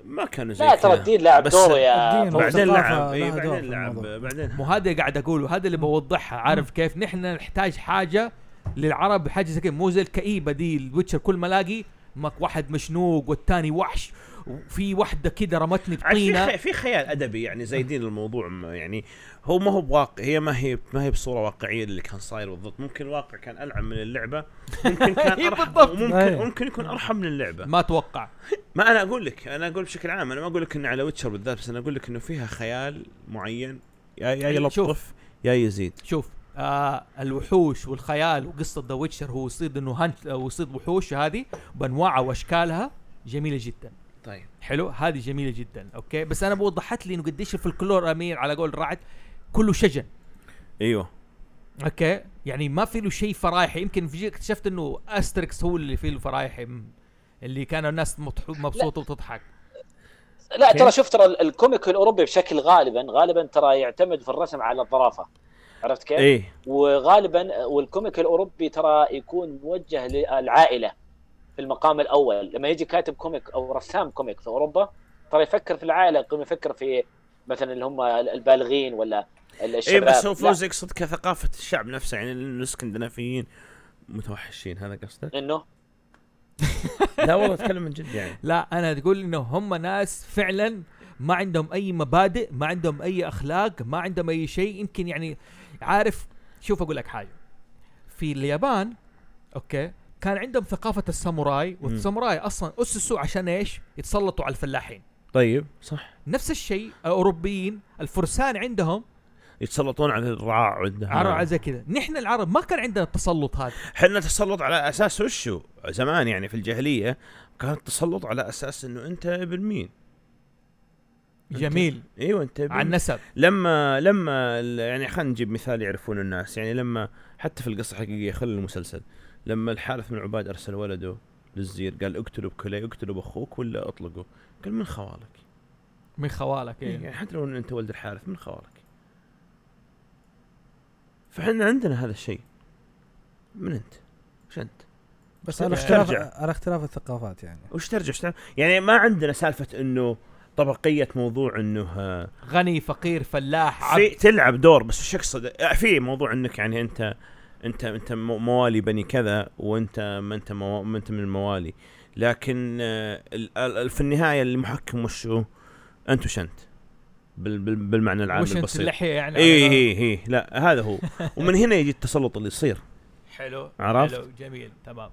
B: ما كانوا زي
D: لا ترى
B: كذا.
D: الدين لاعب يعني.
B: بس
D: دوره يا
E: الدين
D: فوز.
E: والثقافة
B: بعدين لعب إيه،
E: لها دور في
B: بعدين لعب
E: الموضوع.
B: بعدين
A: مو هذا اللي قاعد اقوله هذا اللي بوضحها عارف كيف نحن نحتاج حاجه للعرب حاجه زي كذا مو زي الكئيبه دي الويتشر كل ما الاقي مك واحد مشنوق والثاني وحش وفي واحده كذا رمتني
B: عاد في
A: بطينه
B: خي- في خيال ادبي يعني زايدين الموضوع م- يعني هو ما هو بواقع هي ما هي ما هي بصوره واقعيه اللي كان صاير بالضبط ممكن الواقع كان العب من اللعبه ممكن كان
A: إيه
B: أرحم
A: بالضبط.
B: ممكن
E: أيوة.
B: ممكن يكون ارحم من اللعبه
A: ما اتوقع
B: ما انا اقول لك انا اقول بشكل عام انا ما اقول لك انه على ويتشر بالذات بس انا اقول لك انه فيها خيال معين يا يا
A: شوف.
B: يلطف يا يزيد
A: شوف آه الوحوش والخيال وقصه ذا ويتشر هو يصيد انه هانت آه، ويصيد وحوش هذه بانواعها واشكالها جميله جدا
B: طيب
A: حلو هذه جميله جدا اوكي بس انا وضحت لي انه قديش الفلكلور امير على قول رعد كله شجن
B: ايوه
A: اوكي يعني ما في له شيء فرايحي يمكن في شيء اكتشفت انه استريكس هو اللي فيه الفرايحي م- اللي كانوا الناس متح- مبسوطه وتضحك
D: لا
A: كيف؟
D: ترى شوف ترى ال- الكوميك الاوروبي بشكل غالبا غالبا ترى يعتمد في الرسم على الظرافه عرفت كيف؟
B: ايه
D: وغالبا والكوميك الاوروبي ترى يكون موجه للعائله في المقام الاول لما يجي كاتب كوميك او رسام كوميك في اوروبا ترى يفكر في العائله قبل ما يفكر في مثلا اللي هم البالغين ولا ال-
B: ايه
D: الشباب
B: بس هو
D: لا،
B: فوز يقصد كثقافه الشعب نفسه يعني إنه الاسكندنافيين متوحشين هذا قصدك؟
D: انه
B: لا والله اتكلم من جد يعني
A: لا انا تقول انه هم ناس فعلا ما عندهم اي مبادئ ما عندهم اي اخلاق ما عندهم اي شيء يمكن يعني عارف شوف اقول لك حاجه في اليابان اوكي كان عندهم ثقافه الساموراي والساموراي اصلا اسسوا عشان ايش يتسلطوا على الفلاحين
B: طيب صح
A: نفس الشيء الاوروبيين الفرسان عندهم
B: يتسلطون على الرعاع عندنا
A: عرب على زي كذا نحن العرب ما كان عندنا التسلط هذا
B: احنا تسلط على اساس وشو؟ زمان يعني في الجاهليه كان التسلط على اساس انه انت ابن مين؟ أنت-
A: جميل
B: ايوه انت ابن
A: على النسب
B: لما لما ال- يعني خلينا نجيب مثال يعرفون الناس يعني لما حتى في القصه الحقيقيه خلي المسلسل لما الحارث بن عباد ارسل ولده للزير قال اقتلوا بكلي اقتلوا باخوك ولا اطلقه قال من خوالك
A: من خوالك إيه.
B: يعني حتى لو إن انت ولد الحارث من خوالك فاحنا عندنا هذا الشيء من انت وش انت
E: بس
B: طيب
E: على
B: يعني
E: اختلاف
B: ترجع.
E: على اختلاف الثقافات يعني
B: وش ترجع إيش تعمل؟ يعني ما عندنا سالفه انه طبقيه موضوع انه آه،
A: غني فقير فلاح
B: في
A: عبد
B: تلعب دور بس وش اقصد آه، في موضوع انك يعني انت انت انت مو- موالي بني كذا وانت ما انت مو ما انت من الموالي لكن آه، ال- ال- في النهايه المحكم وش هو؟ انت وش انت؟ بال- بال- بالمعنى العام
A: وش انت
B: البسيط إيه،
A: اللحيه يعني
B: اي
A: على-
B: اي اي لا هذا هو ومن هنا يجي التسلط اللي يصير
A: حلو
B: عرفت؟
A: حلو جميل تمام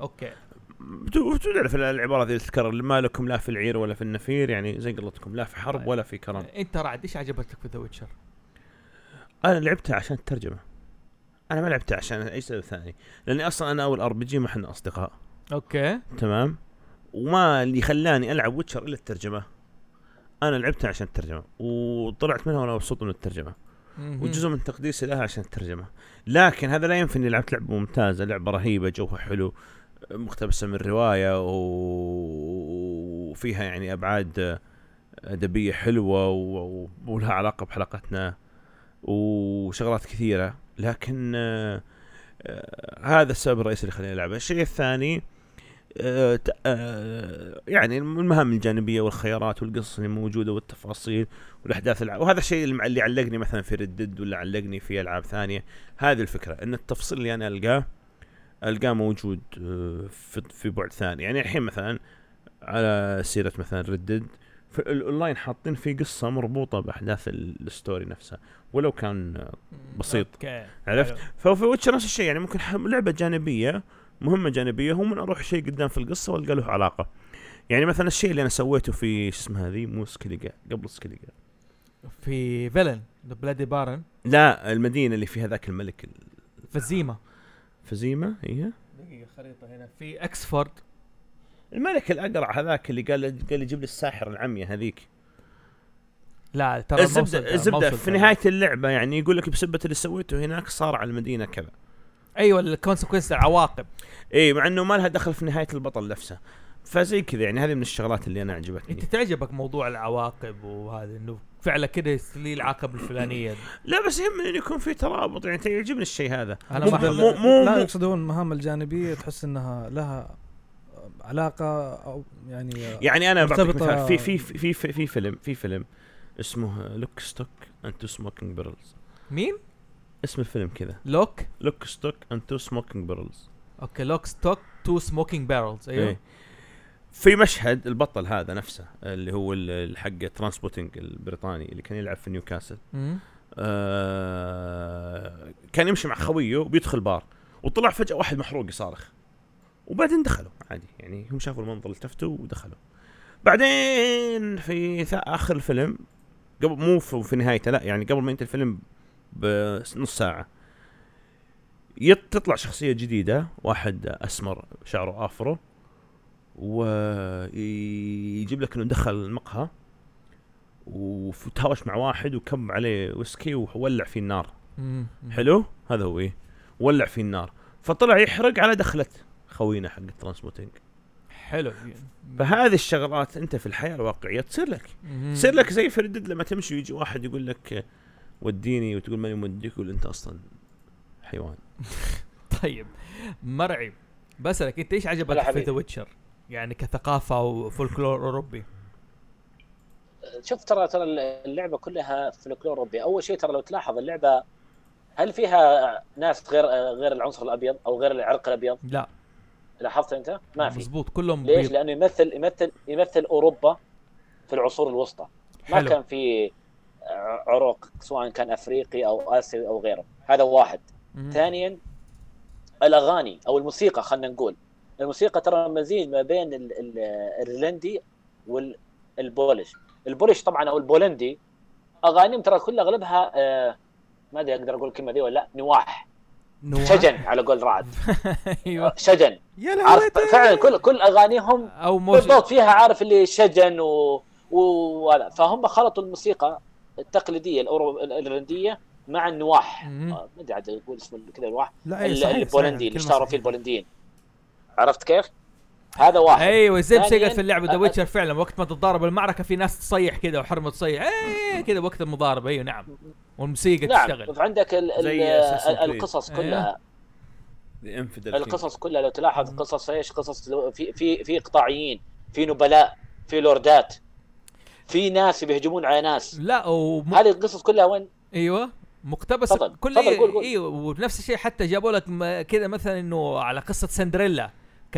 A: اوكي
B: بتو- بتعرف العباره ذي تتكرر ما لكم لا في العير ولا في النفير يعني زي قلتكم لا في حرب
A: طيب.
B: ولا في كرم
A: انت رعد ايش عجبتك في ذا ويتشر؟
B: انا لعبتها عشان الترجمه انا ما لعبتها عشان اي سبب ثاني لاني اصلا انا اول ار بي جي ما احنا اصدقاء
A: اوكي
B: تمام وما اللي خلاني العب ويتشر الا الترجمه انا لعبتها عشان الترجمه وطلعت منها وانا مبسوط من الترجمه
A: مهم.
B: وجزء من تقديسي لها عشان الترجمه لكن هذا لا ينفي اني لعبت لعبه ممتازه لعبه رهيبه جوها حلو مقتبسه من روايه و- وفيها يعني ابعاد ادبيه حلوه و- و- ولها علاقه بحلقتنا وشغلات كثيره لكن آه، آه، هذا السبب الرئيسي اللي خلاني العبها الشيء الثاني آه، ت- آه، يعني المهام الجانبيه والخيارات والقصص اللي موجوده والتفاصيل والاحداث الع... وهذا الشيء الم- اللي علقني مثلا في ردد ولا علقني في العاب ثانيه هذه الفكره ان التفصيل اللي انا القاه القاه موجود آه، في في بعد ثاني يعني الحين مثلا على سيره مثلا ردد في ال- الاونلاين حاطين فيه قصه مربوطه باحداث ال- الستوري نفسها ولو كان آه، بسيط.
A: اوكي
B: عرفت؟
A: حلو.
B: ففي ويتشر نفس الشيء يعني ممكن ح- لعبه جانبيه مهمه جانبيه هو من اروح شيء قدام في القصه والقى له علاقه يعني مثلا الشيء اللي انا سويته في شو اسمها هذه مو سكليجا قبل سكليجا
A: في فيلن بلادي بارن
B: لا المدينة اللي فيها ذاك الملك
A: فزيمه
B: الفزيمة إيه؟ هي
A: دقيقه خريطه هنا في اكسفورد
B: الملك الأقرع هذاك اللي قال قال يجيب لي الساحر العمية هذيك
A: لا ترى ما وصلت-
B: الزبدة
A: ما
B: الزبدة
A: وصلت
B: في
A: أنا.
B: نهاية اللعبة يعني يقول لك بسبة اللي سويته هناك صار على المدينة كذا
A: ايوه الكونسكونس العواقب
B: اي مع انه ما لها دخل في نهاية البطل نفسه فزي كذا يعني هذه من الشغلات اللي انا عجبتني
A: انت تعجبك موضوع العواقب وهذا انه فعلا كذا يصير لي العاقب الفلانيه
B: لا بس يهمني انه يكون في ترابط يعني يعجبني الشيء هذا
A: انا
B: مو-
A: ما
B: مو-
A: أحب-
B: مو-
E: لا
B: مو-
E: يقصدون المهام الجانبيه تحس انها لها علاقه او يعني
B: يعني انا بعطيك
E: مرتبطة-
B: مثال في في في في, في فيلم في فيلم اسمه لوك ستوك اند تو سموكينج بيرلز
A: مين؟
B: اسم الفيلم كذا
A: لوك
B: لوك ستوك اند تو سموكينج بيرلز
A: اوكي لوك ستوك تو سموكينج بارلز ايوه
B: إيه. في مشهد البطل هذا نفسه اللي هو ال- حق ترانسبوتنج البريطاني اللي كان يلعب في نيوكاسل
A: مم.
B: آه كان يمشي مع خويه وبيدخل بار وطلع فجاه واحد محروق يصارخ وبعدين دخلوا عادي يعني هم شافوا المنظر التفتوا ودخلوا بعدين في ثا- اخر الفيلم قبل مو في في نهايته لا يعني قبل ما ينتهي الفيلم بنص ساعه يط- تطلع شخصيه جديده واحد اسمر شعره افرو ويجيب لك انه دخل المقهى وتهاوش مع واحد وكب عليه ويسكي وولع فيه النار
A: مم.
B: حلو هذا هو إيه ولع فيه النار فطلع يحرق على دخلة خوينا حق الترانسبوتنج
A: حلو
B: فهذه الشغلات انت في الحياه الواقعيه تصير لك
A: مم.
B: تصير لك زي في ردد لما تمشي ويجي واحد يقول لك آه، وديني وتقول ماني موديك يقول انت اصلا حيوان
A: طيب مرعي بسألك انت ايش
D: هلا
A: عجبك في
D: حبيبي.
A: ذا ويتشر؟ يعني كثقافه وفولكلور اوروبي
D: شوف ترى ترى اللعبه كلها فلكلور اوروبي اول شيء ترى لو تلاحظ اللعبه هل فيها ناس غير غير العنصر الابيض او غير العرق الابيض
A: لا
D: لاحظت انت ما في
A: مزبوط كلهم
D: ليش
A: بيض
D: لانه يمثل يمثل يمثل اوروبا في العصور الوسطى ما
A: حلو.
D: كان في ع- عروق سواء كان افريقي او اسيوي او غيره هذا واحد
A: مم.
D: ثانيا الاغاني او الموسيقى خلينا نقول الموسيقى ترى مزيج ما بين ال- ال- الايرلندي والبولش البولش طبعا او البولندي اغانيهم ترى كل اغلبها آه، ما ادري اقدر اقول الكلمه ذي ولا لا نواح
C: نوع-
D: شجن على قول رعد
A: ايوه
D: شجن
C: يا
D: عارف
A: أيوة.
C: لهوتي.
D: فعلا كل كل اغانيهم
A: او موسيقى
D: بالضبط فيها عارف اللي شجن و و- ولا فهم خلطوا الموسيقى التقليديه الأورو- الايرلنديه مع النواح
A: مم.
D: آه، ما ادري عاد اقول اسم كذا النواح
C: لا إيه،
D: ال-
C: صحيح،
D: البولندي اللي
C: صحيح،
D: اشتهروا
C: كلمة
D: فيه
C: صحيح.
D: البولنديين عرفت كيف؟ هذا واحد
A: ايوه زي
D: ثانياً،
A: بسيقة في اللعبه ذا
D: أ-
A: ويتشر فعلا وقت ما تتضارب المعركه في ناس تصيح كذا وحرمه تصيح ايه كذا وقت المضاربه ايوه نعم والموسيقى
D: نعم
A: تشتغل
D: عندك ال ال
B: زي Assassin's Creed.
D: القصص كلها
B: ذا انفدل
D: القصص كلها لو تلاحظ قصص ايش قصص لو- في في في اقطاعيين في نبلاء في لوردات في ناس بيهجمون على ناس
A: لا وم...
D: هذه القصص كلها وين
A: ايوه مقتبس
D: تفضل،
A: كل
D: تفضل، قول، قول.
A: ايوه ونفس الشيء حتى جابوا لك م- كذا مثلا انه على قصه سندريلا ك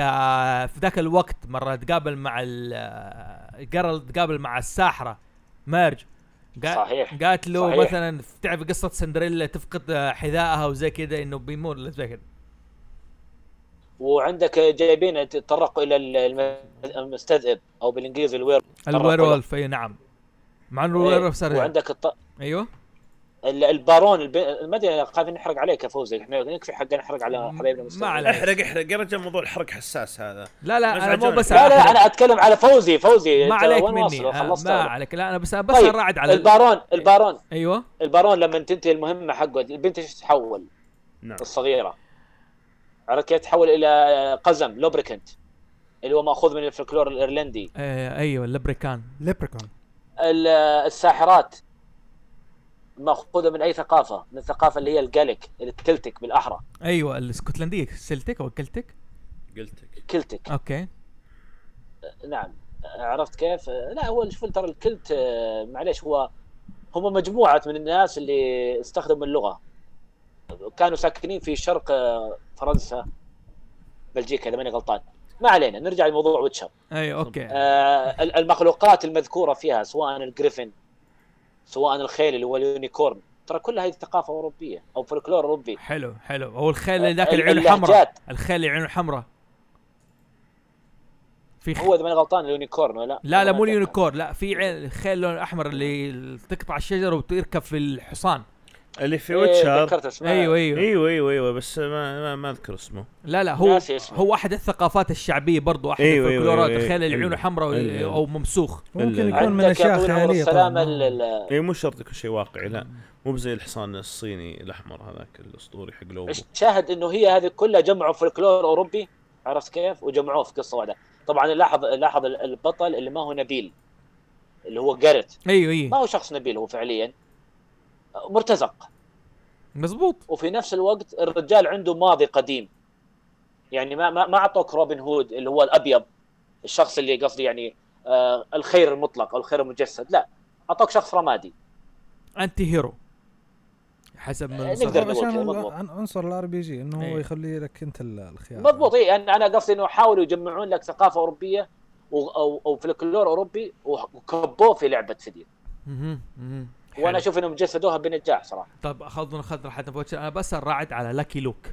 A: في ذاك الوقت مره تقابل مع ال جارل تقابل مع الساحره ميرج قا-
D: صحيح.
A: قالت له
D: صحيح.
A: مثلا تعرف قصه سندريلا تفقد آه، حذائها وزي كذا انه بيموت زي كذا
D: وعندك جايبين تطرقوا الى ال- الم- المستذئب او بالانجليزي الوير
A: الويرولف اي نعم مع انه
D: إيه،
A: الويرولف صار
D: وعندك الط...
A: ايوه
D: ال- البارون الب... ما ادري خايف نحرق عليك يا فوزي احنا نكفي حق نحرق على
A: م-
D: حبايبنا
A: ما
D: المستمعين.
A: عليك.
B: احرق احرق يا رجل موضوع الحرق حساس هذا
A: لا لا انا مو
B: مزعجوني.
A: بس
D: لا لا
A: أحرق.
D: انا اتكلم على فوزي فوزي
A: ما
D: أنت
A: عليك
D: وين
A: مني
D: واصل؟
A: آه،
D: خلصت
A: ما
D: أنا.
A: عليك لا انا بس بس
D: طيب،
A: الرعد على ال-
D: البارون البارون
A: ايوه
D: البارون لما تنتهي المهمه حقه البنت ايش تتحول
B: نعم
D: الصغيره عرفت كيف تتحول الى قزم لوبريكنت اللي هو ماخوذ من الفلكلور الايرلندي
A: آه، ايوه اللبريكان
C: ليبريكون
D: ال- الساحرات ماخوذه من اي ثقافه من الثقافه اللي هي الجاليك الكلتك بالاحرى
A: ايوه الاسكتلنديه سلتك او كلتك
B: قلتك
D: كلتك
A: اوكي
D: نعم عرفت كيف؟ لا هو شوف ترى الكلت آه، معليش هو هم مجموعة من الناس اللي استخدموا اللغة كانوا ساكنين في شرق آه، فرنسا بلجيكا إذا ماني غلطان ما علينا نرجع لموضوع ويتشر
A: ايوه اوكي
D: آه، ال- المخلوقات المذكورة فيها سواء الجريفن سواء الخيل اللي هو اليونيكورن ترى كلها هذه ثقافة أوروبية أو فولكلور أوروبي
A: حلو حلو هو الخيل اللي ذاك
D: ال-
A: اللي عيونه حمراء
D: اللهجات.
A: الخيل اللي عيونه حمراء في خ...
D: هو إذا ماني غلطان اليونيكورن ولا
A: لا لا
D: أنا
A: مو
D: ما أتذكر.
A: اليونيكور لا في عين خيل لون احمر اللي تقطع الشجره وتركب في الحصان
B: اللي في
D: إيه
B: ويتشر
D: ذكرت اسمها
A: ايوه
D: إيه.
A: ايوه
B: ايوه ايوه ايوه بس ما ما, ما اذكر اسمه
A: لا لا هو
D: ناسي اسمه.
A: هو احد الثقافات الشعبيه برضو احد
B: أيوة، أيوة،
A: الفولكلورات
B: أيوة،
A: الخيل اللي
B: أيوة.
A: عيونه حمراء
B: أيوة، أيوة.
A: او ممسوخ
E: ممكن
B: ال-
E: يكون من
D: عندك يا
E: اشياء
D: طويل عمر
E: خياليه
D: السلام
E: طبعاً.
D: ال- ال-
B: اي إيه، مو شرط يكون شيء واقعي لا مو بزي الحصان الصيني الاحمر هذاك الاسطوري حق لوبو
D: الشاهد انه هي هذه كلها جمعوا فولكلور اوروبي عرفت كيف؟ وجمعوه في قصه واحده. طبعا لاحظ لاحظ ال- البطل اللي ما هو نبيل اللي هو جاريت
A: ايوه
D: ما
A: ايوه
D: هو شخص نبيل هو فعليا مرتزق
A: مزبوط
D: وفي نفس الوقت الرجال عنده ماضي قديم يعني ما ما ما اعطوك روبن هود اللي هو الابيض الشخص اللي قصدي يعني آه الخير المطلق او الخير المجسد لا اعطوك شخص رمادي
A: انتي هيرو حسب ما
D: آه،
A: المصنف.
D: نقدر
E: هو
D: نقول كذا،
E: عشان
D: مضبوط.
E: عن- عنصر الار بي جي انه هو
A: إيه.
E: يخلي لك انت ال- الخيار
D: مضبوط اي انا انا قصدي انه حاولوا يجمعون لك ثقافه اوروبيه و- او او فلكلور اوروبي وكبوه في لعبه فيديو
A: مهم، مهم.
D: وانا
A: حلو.
D: اشوف انهم جسدوها بنجاح صراحه
A: طب اخذنا خذ راحتنا في وجه- انا بس الرعد على لاكي لوك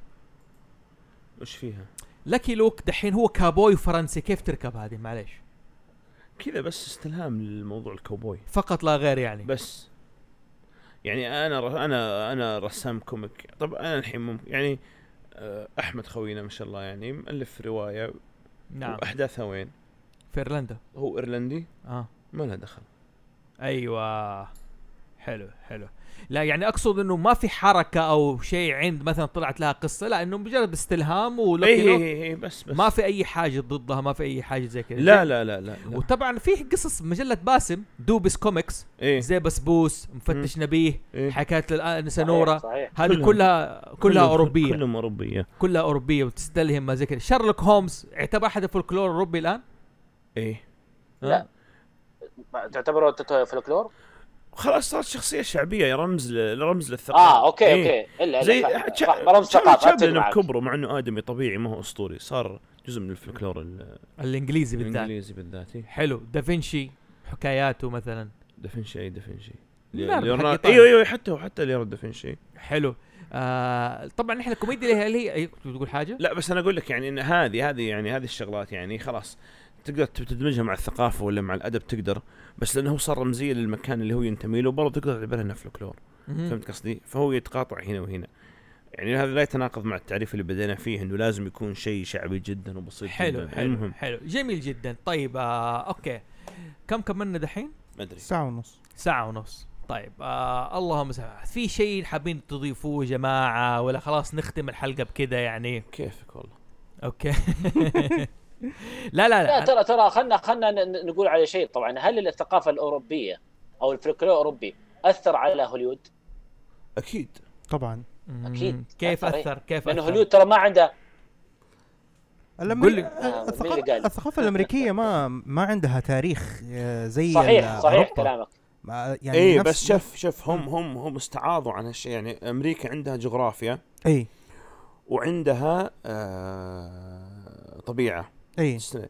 B: وش فيها؟
A: لاكي لوك دحين هو كابوي فرنسي كيف تركب هذه معليش
B: كذا بس استلهام للموضوع الكوبوي
A: فقط لا غير يعني
B: بس يعني انا ر- انا انا رسام كوميك طب انا الحين ممكن يعني آه، احمد خوينا ما شاء الله يعني مؤلف روايه
A: نعم
B: واحداثها وين؟
A: في ايرلندا
B: هو ايرلندي
A: اه
B: ما له دخل
A: ايوه حلو حلو لا يعني اقصد انه ما في حركه او شيء عند مثلا طلعت لها قصه لا انه مجرد استلهام
B: اي
A: ولوكي لوك
B: اي اي بس إيه، بس
A: ما في اي حاجه ضدها ما في اي حاجه زي كذا
B: لا لا لا لا, لا.
A: وطبعا في قصص مجله باسم دوبس كوميكس
B: ايه
A: زي بسبوس مفتش نبيه
B: إيه.
A: حكايه الانسه نوره
D: صحيح
A: هذه
B: كلهم-
A: كلها كلها
B: كلهم-
A: اوروبيه
B: كلهم اوروبيه
A: كلها اوروبيه وتستلهم ما زي كذا شارلوك هومز يعتبر احد الفولكلور الاوروبي الان
B: ايه
D: لا. صحيح. تعتبره تت- فلكلور؟
B: خلاص صارت شخصيه شعبيه رمز ل- رمز للثقافه
D: اه اوكي
B: إيه.
D: اوكي الا
B: زي
D: الا
B: تش-
D: صح، رمز ثقافه
B: تشابلن
D: أتفق معك.
B: بكبره مع انه ادمي طبيعي ما هو اسطوري صار جزء من الفلكلور ال-
A: الانجليزي بالذات
B: الانجليزي بالذات إيه.
A: حلو دافنشي حكاياته مثلا
B: دافنشي اي دافنشي
A: ليوناردو حق
B: ليوناردو
A: إيطاليا.
B: ايوه ايوه حتى وحتى ليوناردو دافنشي
A: حلو آه طبعا احنا الكوميديا اللي هي اللي هي أي- أيوة، تقول حاجه
B: لا بس انا اقول لك يعني ان هذه هذه يعني هذه الشغلات يعني خلاص تقدر تب- تدمجها مع الثقافه ولا مع الادب تقدر بس لانه هو صار رمزيه للمكان اللي هو ينتمي له برضه تقدر تعتبرها انها فلكلور
A: مهم.
B: فهمت قصدي؟ فهو يتقاطع هنا وهنا يعني هذا لا يتناقض مع التعريف اللي بدينا فيه انه لازم يكون شيء شعبي جدا وبسيط
A: حلو
B: جدا
A: حلو
B: المهم
A: حلو جميل جدا طيب آه اوكي كم كملنا دحين؟
B: ما ادري
C: ساعة ونص
A: ساعة ونص طيب آه اللهم سمع في شيء حابين تضيفوه يا جماعة ولا خلاص نختم الحلقة بكذا يعني
B: كيفك والله
A: اوكي لا لا
D: لا
A: لا
D: ترى ترى خلنا خلنا ن- ن- نقول على شيء طبعا هل الثقافه الاوروبيه او الفلكلور الاوروبي اثر على هوليوود؟
B: اكيد
C: طبعا
A: مم،
D: أكيد.
A: كيف
D: أثر إيه؟
A: اثر كيف
D: لان
A: اثر
D: هوليوود ترى ما عندها
A: قل لي.
C: الأمري...
D: آه، مين اللي
C: الثقافة...
D: قال؟
C: الثقافة الأمريكية ما ما عندها تاريخ آه، زي
D: صحيح
C: ال-
D: صحيح
C: أوروبا.
D: كلامك
C: ما- يعني
B: يعني ايه
C: نفس-
B: بس شف شف هم هم هم استعاضوا عن هالشيء يعني امريكا عندها جغرافيا
C: اي
B: وعندها آه طبيعه
C: اي
B: تسنى.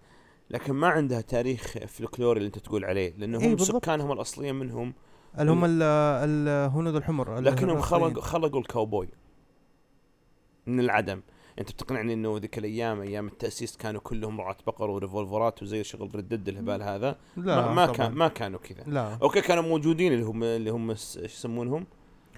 B: لكن ما عندها تاريخ فلكلوري اللي انت تقول عليه لانه
C: إيه
B: هم
C: بالضبط.
B: سكانهم الاصليين منهم
C: اللي هم ال- الهنود الحمر ال-
B: لكنهم
C: الراسيين.
B: خلقوا خلقوا الكاوبوي من العدم انت بتقنعني انه ذيك الايام ايام التاسيس كانوا كلهم رعاة بقر وريفولفرات وزي شغل ردد الهبال هذا
C: لا
B: ما, ما
C: طبعاً.
B: كان ما كانوا كذا
C: لا
B: اوكي كانوا موجودين اللي هم اللي هم س- ايش يسمونهم؟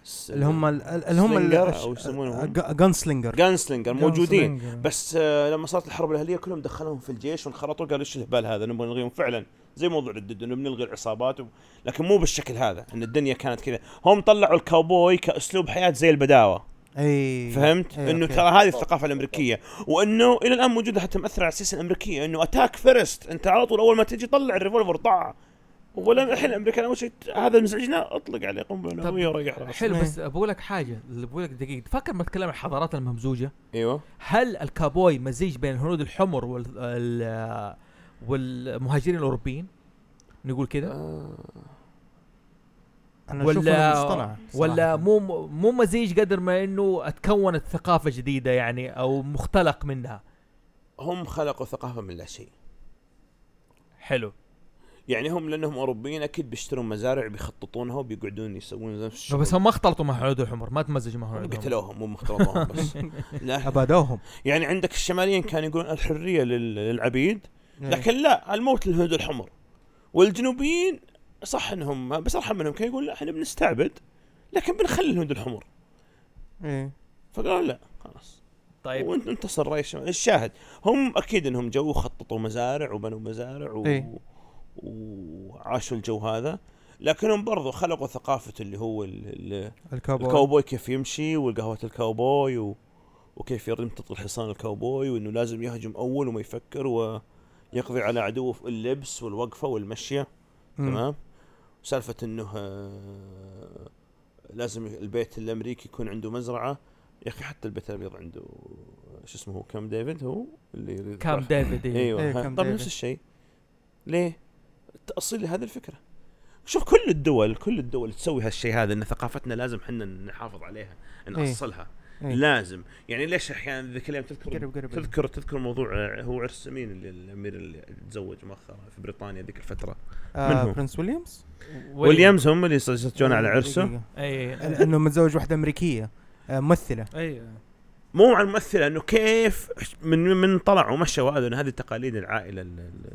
B: س-
C: اللي هم ال- ال- آه، اللي هم
B: سلينجر أو يسمونهم؟
C: جان سلينجر
B: جانسلينجر موجودين
E: جونسلينجر.
B: بس آه، لما صارت الحرب الاهليه كلهم دخلهم في الجيش وانخرطوا قالوا ايش الهبال هذا نبغى نلغيهم فعلا زي موضوع ردد انه بنلغي العصابات و... لكن مو بالشكل هذا ان الدنيا كانت كذا هم طلعوا الكاوبوي كاسلوب حياه زي البداوه
C: اي
B: فهمت
C: إيه،
B: انه
C: أوكي.
B: ترى هذه الثقافه الامريكيه وانه الى الان موجوده حتى مأثرة على السياسه الامريكيه انه اتاك فيرست انت على طول اول ما تجي طلع الريفولفر طاع ولا الحين الامريكان اول شيء هذا مزعجنا اطلق عليه قنبله
A: طب،
B: نوويه وريح راسه
A: حلو بس بقول لك حاجة بقول لك دقيقة فاكر ما تكلم عن الحضارات الممزوجة
B: ايوه
A: هل الكابوي مزيج بين الهنود الحمر وال ال- والمهاجرين الاوروبيين نقول كذا
B: آه.
C: انا
A: ولا-
C: ولا مصطنع صراحة.
A: ولا مو مو مزيج قدر ما انه اتكونت ثقافه جديده يعني او مختلق منها
B: هم خلقوا ثقافه من لا شيء
A: حلو
B: يعني هم لانهم اوروبيين اكيد بيشترون مزارع بيخططونها وبيقعدون يسوون نفس الشغل.
A: بس هم ما اختلطوا مع هنود الحمر ما تمزجوا مع هنود الحمر
B: قتلوهم مو مختلطوهم بس لا
C: ابادوهم
B: يعني عندك الشماليين كانوا يقولون الحريه لل- للعبيد
C: إيه.
B: لكن لا الموت للهنود الحمر والجنوبيين صح انهم بس ارحم منهم كانوا يقول لا احنا بنستعبد لكن بنخلي الهنود الحمر
C: إيه.
B: فقالوا لا خلاص
A: طيب
B: وانت انتصر رأي الشمال الشاهد هم اكيد انهم جو خططوا مزارع وبنوا مزارع و...
C: إيه.
B: وعاشوا الجو هذا لكنهم برضو خلقوا ثقافه اللي هو ال... ال...
C: الكابوي
B: الكاوبوي كيف يمشي والقهوة الكاوبوي و... وكيف ينطق الحصان الكاوبوي وانه لازم يهجم اول وما يفكر ويقضي على عدوه في اللبس والوقفة والمشية
C: مم.
B: تمام سالفة انه آه، لازم البيت الامريكي يكون عنده مزرعة يا اخي حتى البيت الابيض عنده شو اسمه هو كام ديفيد هو اللي
A: كام ديفيد إيه.
B: ايوه
C: إيه،
B: ها،
C: كام
B: طب
C: ديفيد.
B: نفس الشيء ليه؟ تأصيل لهذه الفكره شوف كل الدول كل الدول تسوي هالشيء هذا ان ثقافتنا لازم احنا نحافظ عليها نأصلها
C: إيه.
B: لازم يعني ليش احيانا ذيك الايام تذكر
C: قرب قرب
B: تذكر تذكر موضوع آه، هو عرس مين اللي الامير اللي تزوج مؤخرا في بريطانيا ذيك الفتره من
C: آه
B: هو؟
C: برنس ويليامز إيه،
B: ويليامز هم اللي سجلون على عرسه
C: دقيقة.
A: اي
C: لانه متزوج واحده امريكيه آه، ممثله
A: إيه.
E: اي
B: مو على الممثله انه كيف من من طلع ومشى وهذا إنه هذه تقاليد العائله ال- ال-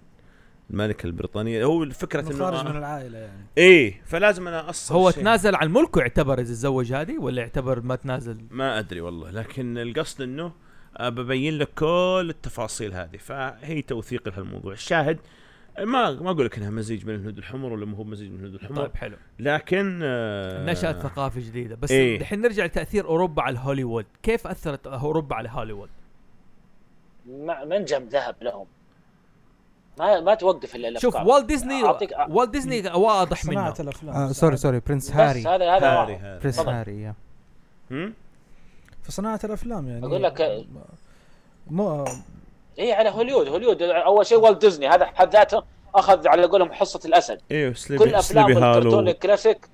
B: الملكه البريطانيه هو فكره
E: إنه
B: انه
E: خارج
B: آه،
E: من العائله يعني
B: ايه فلازم انا اصل
A: هو
B: شيء.
A: تنازل عن ملكه يعتبر اذا تزوج هذه ولا يعتبر ما تنازل
B: ما ادري والله لكن القصد انه آه، ببين لك كل التفاصيل هذه فهي توثيق لهالموضوع الشاهد ما ما اقول لك انها مزيج من الهنود الحمر ولا مو هو مزيج من الهنود الحمر
A: طيب حلو
B: لكن آه،
A: نشأت ثقافه جديده بس
B: إيه.
A: دحين نرجع لتاثير اوروبا على هوليوود كيف اثرت اوروبا على هوليوود
D: ما- منجم ذهب لهم ما ما توقف الا الافكار
A: شوف والت ديزني
D: أعطيك- أ-
A: والت ديزني واضح منه
E: صناعه الافلام
C: آه سوري سوري برنس
D: بس
C: هاري
D: هذا هذا
B: هاري
D: واحد.
B: هاري
C: برنس
D: تفضل.
C: هاري يا.
B: هم؟
E: في صناعه الافلام يعني
D: أقول لك، آه،
E: مو
D: اي إيه، على هوليود هوليود اول شيء والت ديزني هذا حد ذاته اخذ على قولهم حصه الاسد
B: ايوه
D: كل
B: سليبي
D: افلام
B: سليبي
D: الكرتون
B: هالو
D: الكلاسيك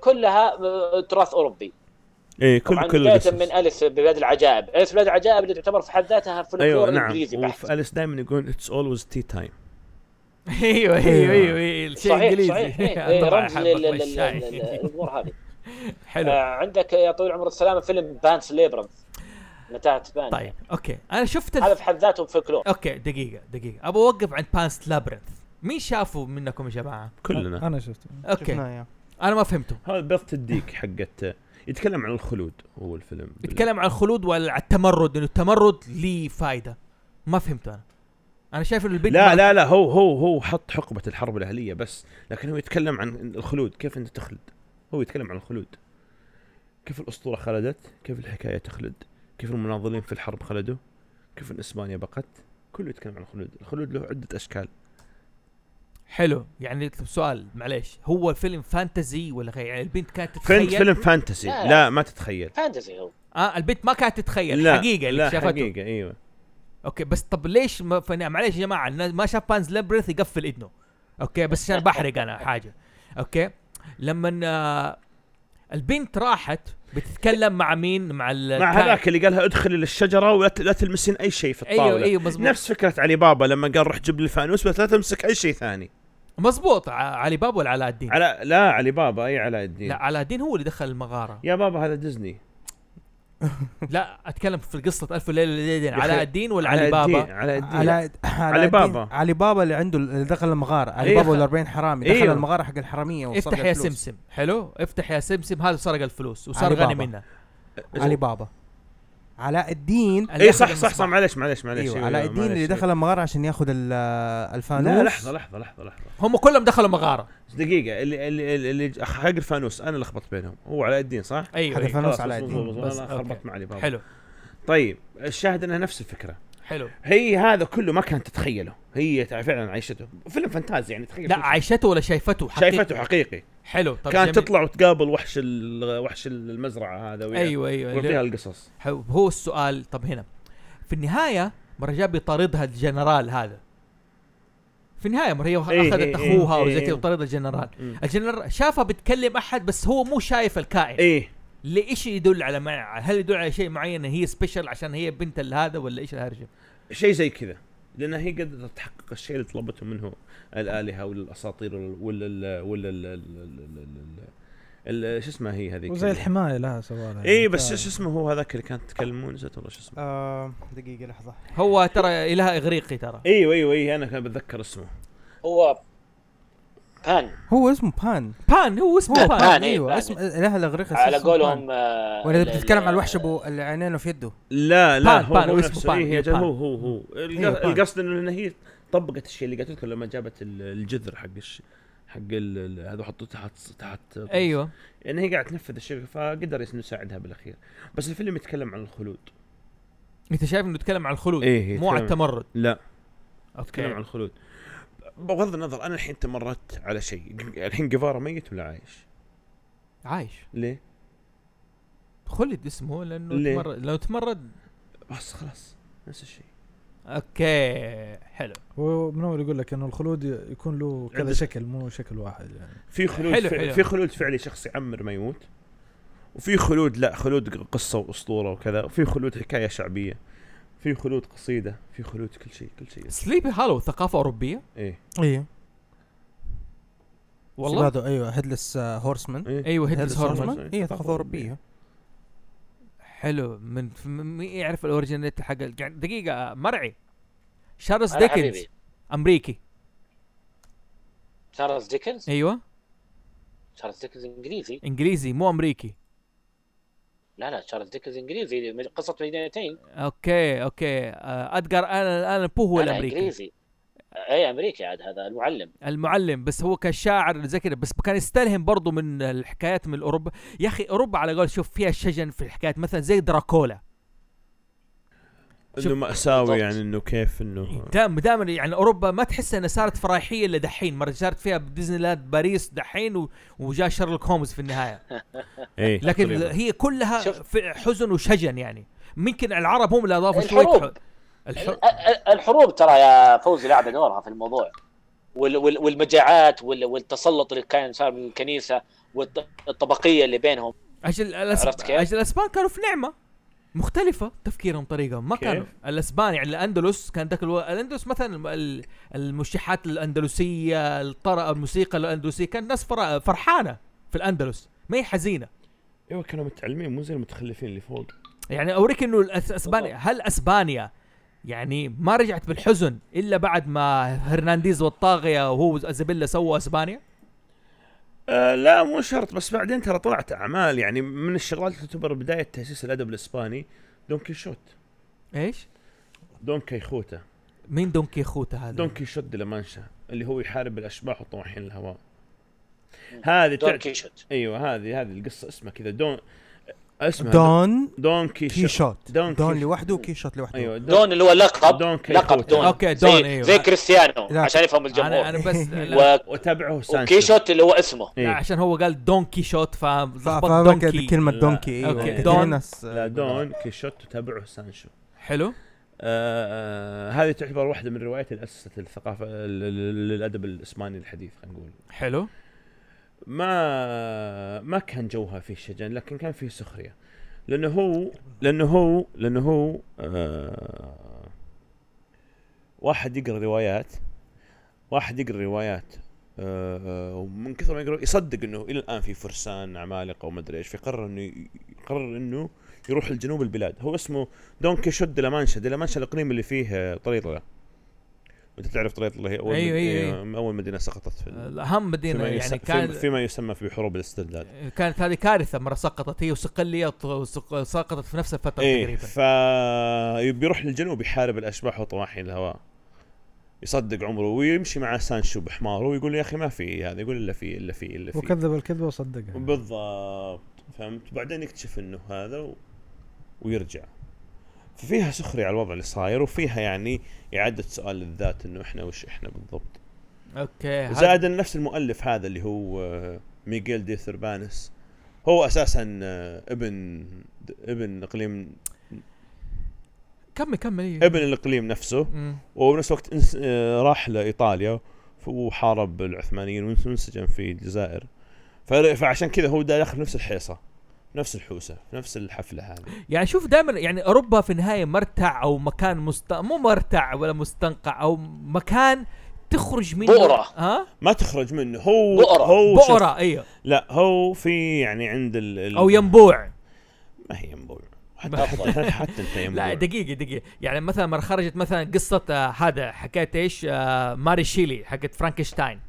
D: كلها آه، تراث اوروبي
B: ايه كل
D: طبعا
B: كل
D: بدايه
B: القصص.
D: من الف بلاد العجائب الف بلاد العجائب اللي تعتبر في حد ذاتها فلكلور
B: ايوه
D: انجليزي
B: نعم
D: بحت
B: وفي اليس دائما يقول اتس اولويز تي تايم
A: ايوه ايوه ايوه ايوه الشيء
D: صحيح
A: انجليزي
D: صحيح إيه، إيه،
A: طبعاً
D: رمز
A: حبة
D: لل- لل-
A: الشاي.
D: لل- الامور هذه
A: حلو
D: آه، عندك يا طويل العمر السلامه فيلم بانس ليبرنث متاهه تبان
A: طيب اوكي انا شفت
D: هذا
A: الف...
D: في حد ذاته فولكلور
A: اوكي دقيقه دقيقه ابغى اوقف عند بانس لابرنث مين شافه منكم يا جماعه آه.
B: كلنا
E: انا شفته
A: اوكي
C: شفناه يا.
A: انا ما فهمته
B: هذا بيضة الديك حقت يتكلم عن الخلود هو الفيلم
A: يتكلم عن الخلود ولا عن التمرد انه التمرد ليه فايده ما فهمته انا انا شايف انه البنت
B: لا
A: ما-
B: لا لا هو هو هو حط حقبة الحرب الأهلية بس لكن هو يتكلم عن الخلود كيف أنت تخلد هو يتكلم عن الخلود كيف الأسطورة خلدت كيف الحكاية تخلد كيف المناضلين في الحرب خلدوا كيف إن إسبانيا بقت كله يتكلم عن الخلود الخلود له عدة أشكال
A: حلو يعني طب سؤال معليش هو فيلم فانتزي ولا غير يعني البنت كانت
B: فيلم
A: تتخيل
B: فيلم فانتسي
D: لا.
B: لا ما تتخيل
D: فانتزي هو
A: اه البنت ما كانت تتخيل
B: لا
A: حقيقه اللي
B: لا
A: شافته
B: حقيقة أيوه
A: اوكي بس طب ليش ما فن... معليش يا جماعه الناس ما شاف بانز لابريث يقفل اذنه اوكي بس عشان بحرق انا حاجه اوكي لما آه البنت راحت بتتكلم مع مين مع ال
B: مع هذاك اللي قالها ادخلي للشجرة ولا ت- لا تلمسين أي شيء في
A: ايوه
B: الطاولة
A: ايوه مزبوط
B: نفس فكرة علي بابا لما قال روح جيب لي الفانوس بس لا تمسك أي شيء ثاني
A: مزبوط ع- علي بابا ولا علاء الدين
B: على لا علي بابا أي علاء الدين
A: لا علاء الدين هو اللي دخل المغاره
B: يا بابا هذا ديزني
A: لا اتكلم في قصه الف ليله وليله
B: يا
A: علاء
B: أخي،
A: الدين ولا علي بابا
B: على الدين
C: على على
B: علي
C: الدين-
B: بابا.
C: علي بابا اللي عنده اللي دخل المغاره علي
B: إيه.
C: بابا وال40 حرامي دخل
B: إيوه.
C: المغاره حق الحراميه وسرق
A: افتح يا
C: الفلوس.
A: سمسم حلو افتح يا سمسم هذا سرق الفلوس
C: علي
A: وسرقني
C: بابا.
A: منها
C: علي بابا علاء
A: اللي
C: الدين
B: اي
A: أخذ
B: إيه، صح صح صح
A: المصباح.
B: معلش معلش معلش
C: ايوه
B: أيوة،
C: علاء الدين
B: معلش.
C: اللي دخل المغاره عشان ياخذ ال- الفانوس
B: لا لحظه لحظه لحظه لحظه
A: هم كلهم دخلوا مغاره
B: دقيقه اللي اللي اللي- اللي حق الفانوس انا لخبطت بينهم هو علاء الدين صح؟
A: ايوه,
C: حق
A: أيوة.
C: الفانوس
B: خلاص،
C: علاء
B: مظبوط،
C: الدين.
B: مظبوط،
A: بس،
B: انا
A: أوكي.
B: خربطت مع علي بابا
A: حلو
B: طيب الشاهد انها نفس الفكره
A: حلو
B: هي هذا كله ما كانت تتخيله هي تع- فعلا عايشته فيلم فانتازي يعني تخيل
A: لا عايشته ولا شايفته حقيقي
B: شايفته حقيقي
A: حلو طب
B: كانت
A: جميل.
B: تطلع وتقابل وحش ال- وحش المزرعه هذا ويا-
A: ايوه ايوه
B: ويعطيها
A: اللي-
B: القصص
A: حلو. هو السؤال طب هنا في النهايه مرة جاء بيطاردها الجنرال هذا في النهايه مرة هي
B: إيه،
A: اخذت
B: إيه، إيه،
A: اخوها
B: إيه،
A: وزي
B: إيه.
A: كذا وطارد الجنرال
B: مم.
A: الجنرال شافها بتكلم احد بس هو مو شايف الكائن
B: ايه
A: ليش يدل على مع... هل يدل على شيء معين إن هي سبيشل عشان هي بنت ال- هذا ولا ايش الهرجه؟
B: شيء زي كذا لانها هي قدرت تحقق الشيء اللي طلبته منه الالهه ولا الاساطير ولا ولا ال- ولا ال- ال- ال- ال- ال- ال- شو اسمها هي هذيك
E: وزي الحمايه لها سوالها يعني.
B: اي إيه، بس شو اسمه هو هذاك اللي كانت تكلمون نسيت والله شو اسمه
C: آه، دقيقه لحظه
A: هو ترى اله اغريقي ترى
B: ايوه ايوه اي انا كان بتذكر اسمه
D: هو بان
C: هو اسمه بان
A: بان هو اسمه أيوة.
D: هو
A: بان
D: بان.
C: ايوه
D: إيه، بان.
C: اسم اله الاغريقي
D: على
C: اسمه
D: قولهم
C: بان.
D: آه،
C: ولا
D: ال-
C: إذا بتتكلم
D: ال-
C: على الوحش ابو اللي عينينه في يده
B: لا لا
A: بان-
B: هو
A: بان،
B: هو
A: هو اسمه
B: نفسه.
A: بان،
B: إيه، هي
A: بان.
B: هو هو هو الق-
C: أيوة، بان.
B: القصد انه إن هي طبقت الشيء اللي قالت لكم لما جابت ال- الجذر حق الش- حق ال- ال- هذا وحطوه تحت تحت
A: ايوه
B: ان هي قاعده تنفذ الشيء فقدر يساعدها بالاخير بس الفيلم يتكلم عن الخلود
A: انت شايف انه يتكلم عن الخلود
B: إيه،
A: مو إيه. عن
B: يتكلم-
A: التمرد
B: لا نتكلم عن
A: اوكي
B: الخلود بغض النظر انا الحين تمردت على شيء الحين جيفارا ميت ولا عايش؟
A: عايش
B: ليه؟
A: خلد اسمه لانه
B: ليه؟
A: تمرد لو تمرد
B: بس خلاص نفس الشيء
A: اوكي حلو
E: ومن اول يقول لك انه الخلود يكون له كذا
B: عدة-
E: شكل مو شكل واحد يعني
B: في خلود
A: حلو،
B: فع-
A: حلو.
B: في خلود فعلي شخص يعمر ما يموت وفي خلود لا خلود قصه واسطوره وكذا وفي خلود حكايه شعبيه في خلود قصيده في خلود كل شيء كل شيء
A: سليبي هالو ثقافه اوروبيه
B: ايه
C: ايوه
A: والله
C: والله ايوه هيدلس هورسمان
B: ايه
A: ايوه هيدلس هورمان
B: Horseman.
C: ايوه ثقافه اوروبيه
A: حلو من ف- م- مين يعرف الاوريجينيت حق ال- يعني دقيقه مرعي شارلز
D: هلا
A: ديكنز
D: حبيبي
A: امريكي
D: تشارلز ديكنز
A: ايوه
D: تشارلز ديكنز انجليزي
A: انجليزي مو امريكي
D: لا لا تشارلز ديكنز انجليزي من قصه مدينتين
A: اوكي اوكي آه، ادجار الان الان بو هو
D: أنا
A: الامريكي
D: انجليزي اي امريكي إيه، عاد هذا المعلم
A: المعلم بس هو كان شاعر زي كده بس كان يستلهم برضه من الحكايات من اوروبا يا اخي اوروبا على قول شوف فيها الشجن في الحكايات مثلا زي دراكولا شوف.
B: انه ماساوي
D: بالضبط.
B: يعني انه كيف انه
A: دام دائما يعني اوروبا ما تحس انها صارت فرايحيه الا دحين مره صارت فيها ديزني لاند باريس دحين و... وجاء شارلوك هومز في النهايه
B: ايه
A: إيه. لكن
B: تقريباً.
A: هي كلها
D: شوف.
A: في حزن وشجن يعني ممكن العرب هم اللي اضافوا شويه
D: الحروب.
A: ح- الح...
D: ال- ال- الحروب ترى يا فوزي لعبه دورها في الموضوع وال- وال- والمجاعات وال- والتسلط اللي كان صار من الكنيسه والطبقيه اللي بينهم
A: اجل الأس...
D: عرفت كيف؟
A: اجل الاسبان كانوا في نعمه مختلفة تفكيرهم طريقهم ما
B: كيف؟
A: كانوا الاسبان يعني الاندلس كان ذاك الو... الاندلس مثلا الم- ال- المشيحات الاندلسية الطرق الموسيقى الاندلسية كانت ناس فر... فرحانة في الاندلس ما هي حزينة
B: أيوة، ايوه كانوا متعلمين مو زي المتخلفين اللي فوق
A: يعني اوريك انه الأس- اسبانيا هل اسبانيا يعني ما رجعت بالحزن الا بعد ما هرنانديز والطاغيه وهو ازابيلا سووا اسبانيا
B: آه لا مو شرط بس بعدين ترى طلعت اعمال يعني من الشغلات اللي تعتبر بدايه تاسيس الادب الاسباني دون كيشوت
A: ايش
B: دون كيخوته
A: مين دون كيخوت هذا
B: دون كيشوت دي لامانشا اللي هو يحارب الاشباح والطواحين الهواء هذه
D: دون
B: تعت...
D: كيشوت
B: ايوه هذه هذه القصه اسمها كذا دون اسمها
C: دون
B: دون كيشوت
C: كيشوت
B: دون
C: دون, دون
B: كيش-
C: لوحده وكيشوت لوحده
B: ايوه
D: دون اللي هو لقب
B: دون
D: لقب
B: كيخوت.
D: دون
A: أوكي،
D: زي-
A: دون، أيوه.
D: زي كريستيانو
C: لا.
D: عشان يفهم الجمهور
A: انا انا بس لا,
D: و...
B: وتابعه سانشو
D: وكيشوت اللي هو اسمه
A: لا
B: إيه.
A: عشان هو قال دون كيشوت فلخبط
C: فاكر
A: دونكي
C: كلمة
B: لا.
C: دونكي
A: أوكي.
C: ايوه
A: دون.
B: لا دون كيشوت وتابعه سانشو
A: حلو
B: آه آه هذه تعتبر واحده من الروايات اللي اسست الثقافه ال- ال- الادب الاسباني الحديث خلينا نقول
A: حلو
B: ما ما كان جوها فيه شجن لكن كان فيه سخريه لانه هو لانه هو لانه هو آه واحد يقرا روايات واحد يقرا روايات آه، آه، ومن كثر ما يقرا يصدق انه الى الان في فرسان عمالقه وما ادري ايش فيقرر انه يقرر انه يروح لجنوب البلاد هو اسمه دون كيشوت دي لامانشا دي لامانشا الاقليم اللي فيه آه، طريطله انت تعرف طريطله هي اول
A: أيوة،
B: مد-
A: أيوة،
B: آه، اول مدينه سقطت في ال-
A: الاهم مدينه
B: فيما يس-
A: يعني
B: فيما-
A: كان
B: فيما يسمى في حروب الاسترداد
A: كانت هذه كارثه مره سقطت هي وصقليه وط- وسق- سقطت في نفس الفتره
B: ايه
A: تقريبا
B: ف بيروح للجنوب يحارب الاشباح وطواحين الهواء يصدق عمره ويمشي مع سانشو بحماره ويقول يا اخي ما في هذا يقول الا في الا في الا في
E: وكذب الكذبه وصدقها
B: بالضبط فهمت بعدين يكتشف انه هذا و... ويرجع ففيها سخريه على الوضع اللي صاير وفيها يعني اعاده سؤال للذات انه احنا وش احنا بالضبط
A: اوكي هذا-
B: زائد إن نفس المؤلف هذا اللي هو آه، ميغيل دي ثربانس هو اساسا آه، ابن ابن اقليم
A: كمل كمل إيه.
B: ابن الاقليم نفسه
A: مم.
B: وبنفس الوقت انس- آه، راح لايطاليا ف- وحارب العثمانيين وانسجن في الجزائر فر- فعشان كذا هو داخل نفس الحيصه نفس الحوسه نفس الحفله هذه
A: يعني شوف دائما يعني اوروبا في النهايه مرتع او مكان مست مو مرتع ولا مستنقع او مكان تخرج منه
D: بؤرة.
A: ها
B: ما تخرج منه هو
D: بؤرة.
B: هو شوف-
A: بؤره ايوه
B: لا هو في يعني عند ال ال-
A: او ينبوع
B: ما هي ينبوع حتى
A: ما-
B: حتى, حتى انت ينبوع
A: لا دقيقه دقيقه يعني مثلا مره خرجت مثلا قصه آه، هذا حكايه ايش آه ماري شيلي حقت فرانكشتاين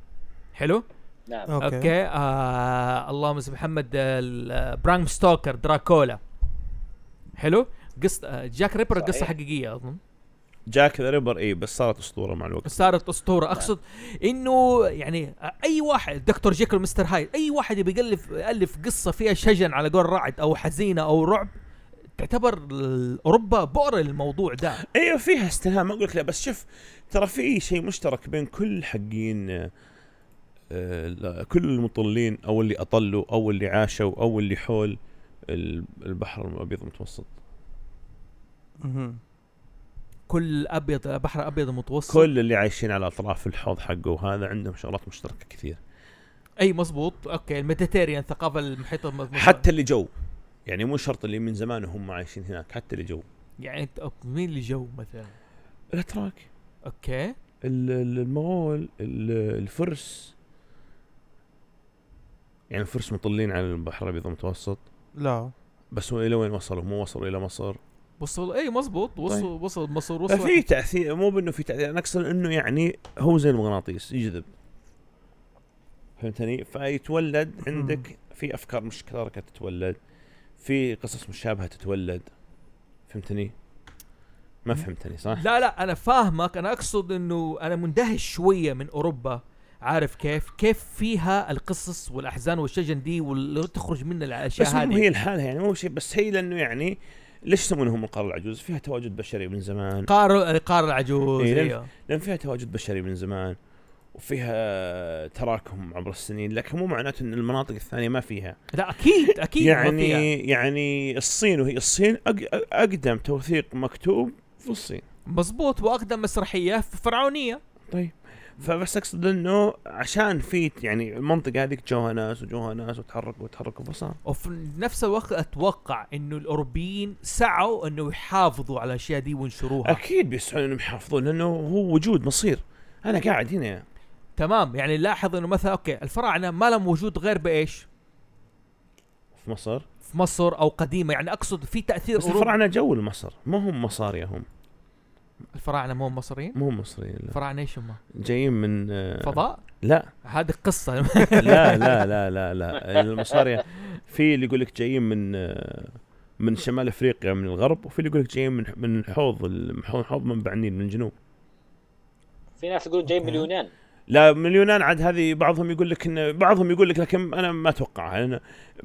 A: حلو
D: نعم
A: اوكي,
C: اوكي
A: أوكي. آه اللهم اسم محمد آه، ال- آه، برام ستوكر دراكولا حلو قصه آه، جاك ريبر
D: صحيح.
A: قصه حقيقيه اظن
B: جاك ذا ريبر اي بس صارت اسطوره مع الوقت
A: صارت اسطوره اقصد انه يعني اي واحد دكتور جيكل مستر هايد اي واحد يبي يقلف يالف قصه فيها شجن على قول رعد او حزينه او رعب تعتبر ال- اوروبا بؤر الموضوع ده
B: ايوه فيها استلهام ما اقول لك لا بس شوف ترى في شيء مشترك بين كل حقين آه، آه، لا، كل المطلين او اللي اطلوا او اللي عاشوا او اللي حول ال- البحر الابيض المتوسط
C: مهم.
A: كل ابيض بحر ابيض متوسط
B: كل اللي عايشين على اطراف الحوض حقه وهذا عندهم شغلات مشتركه كثير
A: اي مزبوط اوكي الميديتيريان ثقافه المحيط المضمون.
B: حتى اللي جو يعني مو شرط اللي من زمان وهم عايشين هناك حتى اللي جو
A: يعني انت أوك- مين اللي جو مثلا
B: الاتراك
A: اوكي
B: ال- ال- المغول ال- الفرس يعني الفرس مطلين على البحر الابيض المتوسط
C: لا
B: بس هو الى وين وصلوا؟ مو وصلوا الى مصر؟
A: وصل اي مزبوط وصل
B: طيب.
A: وصل مصر وصل
B: ففي تاثير مو بانه في تاثير انا اقصد انه يعني هو زي المغناطيس يجذب فهمتني؟ فيتولد عندك في افكار مشتركه تتولد في قصص مشابهه تتولد فهمتني؟ ما فهمتني صح؟
A: لا لا انا فاهمك انا اقصد انه انا مندهش شويه من اوروبا عارف كيف كيف فيها القصص والاحزان والشجن دي واللي تخرج منها الاشياء
B: بس مو
A: هذه
B: هي الحالة يعني مو شيء بس هي لانه يعني ليش يسمونهم القاره العجوز؟ فيها تواجد بشري من زمان
A: قار قار العجوز
B: إيه،
A: أيوه.
B: لان فيها تواجد بشري من زمان وفيها تراكم عبر السنين لكن مو معناته ان المناطق الثانيه ما فيها
A: لا اكيد اكيد ما فيها.
B: يعني يعني الصين وهي الصين أق- اقدم توثيق مكتوب في الصين
A: مزبوط واقدم مسرحيه فرعونيه
B: طيب فبس اقصد انه عشان في يعني المنطقه هذيك جوها ناس وجوها ناس وتحركوا وتحركوا فصار
A: وفي نفس الوقت اتوقع انه الاوروبيين سعوا انه يحافظوا على الاشياء دي وينشروها
B: اكيد بيسعون انهم يحافظون لانه هو وجود مصير انا قاعد هنا
A: تمام يعني لاحظ انه مثلا اوكي الفراعنه ما لهم وجود غير بايش؟
B: في مصر
A: في مصر او قديمه يعني اقصد في تاثير
B: بس
A: أوروبي-
B: الفراعنه جو لمصر ما هم مصاريه هم
A: الفراعنه مو مصريين
B: مو هم مصريين لا.
A: الفراعنه ايش هم؟
B: جايين من آه،
A: فضاء؟
B: لا
A: هذه قصه
B: لا لا لا لا لا المصاريه في اللي يقول لك جايين من آه، من شمال افريقيا من الغرب وفي اللي يقول لك جايين من من الحوض الحوض حوض منبع النيل من الجنوب
D: في ناس يقولون جاي من
C: أوكي.
D: اليونان
B: لا من اليونان عاد هذه بعضهم يقول لك ان بعضهم يقول لك لكن انا ما اتوقعها لان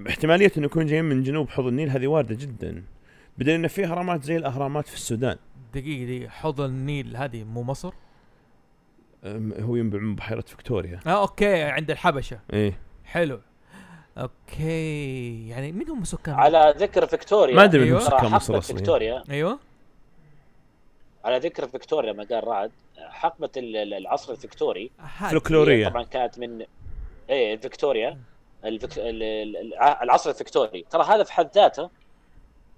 B: احتماليه انه يكون جايين من جنوب حوض النيل هذه وارده جدا بدل ان في اهرامات زي الاهرامات في السودان
A: دقيقه دقيقه حوض النيل هذه مو مصر؟
B: أم، هو ينبع من بحيره فيكتوريا
A: اه اوكي عند الحبشه
B: ايه
A: حلو اوكي يعني مين هم سكان
D: على ذكر فيكتوريا
B: ما ادري من
A: أيوة.
B: هم
D: ترى
B: سكان
D: حقبة
B: مصر اصلا
D: فيكتوريا
A: ايوه
D: على ذكر فيكتوريا لما قال رعد حقبه ال- ال- العصر الفيكتوري
A: هذه.
B: فلكلوريه
D: هي طبعا كانت من ايه فيكتوريا الفك... ال- ال- الع- العصر الفيكتوري ترى هذا في حد ذاته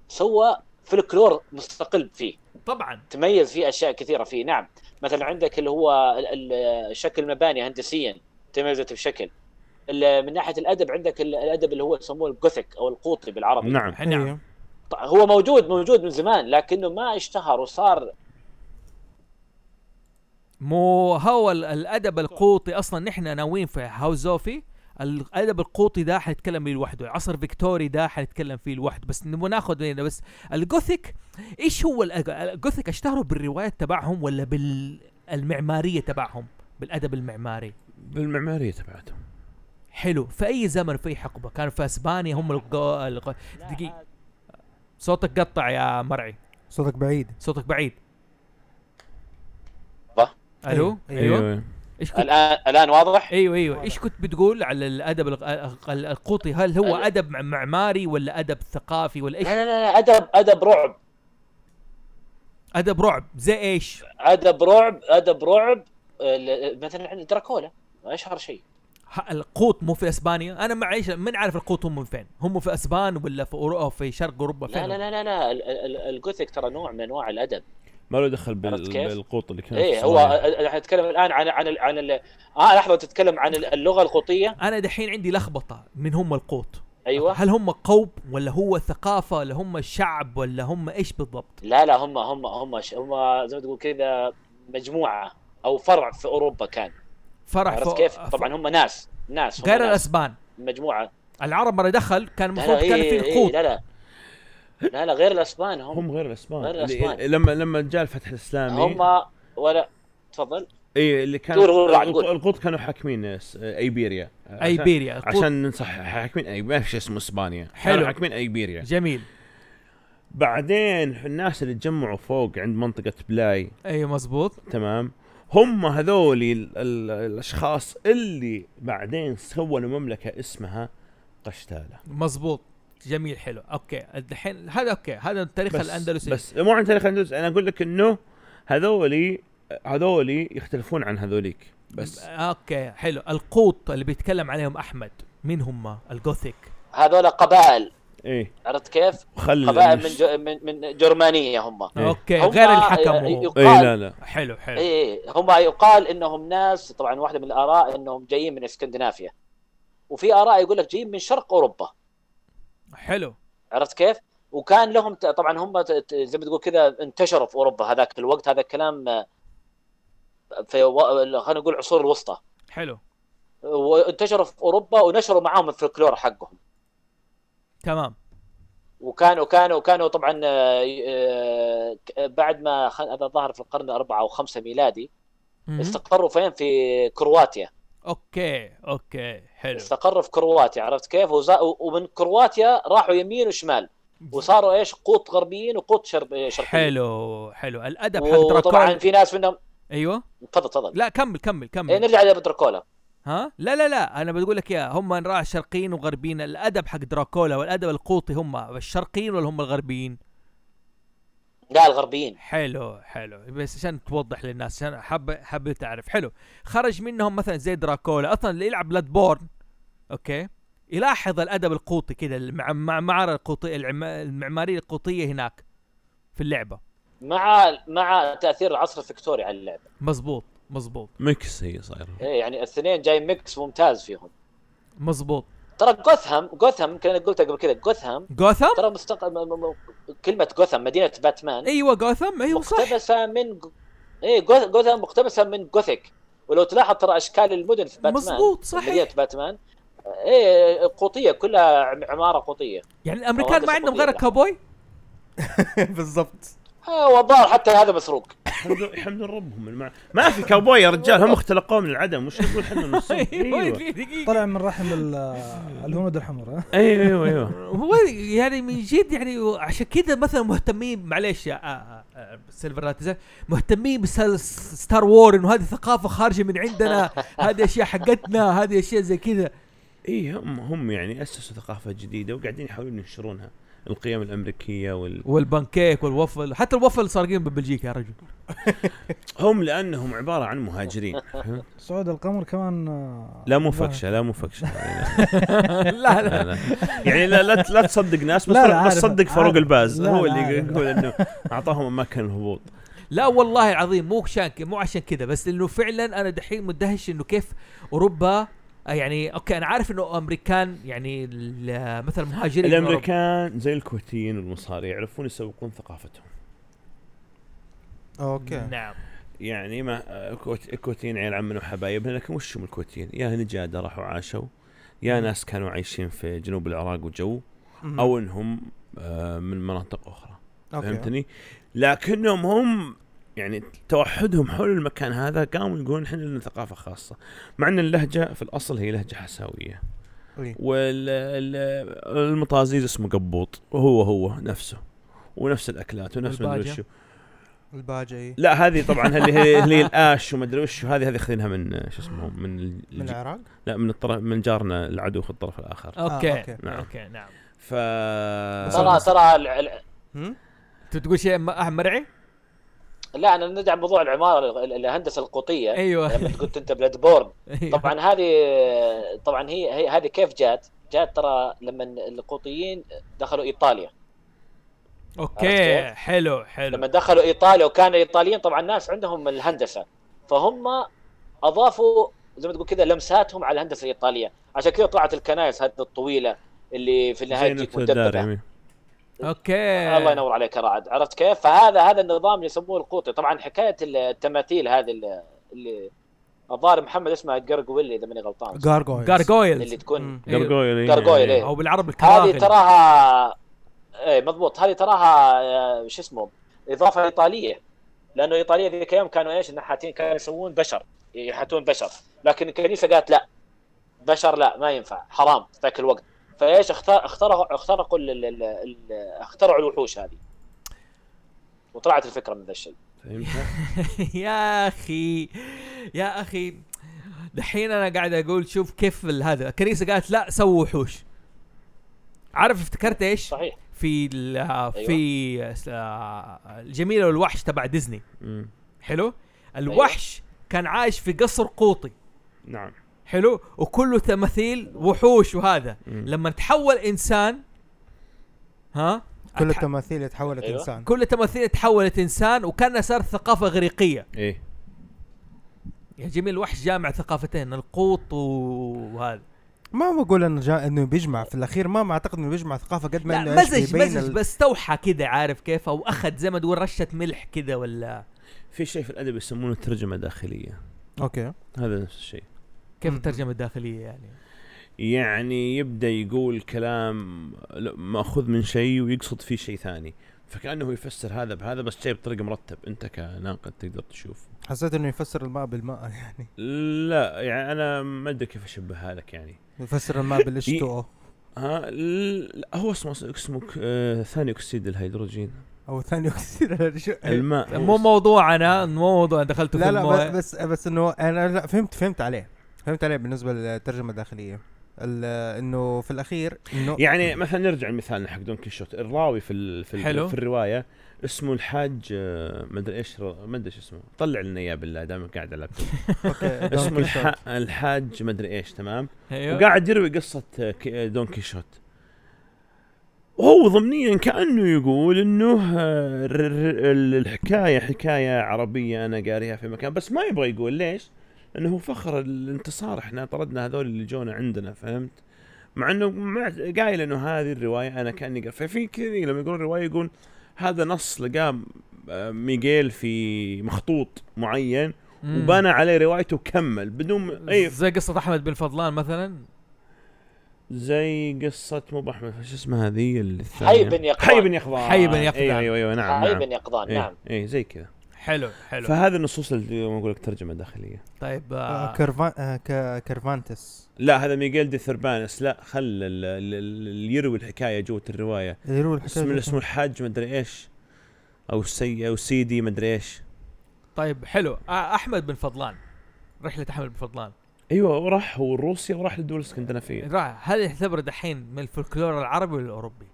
D: سوى فلكلور مستقل فيه
A: طبعا
D: تميز فيه اشياء كثيره فيه نعم مثلا عندك اللي هو ال- ال- شكل مباني هندسيا تميزت بشكل ال- من ناحيه الادب عندك ال- الادب اللي هو يسموه الجوثيك او القوطي بالعربي
B: نعم
A: نعم
C: أيوه.
D: ط- هو موجود موجود من زمان لكنه ما اشتهر وصار
A: مو هو ال- الادب القوطي اصلا نحن ناويين في هاوس زوفي الادب القوطي ده حنتكلم فيه لوحده العصر الفيكتوري ده حنتكلم فيه لوحده بس نبغى ناخذ هنا بس الجوثيك ايش هو الأج- الجوثيك اشتهروا بالروايات تبعهم ولا بالمعماريه تبعهم بالادب المعماري
B: بالمعماريه تبعتهم
A: حلو في اي زمن في اي حقبه كان في اسبانيا هم القو... القو... دقيقه صوتك قطع يا مرعي
C: صوتك بعيد
A: صوتك بعيد
D: الله.
A: الو
B: أيوه.
A: ايوه ايش كنت
D: الان الان واضح
A: ايوه ايوه ايش كنت بتقول على الادب الق- الق- القوطي هل هو
D: ال-
A: ادب مع- معماري ولا ادب ثقافي ولا
D: لا
A: ايش
D: لا لا لا، ادب ادب رعب
A: ادب رعب زي ايش
D: ادب رعب ادب رعب ال- مثلا عندنا آه، دراكولا اشهر شيء
A: ه- القوط مو في اسبانيا انا معليش من عارف القوط هم من فين هم في اسبان ولا في اوروبا في شرق اوروبا فين
D: لا لا لا لا, لا. ال- ال- الجوثيك ترى نوع من انواع الادب
B: ما له دخل
D: عرفت
B: بال-
D: كيف؟
B: بالقوط اللي كان في
D: ايه هو
B: الصومال.
D: أ- أ- احنا نتكلم الان عن عن ال- عن ال... اه لحظه تتكلم عن ال- اللغه القوطيه
A: انا دحين عندي لخبطه من هم القوط
D: ايوه
A: هل هم قوم ولا هو ثقافه ولا هم شعب ولا هم ايش بالضبط
D: لا لا هم هم هم ش- هم زي ما تقول كذا مجموعه او فرع في اوروبا كان
A: فرع
D: عرفت
A: فوق- آه،
D: كيف؟
A: فوق-
D: طبعا هم ناس ناس هم
A: غير
D: ناس
A: الاسبان
D: مجموعه
A: العرب مره دخل كان
D: لا
A: المفروض
D: لا,
A: كان
D: إيه
A: في
D: إيه
A: قوط
D: لا لا لا لا غير الاسبان هم
B: هم غير الاسبان
D: غير
B: اللي-
D: الأسبان.
B: لما لما جاء الفتح الاسلامي
D: هم ولا تفضل
B: اي اللي كان
D: دور غور عن قول.
B: القوط كانوا حاكمين إيه، اس- ايبيريا عشان-
A: ايبيريا القوط.
B: عشان نصح حاكمين اي ما في شيء اسمه اسبانيا
A: حلو.
B: كانوا حاكمين ايبيريا
A: جميل
B: بعدين الناس اللي تجمعوا فوق عند منطقه بلاي
A: ايوه مزبوط
B: تمام هم هذول ال- ال- الاشخاص اللي بعدين سووا مملكه اسمها قشتاله
A: مزبوط جميل حلو اوكي الحين هذا اوكي هذا التاريخ الاندلسي بس
B: بس مو عن تاريخ الاندلس انا اقول لك انه هذولي هذولي يختلفون عن هذوليك بس
A: اوكي حلو القوط اللي بيتكلم عليهم احمد مين هم الجوثيك
D: هذول قبائل
B: ايه
D: عرفت كيف؟
B: خل
D: قبائل من جو من من جرمانيه هم
B: إيه.
A: اوكي
D: هم آه،
A: غير الحكم
D: ي-
A: هو.
D: يقال
B: ايه لا لا
A: حلو حلو
D: ايه هم يقال انهم ناس طبعا واحده من الاراء انهم جايين من اسكندنافيا وفي اراء يقول لك جايين من شرق اوروبا
A: حلو
D: عرفت كيف؟ وكان لهم ت- طبعا هم ت- ت- زي ما تقول كذا انتشروا في اوروبا هذاك الوقت هذا الكلام آه، في و... خلينا نقول العصور الوسطى
A: حلو
D: وانتشروا في اوروبا ونشروا معاهم الفلكلور حقهم
A: تمام
D: وكانوا كانوا كانوا طبعا آه، آه، ك- بعد ما خ- هذا ظهر في القرن الأربعة أو خمسة ميلادي
A: مهم.
D: استقروا فين في كرواتيا
A: اوكي اوكي حلو
D: استقر في كرواتيا عرفت كيف وزا... و- ومن كرواتيا راحوا يمين وشمال وصاروا ايش قوط غربيين وقوط شرب... آه، شرقيين
A: حلو حلو الادب حق
D: وطبعا
A: دراكولا
D: في ناس منهم
A: ايوه
D: تفضل تفضل
A: لا كمل كمل
D: إيه
A: كمل
D: نرجع لدراكولا
A: ها لا لا لا انا بقول لك يا هم انواع شرقيين وغربيين الادب حق دراكولا والادب القوطي هم الشرقيين ولا هم الغربيين
D: لا الغربيين
A: حلو حلو بس عشان توضح للناس عشان حب حب تعرف حلو خرج منهم مثلا زي دراكولا اصلا اللي يلعب بلاد بورن اوكي يلاحظ الادب القوطي كذا المع- المعمار القوطي العم- المعماريه القوطيه هناك في اللعبه
D: مع مع تاثير العصر الفكتوري على اللعبه
A: مزبوط مزبوط
B: ميكس هي صايره
D: إيه يعني الاثنين جاي ميكس ممتاز فيهم
A: مزبوط
D: ترى جوثهام جوثهام يمكن انا قلتها قبل كذا جوثهام
A: جوثم
D: ترى مستقل م- م- م- كلمه جوثام مدينه باتمان
A: ايوه جوثم ايوه صح
D: مقتبسه من جو- ايه جوث- جوثام مقتبسه من جوثيك ولو تلاحظ ترى اشكال المدن في باتمان
A: مظبوط
D: مدينه
A: صحيح
D: باتمان ايه قوطيه كلها عم- عماره قوطيه
A: يعني الامريكان ما عندهم غير الكابوي
C: بالضبط
D: آه والظاهر حتى هذا مسروق
B: حمد حمد ربهم المع... ما في كاوبوي يا رجال هم اختلقوه من العدم وش تقول حنا من الصدق ايوه
A: دقيقة، دقيقة.
E: طلع من رحم ال- الهنود الحمر ها؟
B: ايوه ايوه ايوه
A: هو يعني من جد يعني عشان كذا مثلا مهتمين معليش يا آه، آه، آه، سيلفر لا تزعل، مهتمين بستار وور انه هذه ثقافه خارجه من عندنا هذه اشياء حقتنا هذه اشياء زي كذا
B: اي هم هم يعني اسسوا ثقافه جديده وقاعدين يحاولون ينشرونها القيم الامريكيه وال...
A: والبانكيك والوفل حتى الوفل صارقين ببلجيكا يا رجل
B: هم لانهم عباره عن مهاجرين
E: صعود القمر كمان آه،
B: لا مو فكشه لا مو فكشه لا
A: لا لا
B: لا, لا. يعني لا لا, لا تصدق ناس بس
E: لا، لا،
B: لا
E: عارف-
B: بس صدق فاروق
E: عارف.
B: الباز
E: لا،
B: هو
E: لا، إيه،
B: اللي
E: عارف.
B: يقول انه اعطاهم اماكن الهبوط
A: لا والله العظيم مو عشان ك- مو عشان كذا بس انه فعلا انا دحين مندهش انه كيف اوروبا آه، يعني اوكي انا عارف انه امريكان يعني ال- مثلا مهاجرين من أوروبا.
B: الامريكان زي الكويتيين والمصاري يعرفون يسوقون ثقافتهم
C: اوكي
A: نعم
B: يعني ما الكويت- الكويتيين عيال عمنا وحبايبنا لكن وش هم الكويتيين؟ يا نجاده راحوا عاشوا يا ناس كانوا عايشين في جنوب العراق وجو
C: مم.
B: او انهم آه، من مناطق اخرى
C: أوكي.
B: فهمتني؟ لكنهم هم يعني توحدهم حول المكان هذا قاموا يقولون احنا لنا ثقافه خاصه مع ان اللهجه في الاصل هي لهجه حساويه
C: إيه.
B: والمطازيز اسمه قبوط وهو هو نفسه ونفس الاكلات ونفس ما ادري
A: والباجة.
B: وشو
C: الباجة إيه.
B: لا هذه طبعا اللي هي اللي هي الاش وما ادري وش هذه هذه اخذينها من آه، شو اسمه من ال-
C: من
B: الج-
C: العراق
B: لا من الطرف من جارنا العدو في الطرف الاخر
A: اوكي
C: آه، أوكي.
B: نعم.
A: اوكي نعم
B: ف آه.
D: ترى ترى ال- ال-
C: هم؟
A: انت تقول شيء ما- احمد مرعي؟
D: لا انا ندعم موضوع العماره ال- الهندسه القوطيه
A: ايوه
D: لما قلت انت بلاد بورن
A: أيوه.
D: طبعا هذه طبعا هي, هي هذه كيف جات؟ جات ترى لما القوطيين دخلوا ايطاليا عرفت
A: اوكي
D: كيف؟
A: حلو حلو
D: لما دخلوا ايطاليا وكان الايطاليين طبعا الناس عندهم الهندسه فهم اضافوا زي ما تقول كذا لمساتهم على الهندسه الايطاليه عشان كذا طلعت الكنائس هذه الطويله اللي في النهايه تجيك مدببه
A: اوكي
D: الله ينور عليك يا رعد عرفت كيف؟ فهذا هذا النظام اللي يسموه القوطي طبعا حكايه التماثيل هذه اللي- اللي الظاهر محمد اسمها جرجويل اذا ماني غلطان
C: جارجويلز
A: جارجويلز
D: اللي تكون
C: مم.
A: أيوه.
B: قرقويل
D: قرقويل، إيه.
A: او بالعربي
D: هذه
A: الكراغل
D: تراها اي مضبوط هذه تراها آه، شو اسمه اضافه ايطاليه لانه ايطاليا ذيك الايام كانوا ايش النحاتين كانوا يسوون بشر يحاتون بشر لكن الكنيسه قالت لا بشر لا ما ينفع حرام في ذاك الوقت فايش اختار اخترقوا اخترقوا ال- ال- ال- ال- اخترعوا الوحوش هذه وطلعت الفكره من ذا الشيء
B: فهمت؟
A: يا اخي يا اخي دحين انا قاعد اقول شوف كيف ال- هذا الكنيسه قالت لا سووا وحوش عارف افتكرت ايش؟
D: صحيح
A: في ال- آه،
D: أيوه.
A: في آه، الجميله والوحش تبع ديزني
B: مم.
D: أيوه.
A: حلو؟ الوحش كان عايش في قصر قوطي
B: نعم
A: حلو وكله تماثيل وحوش وهذا
B: مم.
A: لما تحول انسان ها
C: كل
A: أتح-
C: التماثيل تحولت
D: أيوة.
C: انسان
A: كل التماثيل تحولت انسان وكانها صارت ثقافه اغريقيه
B: ايه
A: يا جميل الوحش جامع ثقافتين القوط وهذا
C: ما بقول انه جا انه بيجمع في الاخير ما ما اعتقد انه بيجمع ثقافه قد ما
A: لا
C: انه إيش
A: مزج
C: بيبين
A: مزج
C: ال-
A: بس توحى كذا عارف كيف او اخذ زي ما تقول رشه ملح كذا ولا
B: في شيء في الادب يسمونه الترجمه الداخليه
C: اوكي
B: هذا نفس الشيء
A: كيف
C: مم.
A: الترجمه الداخليه يعني
B: يعني يبدا يقول كلام ل- ماخوذ من شيء ويقصد فيه شيء ثاني فكانه يفسر هذا بهذا بس جاي بطريقه مرتب انت كناقد تقدر تشوف
C: حسيت انه يفسر الماء بالماء يعني
B: لا يعني انا ما ادري كيف اشبهها لك يعني
C: يفسر الماء بالاتش
B: إيه.
C: 2 او
B: ها ال- لا، هو اسمه اسمه ك- آه، ثاني اكسيد الهيدروجين
C: او ثاني اكسيد
B: الماء
A: إيه، مو موضوعنا مو موضوع دخلته في
C: أيوة. لا لا
A: الموضوع
C: بس بس, بس انه انا لا فهمت فهمت عليه فهمت عليه بالنسبه للترجمه الداخليه ال- انه في الاخير انه
B: يعني مثلا نرجع لمثالنا حق دون كيشوت الراوي في ال في,
A: حلو.
B: ال في الروايه اسمه الحاج آه، ما ادري ايش ر- ما ادري ايش اسمه طلع لنا اياه بالله دام قاعد على اللابتوب
C: اوكي دون
B: اسمه
C: كيشوت.
B: الح... الحاج ما ادري ايش تمام
A: ايوه
B: وقاعد يروي قصه آه، كي- آه، دون كيشوت وهو ضمنيا كانه يقول انه آه، ر- ر- ال- الحكايه حكايه عربيه انا قاريها في مكان بس ما يبغى يقول ليش؟ لانه هو فخر الانتصار احنا طردنا هذول اللي جونا عندنا فهمت؟ مع انه مع قايل انه هذه الروايه انا كاني قرأ ففي كثير لما يقولون روايه يقول هذا نص لقاه آه، ميغيل في مخطوط معين
A: مم.
B: وبنى عليه روايته وكمل بدون اي
A: زي قصه احمد بن فضلان مثلا
B: زي قصه مو باحمد شو اسمها هذه الثانيه
D: حي بن يقظان
B: حي بن يقظان
A: حي بن يقظان.
B: ايوه ايوه, أيوة نعم
D: حي
B: نعم.
D: بن يقظان نعم
B: اي إيه زي كذا
A: حلو حلو
B: فهذه النصوص اللي ما اقول لك ترجمه داخليه
A: طيب
C: آه
A: آه
C: كرفان آه ك- كرفانتس
B: لا هذا ميغيل دي ثربانس لا خل ال- ال- ال- اللي يروي الحكايه جوة الروايه
C: يروي الحكايه
B: اسمه
C: دي.
B: اسمه الحاج مدري ايش او السي او سيدي مدري ايش
A: طيب حلو آه احمد بن فضلان رحله احمد بن فضلان
B: ايوه وراح هو روسيا وراح للدول الاسكندنافيه
A: راح هل يعتبر دحين من الفولكلور العربي ولا الاوروبي؟
B: إيه.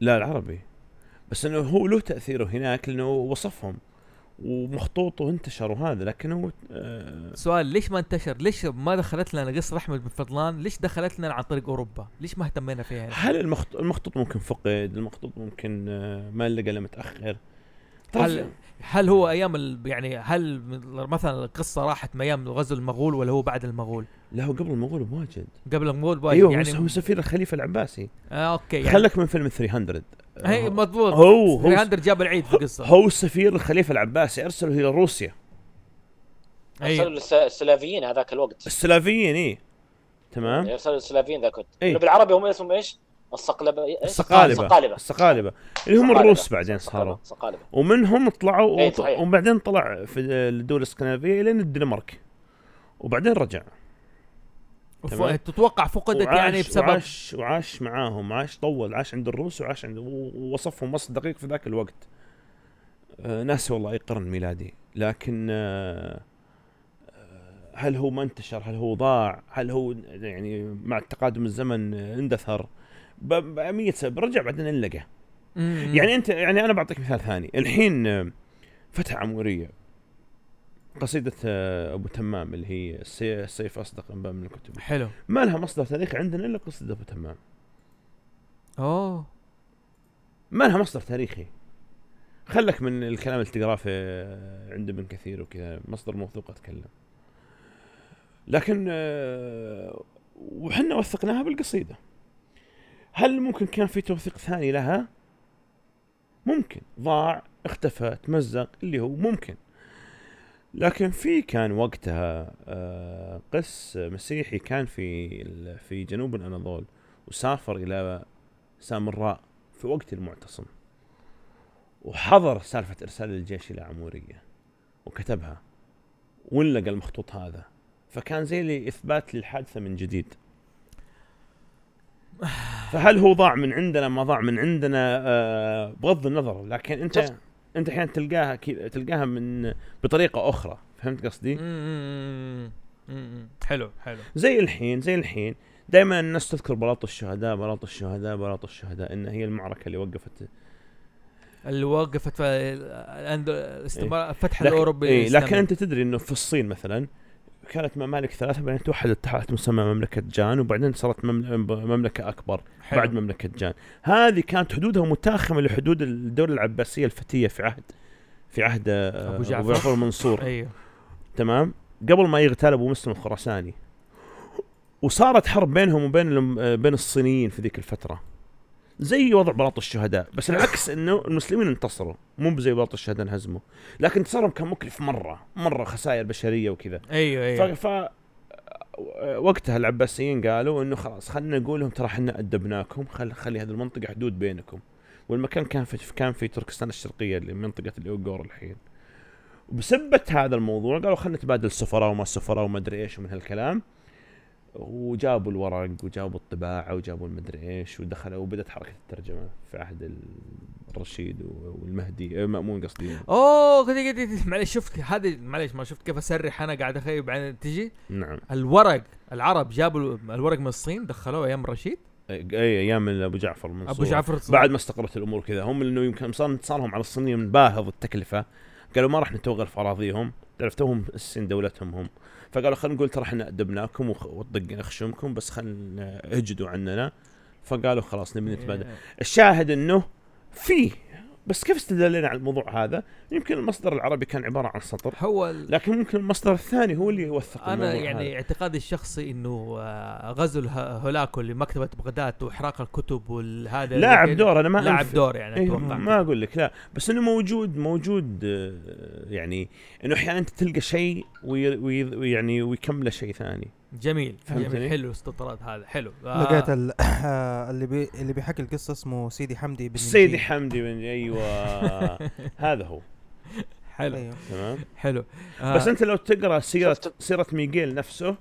B: لا العربي بس انه هو له تاثيره هناك لانه وصفهم ومخطوطه انتشر وهذا لكن هو آه
A: سؤال ليش ما انتشر؟ ليش ما دخلت لنا قصه احمد بن فضلان؟ ليش دخلت لنا عن طريق اوروبا؟ ليش ما اهتمينا فيها هنا؟
B: هل المخط... المخطوط ممكن فقد المخطوط ممكن آه ما لقى طيب، الا متاخر
A: هل هل هو ايام ال... يعني هل مثلا القصه راحت من ايام غزو المغول ولا هو بعد المغول؟
B: لا هو قبل المغول بواجد
A: قبل المغول بواجد
B: ايوه يعني
A: يعني
B: هو سفير الخليفه العباسي
A: آه اوكي
B: يعني
A: يعني
B: خلك من فيلم 300
A: هي
B: هو
A: مضبوط
B: هو-
A: لياندر جاب العيد في القصه
B: هو سفير الخليفه العباسي ارسله الى روسيا
D: ارسلوا
A: ايوه
D: للس- السلافيين هذاك الوقت
B: السلافيين ايه تمام
D: ارسلوا السلافيين ذاك الوقت
B: إيه.
D: إنه بالعربي هم اسمهم ايش؟ الصقلبه إيش؟
B: الصقالبه
D: الصقالبه
B: الصقالبه اللي هم
D: الصقالبة.
B: الروس بعدين صاروا
D: الصقالبه
B: ومنهم طلعوا
D: إيه،
B: وط...
D: صحيح.
B: وبعدين طلع في الدول الاسكندنافيه لين الدنمارك وبعدين رجع تمام.
A: وف- تتوقع فقدت
B: وعاش-
A: يعني بسبب
B: وعاش, وعاش معاهم عاش طول عاش عند الروس وعاش عند و- ووصفهم وصف دقيق في ذاك الوقت آه ناسي والله اي قرن ميلادي لكن آه آه، هل هو ما انتشر هل هو ضاع هل هو يعني مع تقادم الزمن آه، اندثر ب- ب- 100 سبب رجع بعدين انلقى
A: مم.
B: يعني انت يعني انا بعطيك مثال ثاني الحين آه، فتح عموريه قصيده آه، ابو تمام اللي هي السي- السيف اصدق انباء من الكتب
A: حلو
B: ما لها مصدر تاريخي عندنا الا قصه ابو تمام
A: اوه
B: ما لها مصدر تاريخي خلك من الكلام اللي تقراه في عند ابن كثير وكذا مصدر موثوق اتكلم لكن آه، وحنا وثقناها بالقصيده هل ممكن كان في توثيق ثاني لها ممكن ضاع اختفى تمزق اللي هو ممكن لكن في كان وقتها آه، قس مسيحي كان في ال- في جنوب الاناضول وسافر الى سامراء في وقت المعتصم وحضر سالفة إرسال الجيش إلى عمورية وكتبها ولقى المخطوط هذا فكان زي اللي إثبات للحادثة من جديد فهل هو ضاع من عندنا ما ضاع من عندنا آه بغض النظر لكن أنت
D: شفت.
B: أنت أحيانا تلقاها كي- تلقاها من بطريقة أخرى فهمت قصدي؟
A: مم. مم. حلو حلو
B: زي الحين زي الحين دائما الناس تذكر بلاط الشهداء بلاط الشهداء بلاط الشهداء إن هي المعركة اللي وقفت
A: اللي وقفت ف- الأند- استمرار الفتح
B: لكن-
A: الاوروبي
B: إيه لكن
A: الإسلامي.
B: انت تدري انه في الصين مثلا كانت ممالك ثلاثه بعدين توحدت تحت مسمى مملكه جان وبعدين صارت ممل- مملكه اكبر
A: حلو.
B: بعد مملكه جان هذه كانت حدودها متاخمه لحدود الدوله العباسيه الفتيه في عهد في عهد آه،
A: أبو جعفر.
B: ابو جعفر المنصور
A: ايوه
B: تمام قبل ما يغتال ابو مسلم الخراساني وصارت حرب بينهم وبين الم- آه، بين الصينيين في ذيك الفتره زي وضع بلاط الشهداء بس العكس انه المسلمين انتصروا مو بزي بلاط الشهداء انهزموا لكن انتصارهم كان مكلف مره مره خسائر بشريه وكذا
A: ايوه
B: ف,
A: ايوه
B: ف... آه، وقتها العباسيين قالوا انه خلاص خلينا نقول لهم ترى احنا ادبناكم خل خلي هذه المنطقه حدود بينكم والمكان كان في كان في تركستان الشرقيه اللي منطقه الاوغور الحين وبسبة هذا الموضوع قالوا خلينا نتبادل سفراء وما سفراء وما ادري ايش ومن هالكلام وجابوا الورق وجابوا الطباعه وجابوا المدري ايش ودخلوا وبدات حركه الترجمه في عهد الرشيد والمهدي آه، مامون قصدي
A: اوه كده كده معلش شفت هذه معلش ما شفت كيف اسرح انا قاعد اخيب بعدين تجي
B: نعم
A: الورق العرب جابوا الورق من الصين دخلوه ايام رشيد
B: اي ايام ابو إيه، جعفر
A: ابو
B: المنصور
A: جعفر الص-
B: بعد ما استقرت الامور كذا هم انه يمكن صار انتصارهم على الصينيين من باهظ التكلفه قالوا ما راح نتوغل في اراضيهم تعرف توهم الصين دولتهم هم فقالوا خلينا نقول ترى احنا ادبناكم وخ- وطق خشمكم بس خلينا
A: إيه.
B: اجدوا عننا فقالوا خلاص نبي نتبادل الشاهد انه في بس كيف استدلينا على الموضوع هذا؟ يمكن المصدر العربي كان عباره عن سطر
A: هو ال-
B: لكن ممكن المصدر الثاني هو اللي يوثق
A: انا
B: الموضوع
A: يعني
B: هذا.
A: اعتقادي الشخصي انه آه، غزو اله- هولاكو لمكتبه بغداد واحراق الكتب وهذا
B: لاعب دور انا ما
A: لاعب
B: أنفي.
A: دور يعني
B: إيه
A: اتوقع
B: ما اقول لك لا بس انه موجود موجود آه، يعني انه احيانا انت تلقى شيء وي- وي- ويعني ويكمله شيء ثاني
A: جميل
B: فهمتني؟
A: جميل حلو الاستطراد هذا حلو آه،
C: لقيت ال- آه، اللي بي اللي بيحكي القصه اسمه سيدي حمدي بن
B: سيدي
C: نجيب.
B: حمدي بن ايوه هذا هو
A: حلو
C: أيوه.
B: تمام
A: حلو آه،
B: بس انت لو تقرا سيره
D: شفت-
B: سيره ميغيل نفسه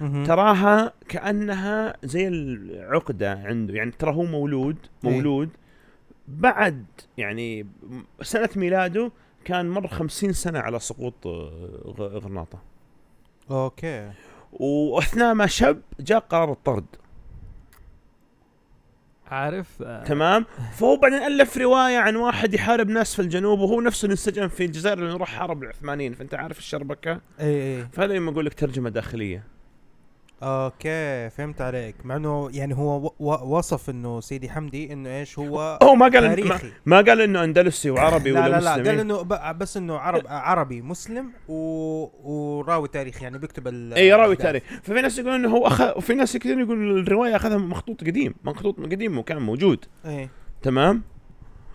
C: مهم.
B: تراها كانها زي العقده عنده يعني ترى هو مولود
C: إيه.
B: مولود بعد يعني سنه ميلاده كان مر خمسين سنه على سقوط آه، غ- غرناطه
C: اوكي
B: واثناء ما شب جاء قرار الطرد
A: عارف آه،
B: تمام فهو بعدين الف روايه عن واحد يحارب ناس في الجنوب وهو نفسه اللي انسجن في الجزائر لانه راح حارب العثمانيين فانت عارف الشربكه
C: اي اي
B: فهذا لما اقول لك ترجمه داخليه
C: اوكي فهمت عليك مع انه يعني هو و- و- وصف انه سيدي حمدي انه ايش هو
B: هو ما قال إن- ما,
C: تاريخي
B: ما قال انه اندلسي وعربي
C: لا
B: ولا
C: لا لا قال
B: مسلمين
C: انه ب- بس انه عرب عربي مسلم و... وراوي تاريخ يعني بيكتب ال
B: اي إيه، راوي
C: الأحداث.
B: تاريخ ففي ناس يقولون انه هو اخذ وفي ناس كثير يقولون الروايه اخذها من مخطوط قديم مخطوط قديم وكان موجود
C: اي
B: تمام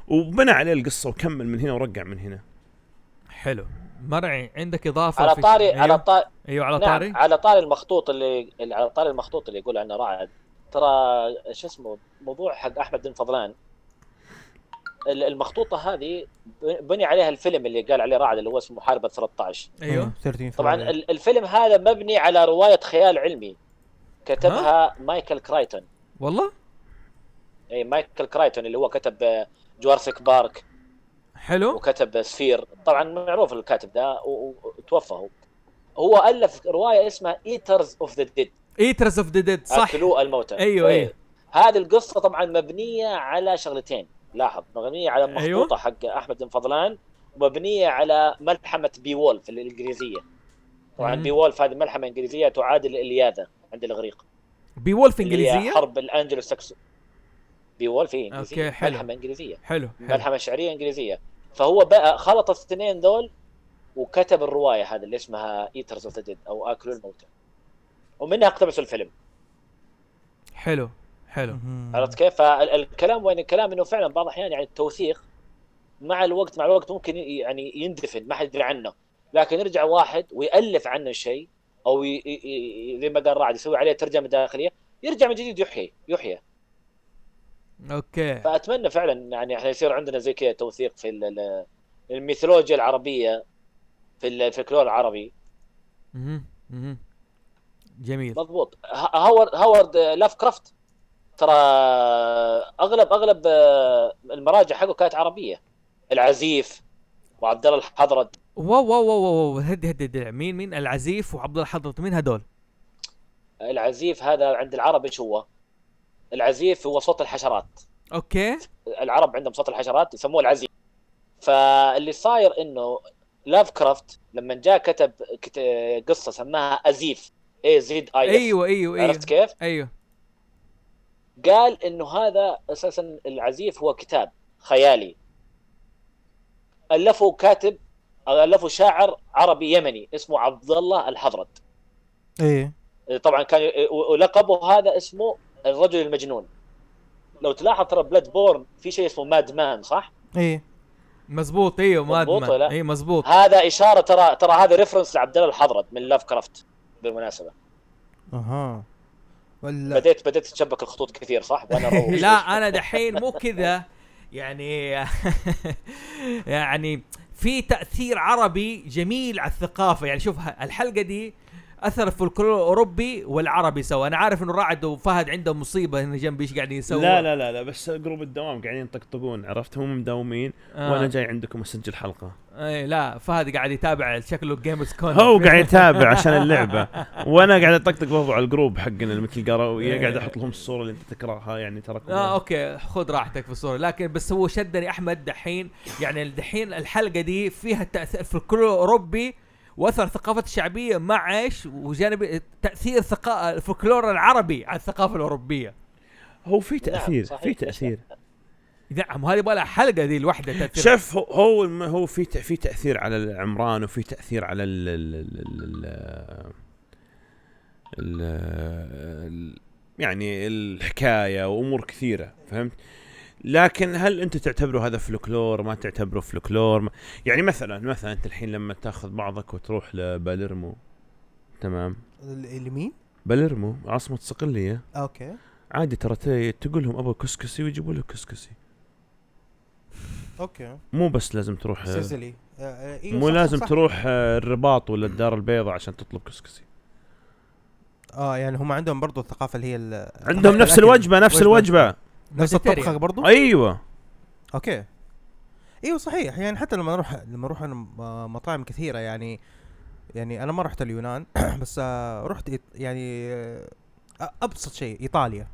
B: وبنى عليه القصه وكمل من هنا ورقع من هنا
A: حلو مرعي عندك اضافه
D: على
A: في-
D: طاري
A: أيوه؟
D: على طاري
A: ايوه على طاري
D: نعم على طاري المخطوط اللي اللي- على طاري المخطوط اللي يقول عنه رعد ترى شو اسمه موضوع حق احمد بن فضلان ال- المخطوطه هذه ب- بني عليها الفيلم اللي قال عليه رعد اللي هو اسمه محاربه 13
A: ايوه
C: 13
D: طبعا
C: فبراير.
D: ال- الفيلم هذا مبني على روايه خيال علمي كتبها مايكل كرايتون
A: والله
D: اي مايكل كرايتون اللي هو كتب آه، جوارسيك بارك
A: حلو
D: وكتب سفير طبعا معروف الكاتب ده و- و- وتوفى هو هو الف روايه اسمها ايترز اوف ذا ديد
A: ايترز اوف ذا ديد صح
D: اكلوا الموتى
A: أيوة،
D: إيه.
A: أيوة.
D: هذه القصه طبعا مبنيه على شغلتين لاحظ مبنيه على مخطوطه
A: أيوة.
D: حق احمد بن فضلان ومبنيه على ملحمه بي وولف الانجليزيه طبعا
A: مم.
D: بي وولف هذه ملحمه انجليزيه تعادل الالياذه عند الاغريق
A: بي وولف
D: اللي هي
A: انجليزيه
D: حرب الانجلو ساكسون بي وولف هي انجليزيه
A: أوكي، حلو.
D: ملحمه انجليزيه
A: حلو حلو
D: ملحمه شعريه انجليزيه فهو بقى خلط الاثنين دول وكتب الروايه هذه اللي اسمها ايترز اوف ذا او اكلوا الموتى ومنها اقتبسوا الفيلم
A: حلو حلو
C: مهم.
D: عرفت كيف؟ فالكلام وين الكلام انه فعلا بعض الاحيان يعني التوثيق مع الوقت مع الوقت ممكن ي- يعني يندفن ما حد يدري عنه لكن يرجع واحد ويالف عنه شيء او ي... ي... ي... زي ما قال رعد يسوي عليه ترجمه داخليه يرجع من جديد يحيي يحيى
A: اوكي
D: فاتمنى فعلا يعني احنا يصير عندنا زي كذا توثيق في ال- ال- الميثولوجيا العربيه في ال- الفلكلور العربي
A: مهم. مهم. جميل
D: مضبوط ه- هاورد هاورد لاف كرافت ترى اغلب اغلب آه، المراجع حقه كانت عربيه العزيف وعبد الله الحضرد
A: واو واو واو واو هدي هدي هدي مين مين العزيف وعبد الله حضرت مين هدول
D: العزيف هذا عند العرب ايش هو؟ العزيف هو صوت الحشرات
A: اوكي
D: العرب عندهم صوت الحشرات يسموه العزيف فاللي صاير انه لاف كرافت لما جاء كتب كت- قصه سماها ازيف اي زد اي
A: ايوه ايوه ايوه
D: عرفت كيف؟
A: ايوه
D: قال انه هذا اساسا العزيف هو كتاب خيالي الفه كاتب الفه شاعر عربي يمني اسمه عبد الله الحضرد
C: اي
D: طبعا كان ولقبه هذا اسمه الرجل المجنون لو تلاحظ ترى بلاد بورن في شيء اسمه ماد مان صح؟
C: اي
A: مزبوط ايوه
D: مزبوط ولا
A: مادمان
D: لا؟
A: اي مزبوط
D: هذا اشاره ترى ترى هذا ريفرنس لعبد الله الحضرد من لاف كرافت بالمناسبه
C: اها ولا
D: بديت بديت تشبك الخطوط كثير صح؟ نعم، وانا أروح.
A: لا انا دحين مو كذا يعني يعني في تاثير عربي جميل على الثقافه يعني شوف ه- الحلقه دي اثر الفولكلور الاوروبي والعربي سوا انا عارف انه رعد وفهد عندهم مصيبه هنا جنبي ايش قاعدين يسووا
B: لا لا لا لا بس جروب الدوام قاعدين يطقطقون عرفت هم مداومين
A: آه.
B: وانا جاي عندكم اسجل حلقه
A: اي إيه، لا فهد قاعد يتابع شكله جيمز كون
B: هو قاعد يتابع عشان اللعبه وانا قاعد اطقطق برضو على الجروب حقنا اللي مثل قراويه قاعد احط لهم الصوره اللي انت تكرهها يعني تراكم
D: آه،
A: اه اوكي خذ راحتك في الصوره لكن بس هو شدني احمد دحين يعني دحين الحلقه دي فيها تاثير في الكل الاوروبي واثر الثقافه الشعبيه مع ايش وجانب تاثير ثقا... الفولكلور العربي على الثقافه الاوروبيه
B: هو في
D: نعم،
B: تاثير
D: صحيح.
B: في تاثير
A: نعم هذه بلا حلقه ذي الوحده تأثير.
B: شوف هو- هو الم- هو في ت- في تاثير على العمران وفي تاثير على ال ال ال ال ال ال يعني الحكايه وامور كثيره فهمت لكن هل انت تعتبره هذا فلكلور ما تعتبره فلكلور ما- يعني مثلا مثلا انت الحين لما تاخذ بعضك وتروح لباليرمو تمام
C: اليمين
B: باليرمو عاصمه صقليه
C: اوكي
B: عادي ترى ت- تقول لهم ابغى كسكسي ويجيبوا لك كسكسي
C: اوكي
B: مو بس لازم تروح
C: سيسلي آه، آه، إيوه
B: مو
C: صح،
B: لازم
C: صح، صح.
B: تروح آه، الرباط ولا الدار البيضاء عشان تطلب كسكسي
C: اه يعني هم عندهم برضو الثقافه اللي هي ال-
B: عندهم نفس
C: الأكل.
B: الوجبه نفس الوجبه
C: نفس
A: مديتيريان.
C: الطبخه برضو أيوة.
B: ايوه
C: اوكي ايوه صحيح يعني حتى لما اروح لما اروح انا م- مطاعم كثيره يعني يعني انا ما رحت اليونان بس آه، رحت إيط- يعني آه، ابسط شيء ايطاليا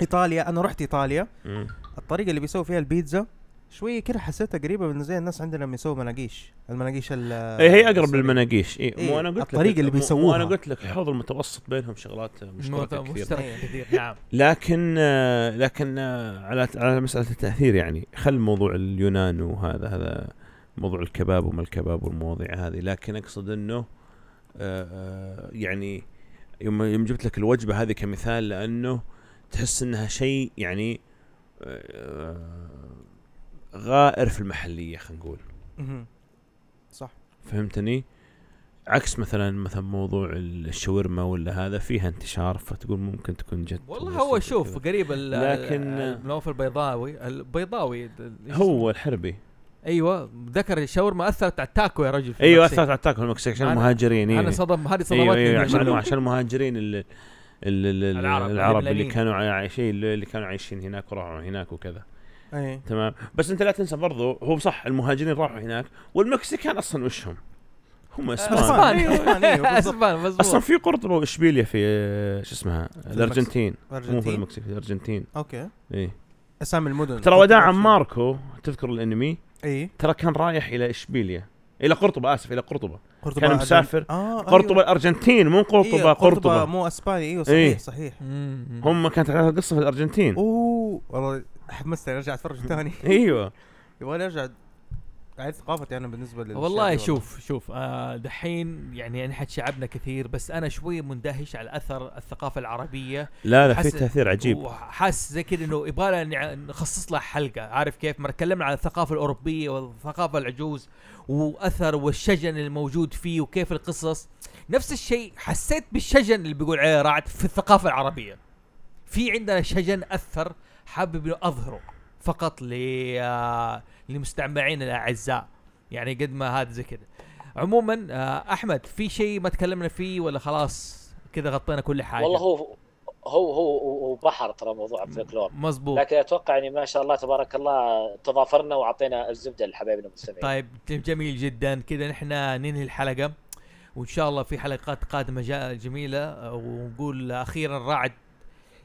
C: ايطاليا انا رحت ايطاليا
B: مم.
C: الطريقه اللي بيسووا فيها البيتزا شويه كده حسيتها قريبه من زي الناس عندنا لما يسووا مناقيش المناقيش ال
B: إيه هي اقرب للمناقيش اي
C: إيه،
B: مو انا قلت لك
C: الطريقة اللي
B: مو- مو
C: بيسووها.
B: انا قلت لك الحوض المتوسط بينهم شغلات مشتركه كثير
A: مشترك كثير نعم
B: لكن آه، لكن آه، على على مساله التاثير يعني خل موضوع اليونان وهذا هذا موضوع الكباب وما الكباب والمواضيع هذه لكن اقصد انه آه، آه، يعني يوم يوم جبت لك الوجبه هذه كمثال لانه تحس انها شيء يعني آه، غائر في المحليه خلينا نقول
C: مهم. صح
B: فهمتني؟ عكس مثلا مثلا موضوع الشاورما ولا هذا فيها انتشار فتقول ممكن تكون جد
A: والله هو شوف قريب ال-
B: لكن- آه،
A: ال- النواف البيضاوي البيضاوي ال-
B: هو الحربي
A: ايوه ذكر الشاورما اثرت على التاكو يا رجل في
B: ايوه
A: المكسيك.
B: اثرت على التاكل المكسيك عشان
A: أنا-
B: المهاجرين إيه.
A: انا صدم هذه صدمتني
B: ايوه ايوه
A: من
B: عشان
A: المعلومة.
B: عشان المهاجرين ال- ال- ال-
A: العرب،
B: العرب العرب اللي
A: اللبنانيين.
B: كانوا عايشين اللي كانوا عايشين هناك وراحوا هناك وكذا
C: اي
B: تمام بس انت لا تنسى برضو هو صح المهاجرين راحوا هناك والمكسيكان اصلا وشهم هم اسبان
C: أسبان.
A: أيوة،
C: أسبان، أيوة، بالضبط.
A: اسبان مزبوط.
B: اصلا في قرطبه واشبيليه في آه، شو اسمها الارجنتين مو في
C: ارجنتين
B: المكسيك في الارجنتين
C: اوكي
B: ايه
C: اسامي المدن إيه.
B: ترى وداع عماركو تذكر الانمي
C: اي
B: ترى كان رايح الى اشبيليه الى قرطبه اسف الى قرطبه
A: أيوة.
C: قرطبه
B: كان
C: أرجن-
B: مسافر.
C: آه، أيوة.
B: قرطبه الارجنتين مو قرطبه
C: إيه،
B: قرطبه
C: مو اسباني ايوه صحيح
B: إيه.
C: صحيح
A: مم.
B: هم كانت عليها قصه في الارجنتين
C: اوه والله حمستني ارجع اتفرج ثاني
B: ايوه
C: يبغالي ارجع اعيد ثقافتي انا بالنسبه لل
A: والله شوف شوف آه دحين يعني انحت شعبنا كثير بس انا شوي مندهش على اثر الثقافه العربيه
B: لا لا في
A: حس-
B: تاثير عجيب
A: وحاسس زي كذا انه يبغى لها نع- نخصص لها حلقه عارف كيف؟ ما تكلمنا عن الثقافه الاوروبيه والثقافه العجوز واثر والشجن الموجود فيه وكيف القصص نفس الشيء حسيت بالشجن اللي بيقول عليه رعد في الثقافه العربيه في عندنا شجن اثر حابب انه اظهره فقط ل آه، لمستمعين الاعزاء يعني قد ما هذا زي كذا عموما آه، احمد في شيء ما تكلمنا فيه ولا خلاص كذا غطينا كل حاجه
D: والله هو هو هو هو بحر ترى موضوع الفلكلور
A: مزبوط
D: لكن اتوقع يعني ما شاء الله تبارك الله تضافرنا واعطينا الزبده لحبايبنا المستمعين
A: طيب جميل جدا كذا نحن ننهي الحلقه وان شاء الله في حلقات قادمه جا- جميله ونقول اخيرا رعد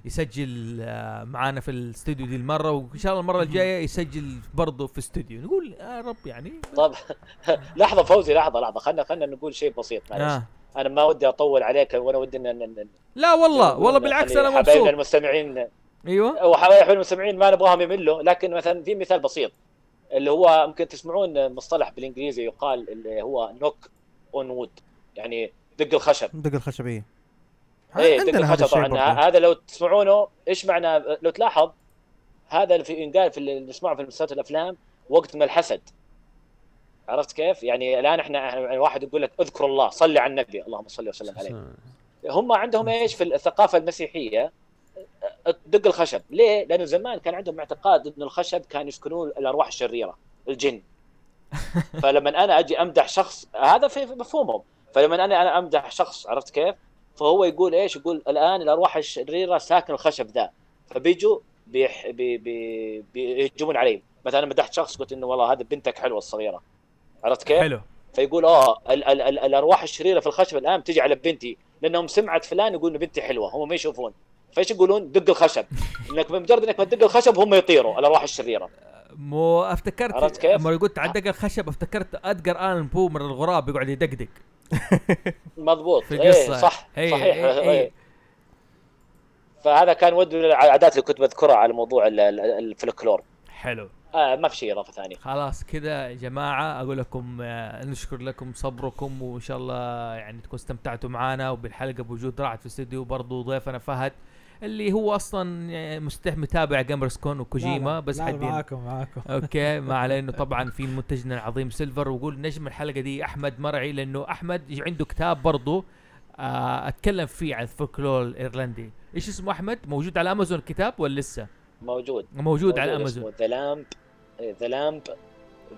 A: يسجل آه، معانا في الاستوديو دي المره وان شاء الله المره الجايه يسجل برضه في استوديو نقول يا رب يعني
D: طب لحظه فوزي لحظه لحظه خلينا خلينا نقول شيء بسيط معلش
A: آه.
D: انا ما ودي اطول عليك وانا ودي ان- ان إن-
A: لا
D: يعني
A: والله والله بالعكس انا
D: نخلي حبايبنا
A: مبسوط
D: المستمعين
A: ايوه
D: وحبايب المستمعين ما نبغاهم يملوا لكن مثلا في مثال بسيط اللي هو ممكن تسمعون مصطلح بالانجليزي يقال اللي هو نوك اون وود يعني دق الخشب
C: دق الخشبيه
D: ايه دق
C: عندنا هذا
D: الخشب
C: الشيء
D: طبعا
C: برضه.
D: هذا لو تسمعونه ايش معنى لو تلاحظ هذا اللي في ينقال في اللي نسمعه في مسلسلات الافلام وقت ما الحسد عرفت كيف؟ يعني الان احنا إحنا- واحد يقول لك اذكر الله صلي على النبي اللهم صل وسلم عليه هم عندهم ايش في الثقافه المسيحيه دق الخشب ليه لانه زمان كان عندهم اعتقاد ان الخشب كان يسكنون الارواح الشريره الجن فلما انا اجي امدح شخص هذا في في مفهومهم فلما انا انا امدح شخص عرفت كيف فهو يقول ايش يقول الان الارواح الشريره ساكن الخشب ذا فبيجوا بيح- بي- بي- بيهجمون علي مثلا أنا مدحت شخص قلت انه والله هذا بنتك حلوه الصغيره عرفت كيف؟
A: حلو
D: فيقول اه ال- ال- ال- الارواح الشريره في الخشب الان تجي على بنتي لانهم سمعت فلان يقول إن بنتي حلوه هم ما يشوفون فايش يقولون دق الخشب انك بمجرد انك ما تدق الخشب هم يطيروا الارواح الشريره
A: مو
D: عرفت
A: افتكرت
D: كيف؟
A: لما قلت على دق الخشب افتكرت ادقر الان بو من الغراب يقعد يدقدق
D: مضبوط
A: في
D: ايه
A: القصه
D: صح
A: إيه،
D: صحيح
A: إيه،
D: إيه
A: إيه.
D: فهذا كان ودي من العادات اللي كنت بذكرها على موضوع ال- ال- الفلكلور
A: حلو
D: آه ما في شيء اضافه ثانيه
A: خلاص كذا يا جماعه اقول لكم آه، نشكر لكم صبركم وان شاء الله يعني تكونوا استمتعتوا معنا وبالحلقه بوجود راعد في الاستوديو برضو ضيفنا فهد اللي هو اصلا آه، مستح متابع جيمرز كون
E: لا لا،
A: وكوجيما بس
E: لا لا،
A: حدين
E: معاكم معاكم
A: اوكي ما علينا طبعا في منتجنا العظيم سيلفر وقول نجم الحلقه دي احمد مرعي لانه احمد عنده كتاب برضو آه، اتكلم فيه عن الفولكلور الايرلندي ايش اسمه احمد موجود على امازون الكتاب ولا لسه
D: موجود
A: موجود على امازون
D: ذا لامب ذا لامب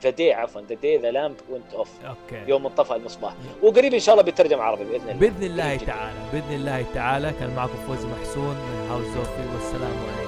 D: ذا دي عفوا ذا دي ذا لامب وينت اوف
A: اوكي
D: يوم انطفأ المصباح وقريب ان شاء الله بيترجم عربي باذن الله
A: باذن الله
D: قريب جداً.
A: تعالى باذن الله تعالى كان معكم فوز محسون من هاوس زوفي والسلام عليكم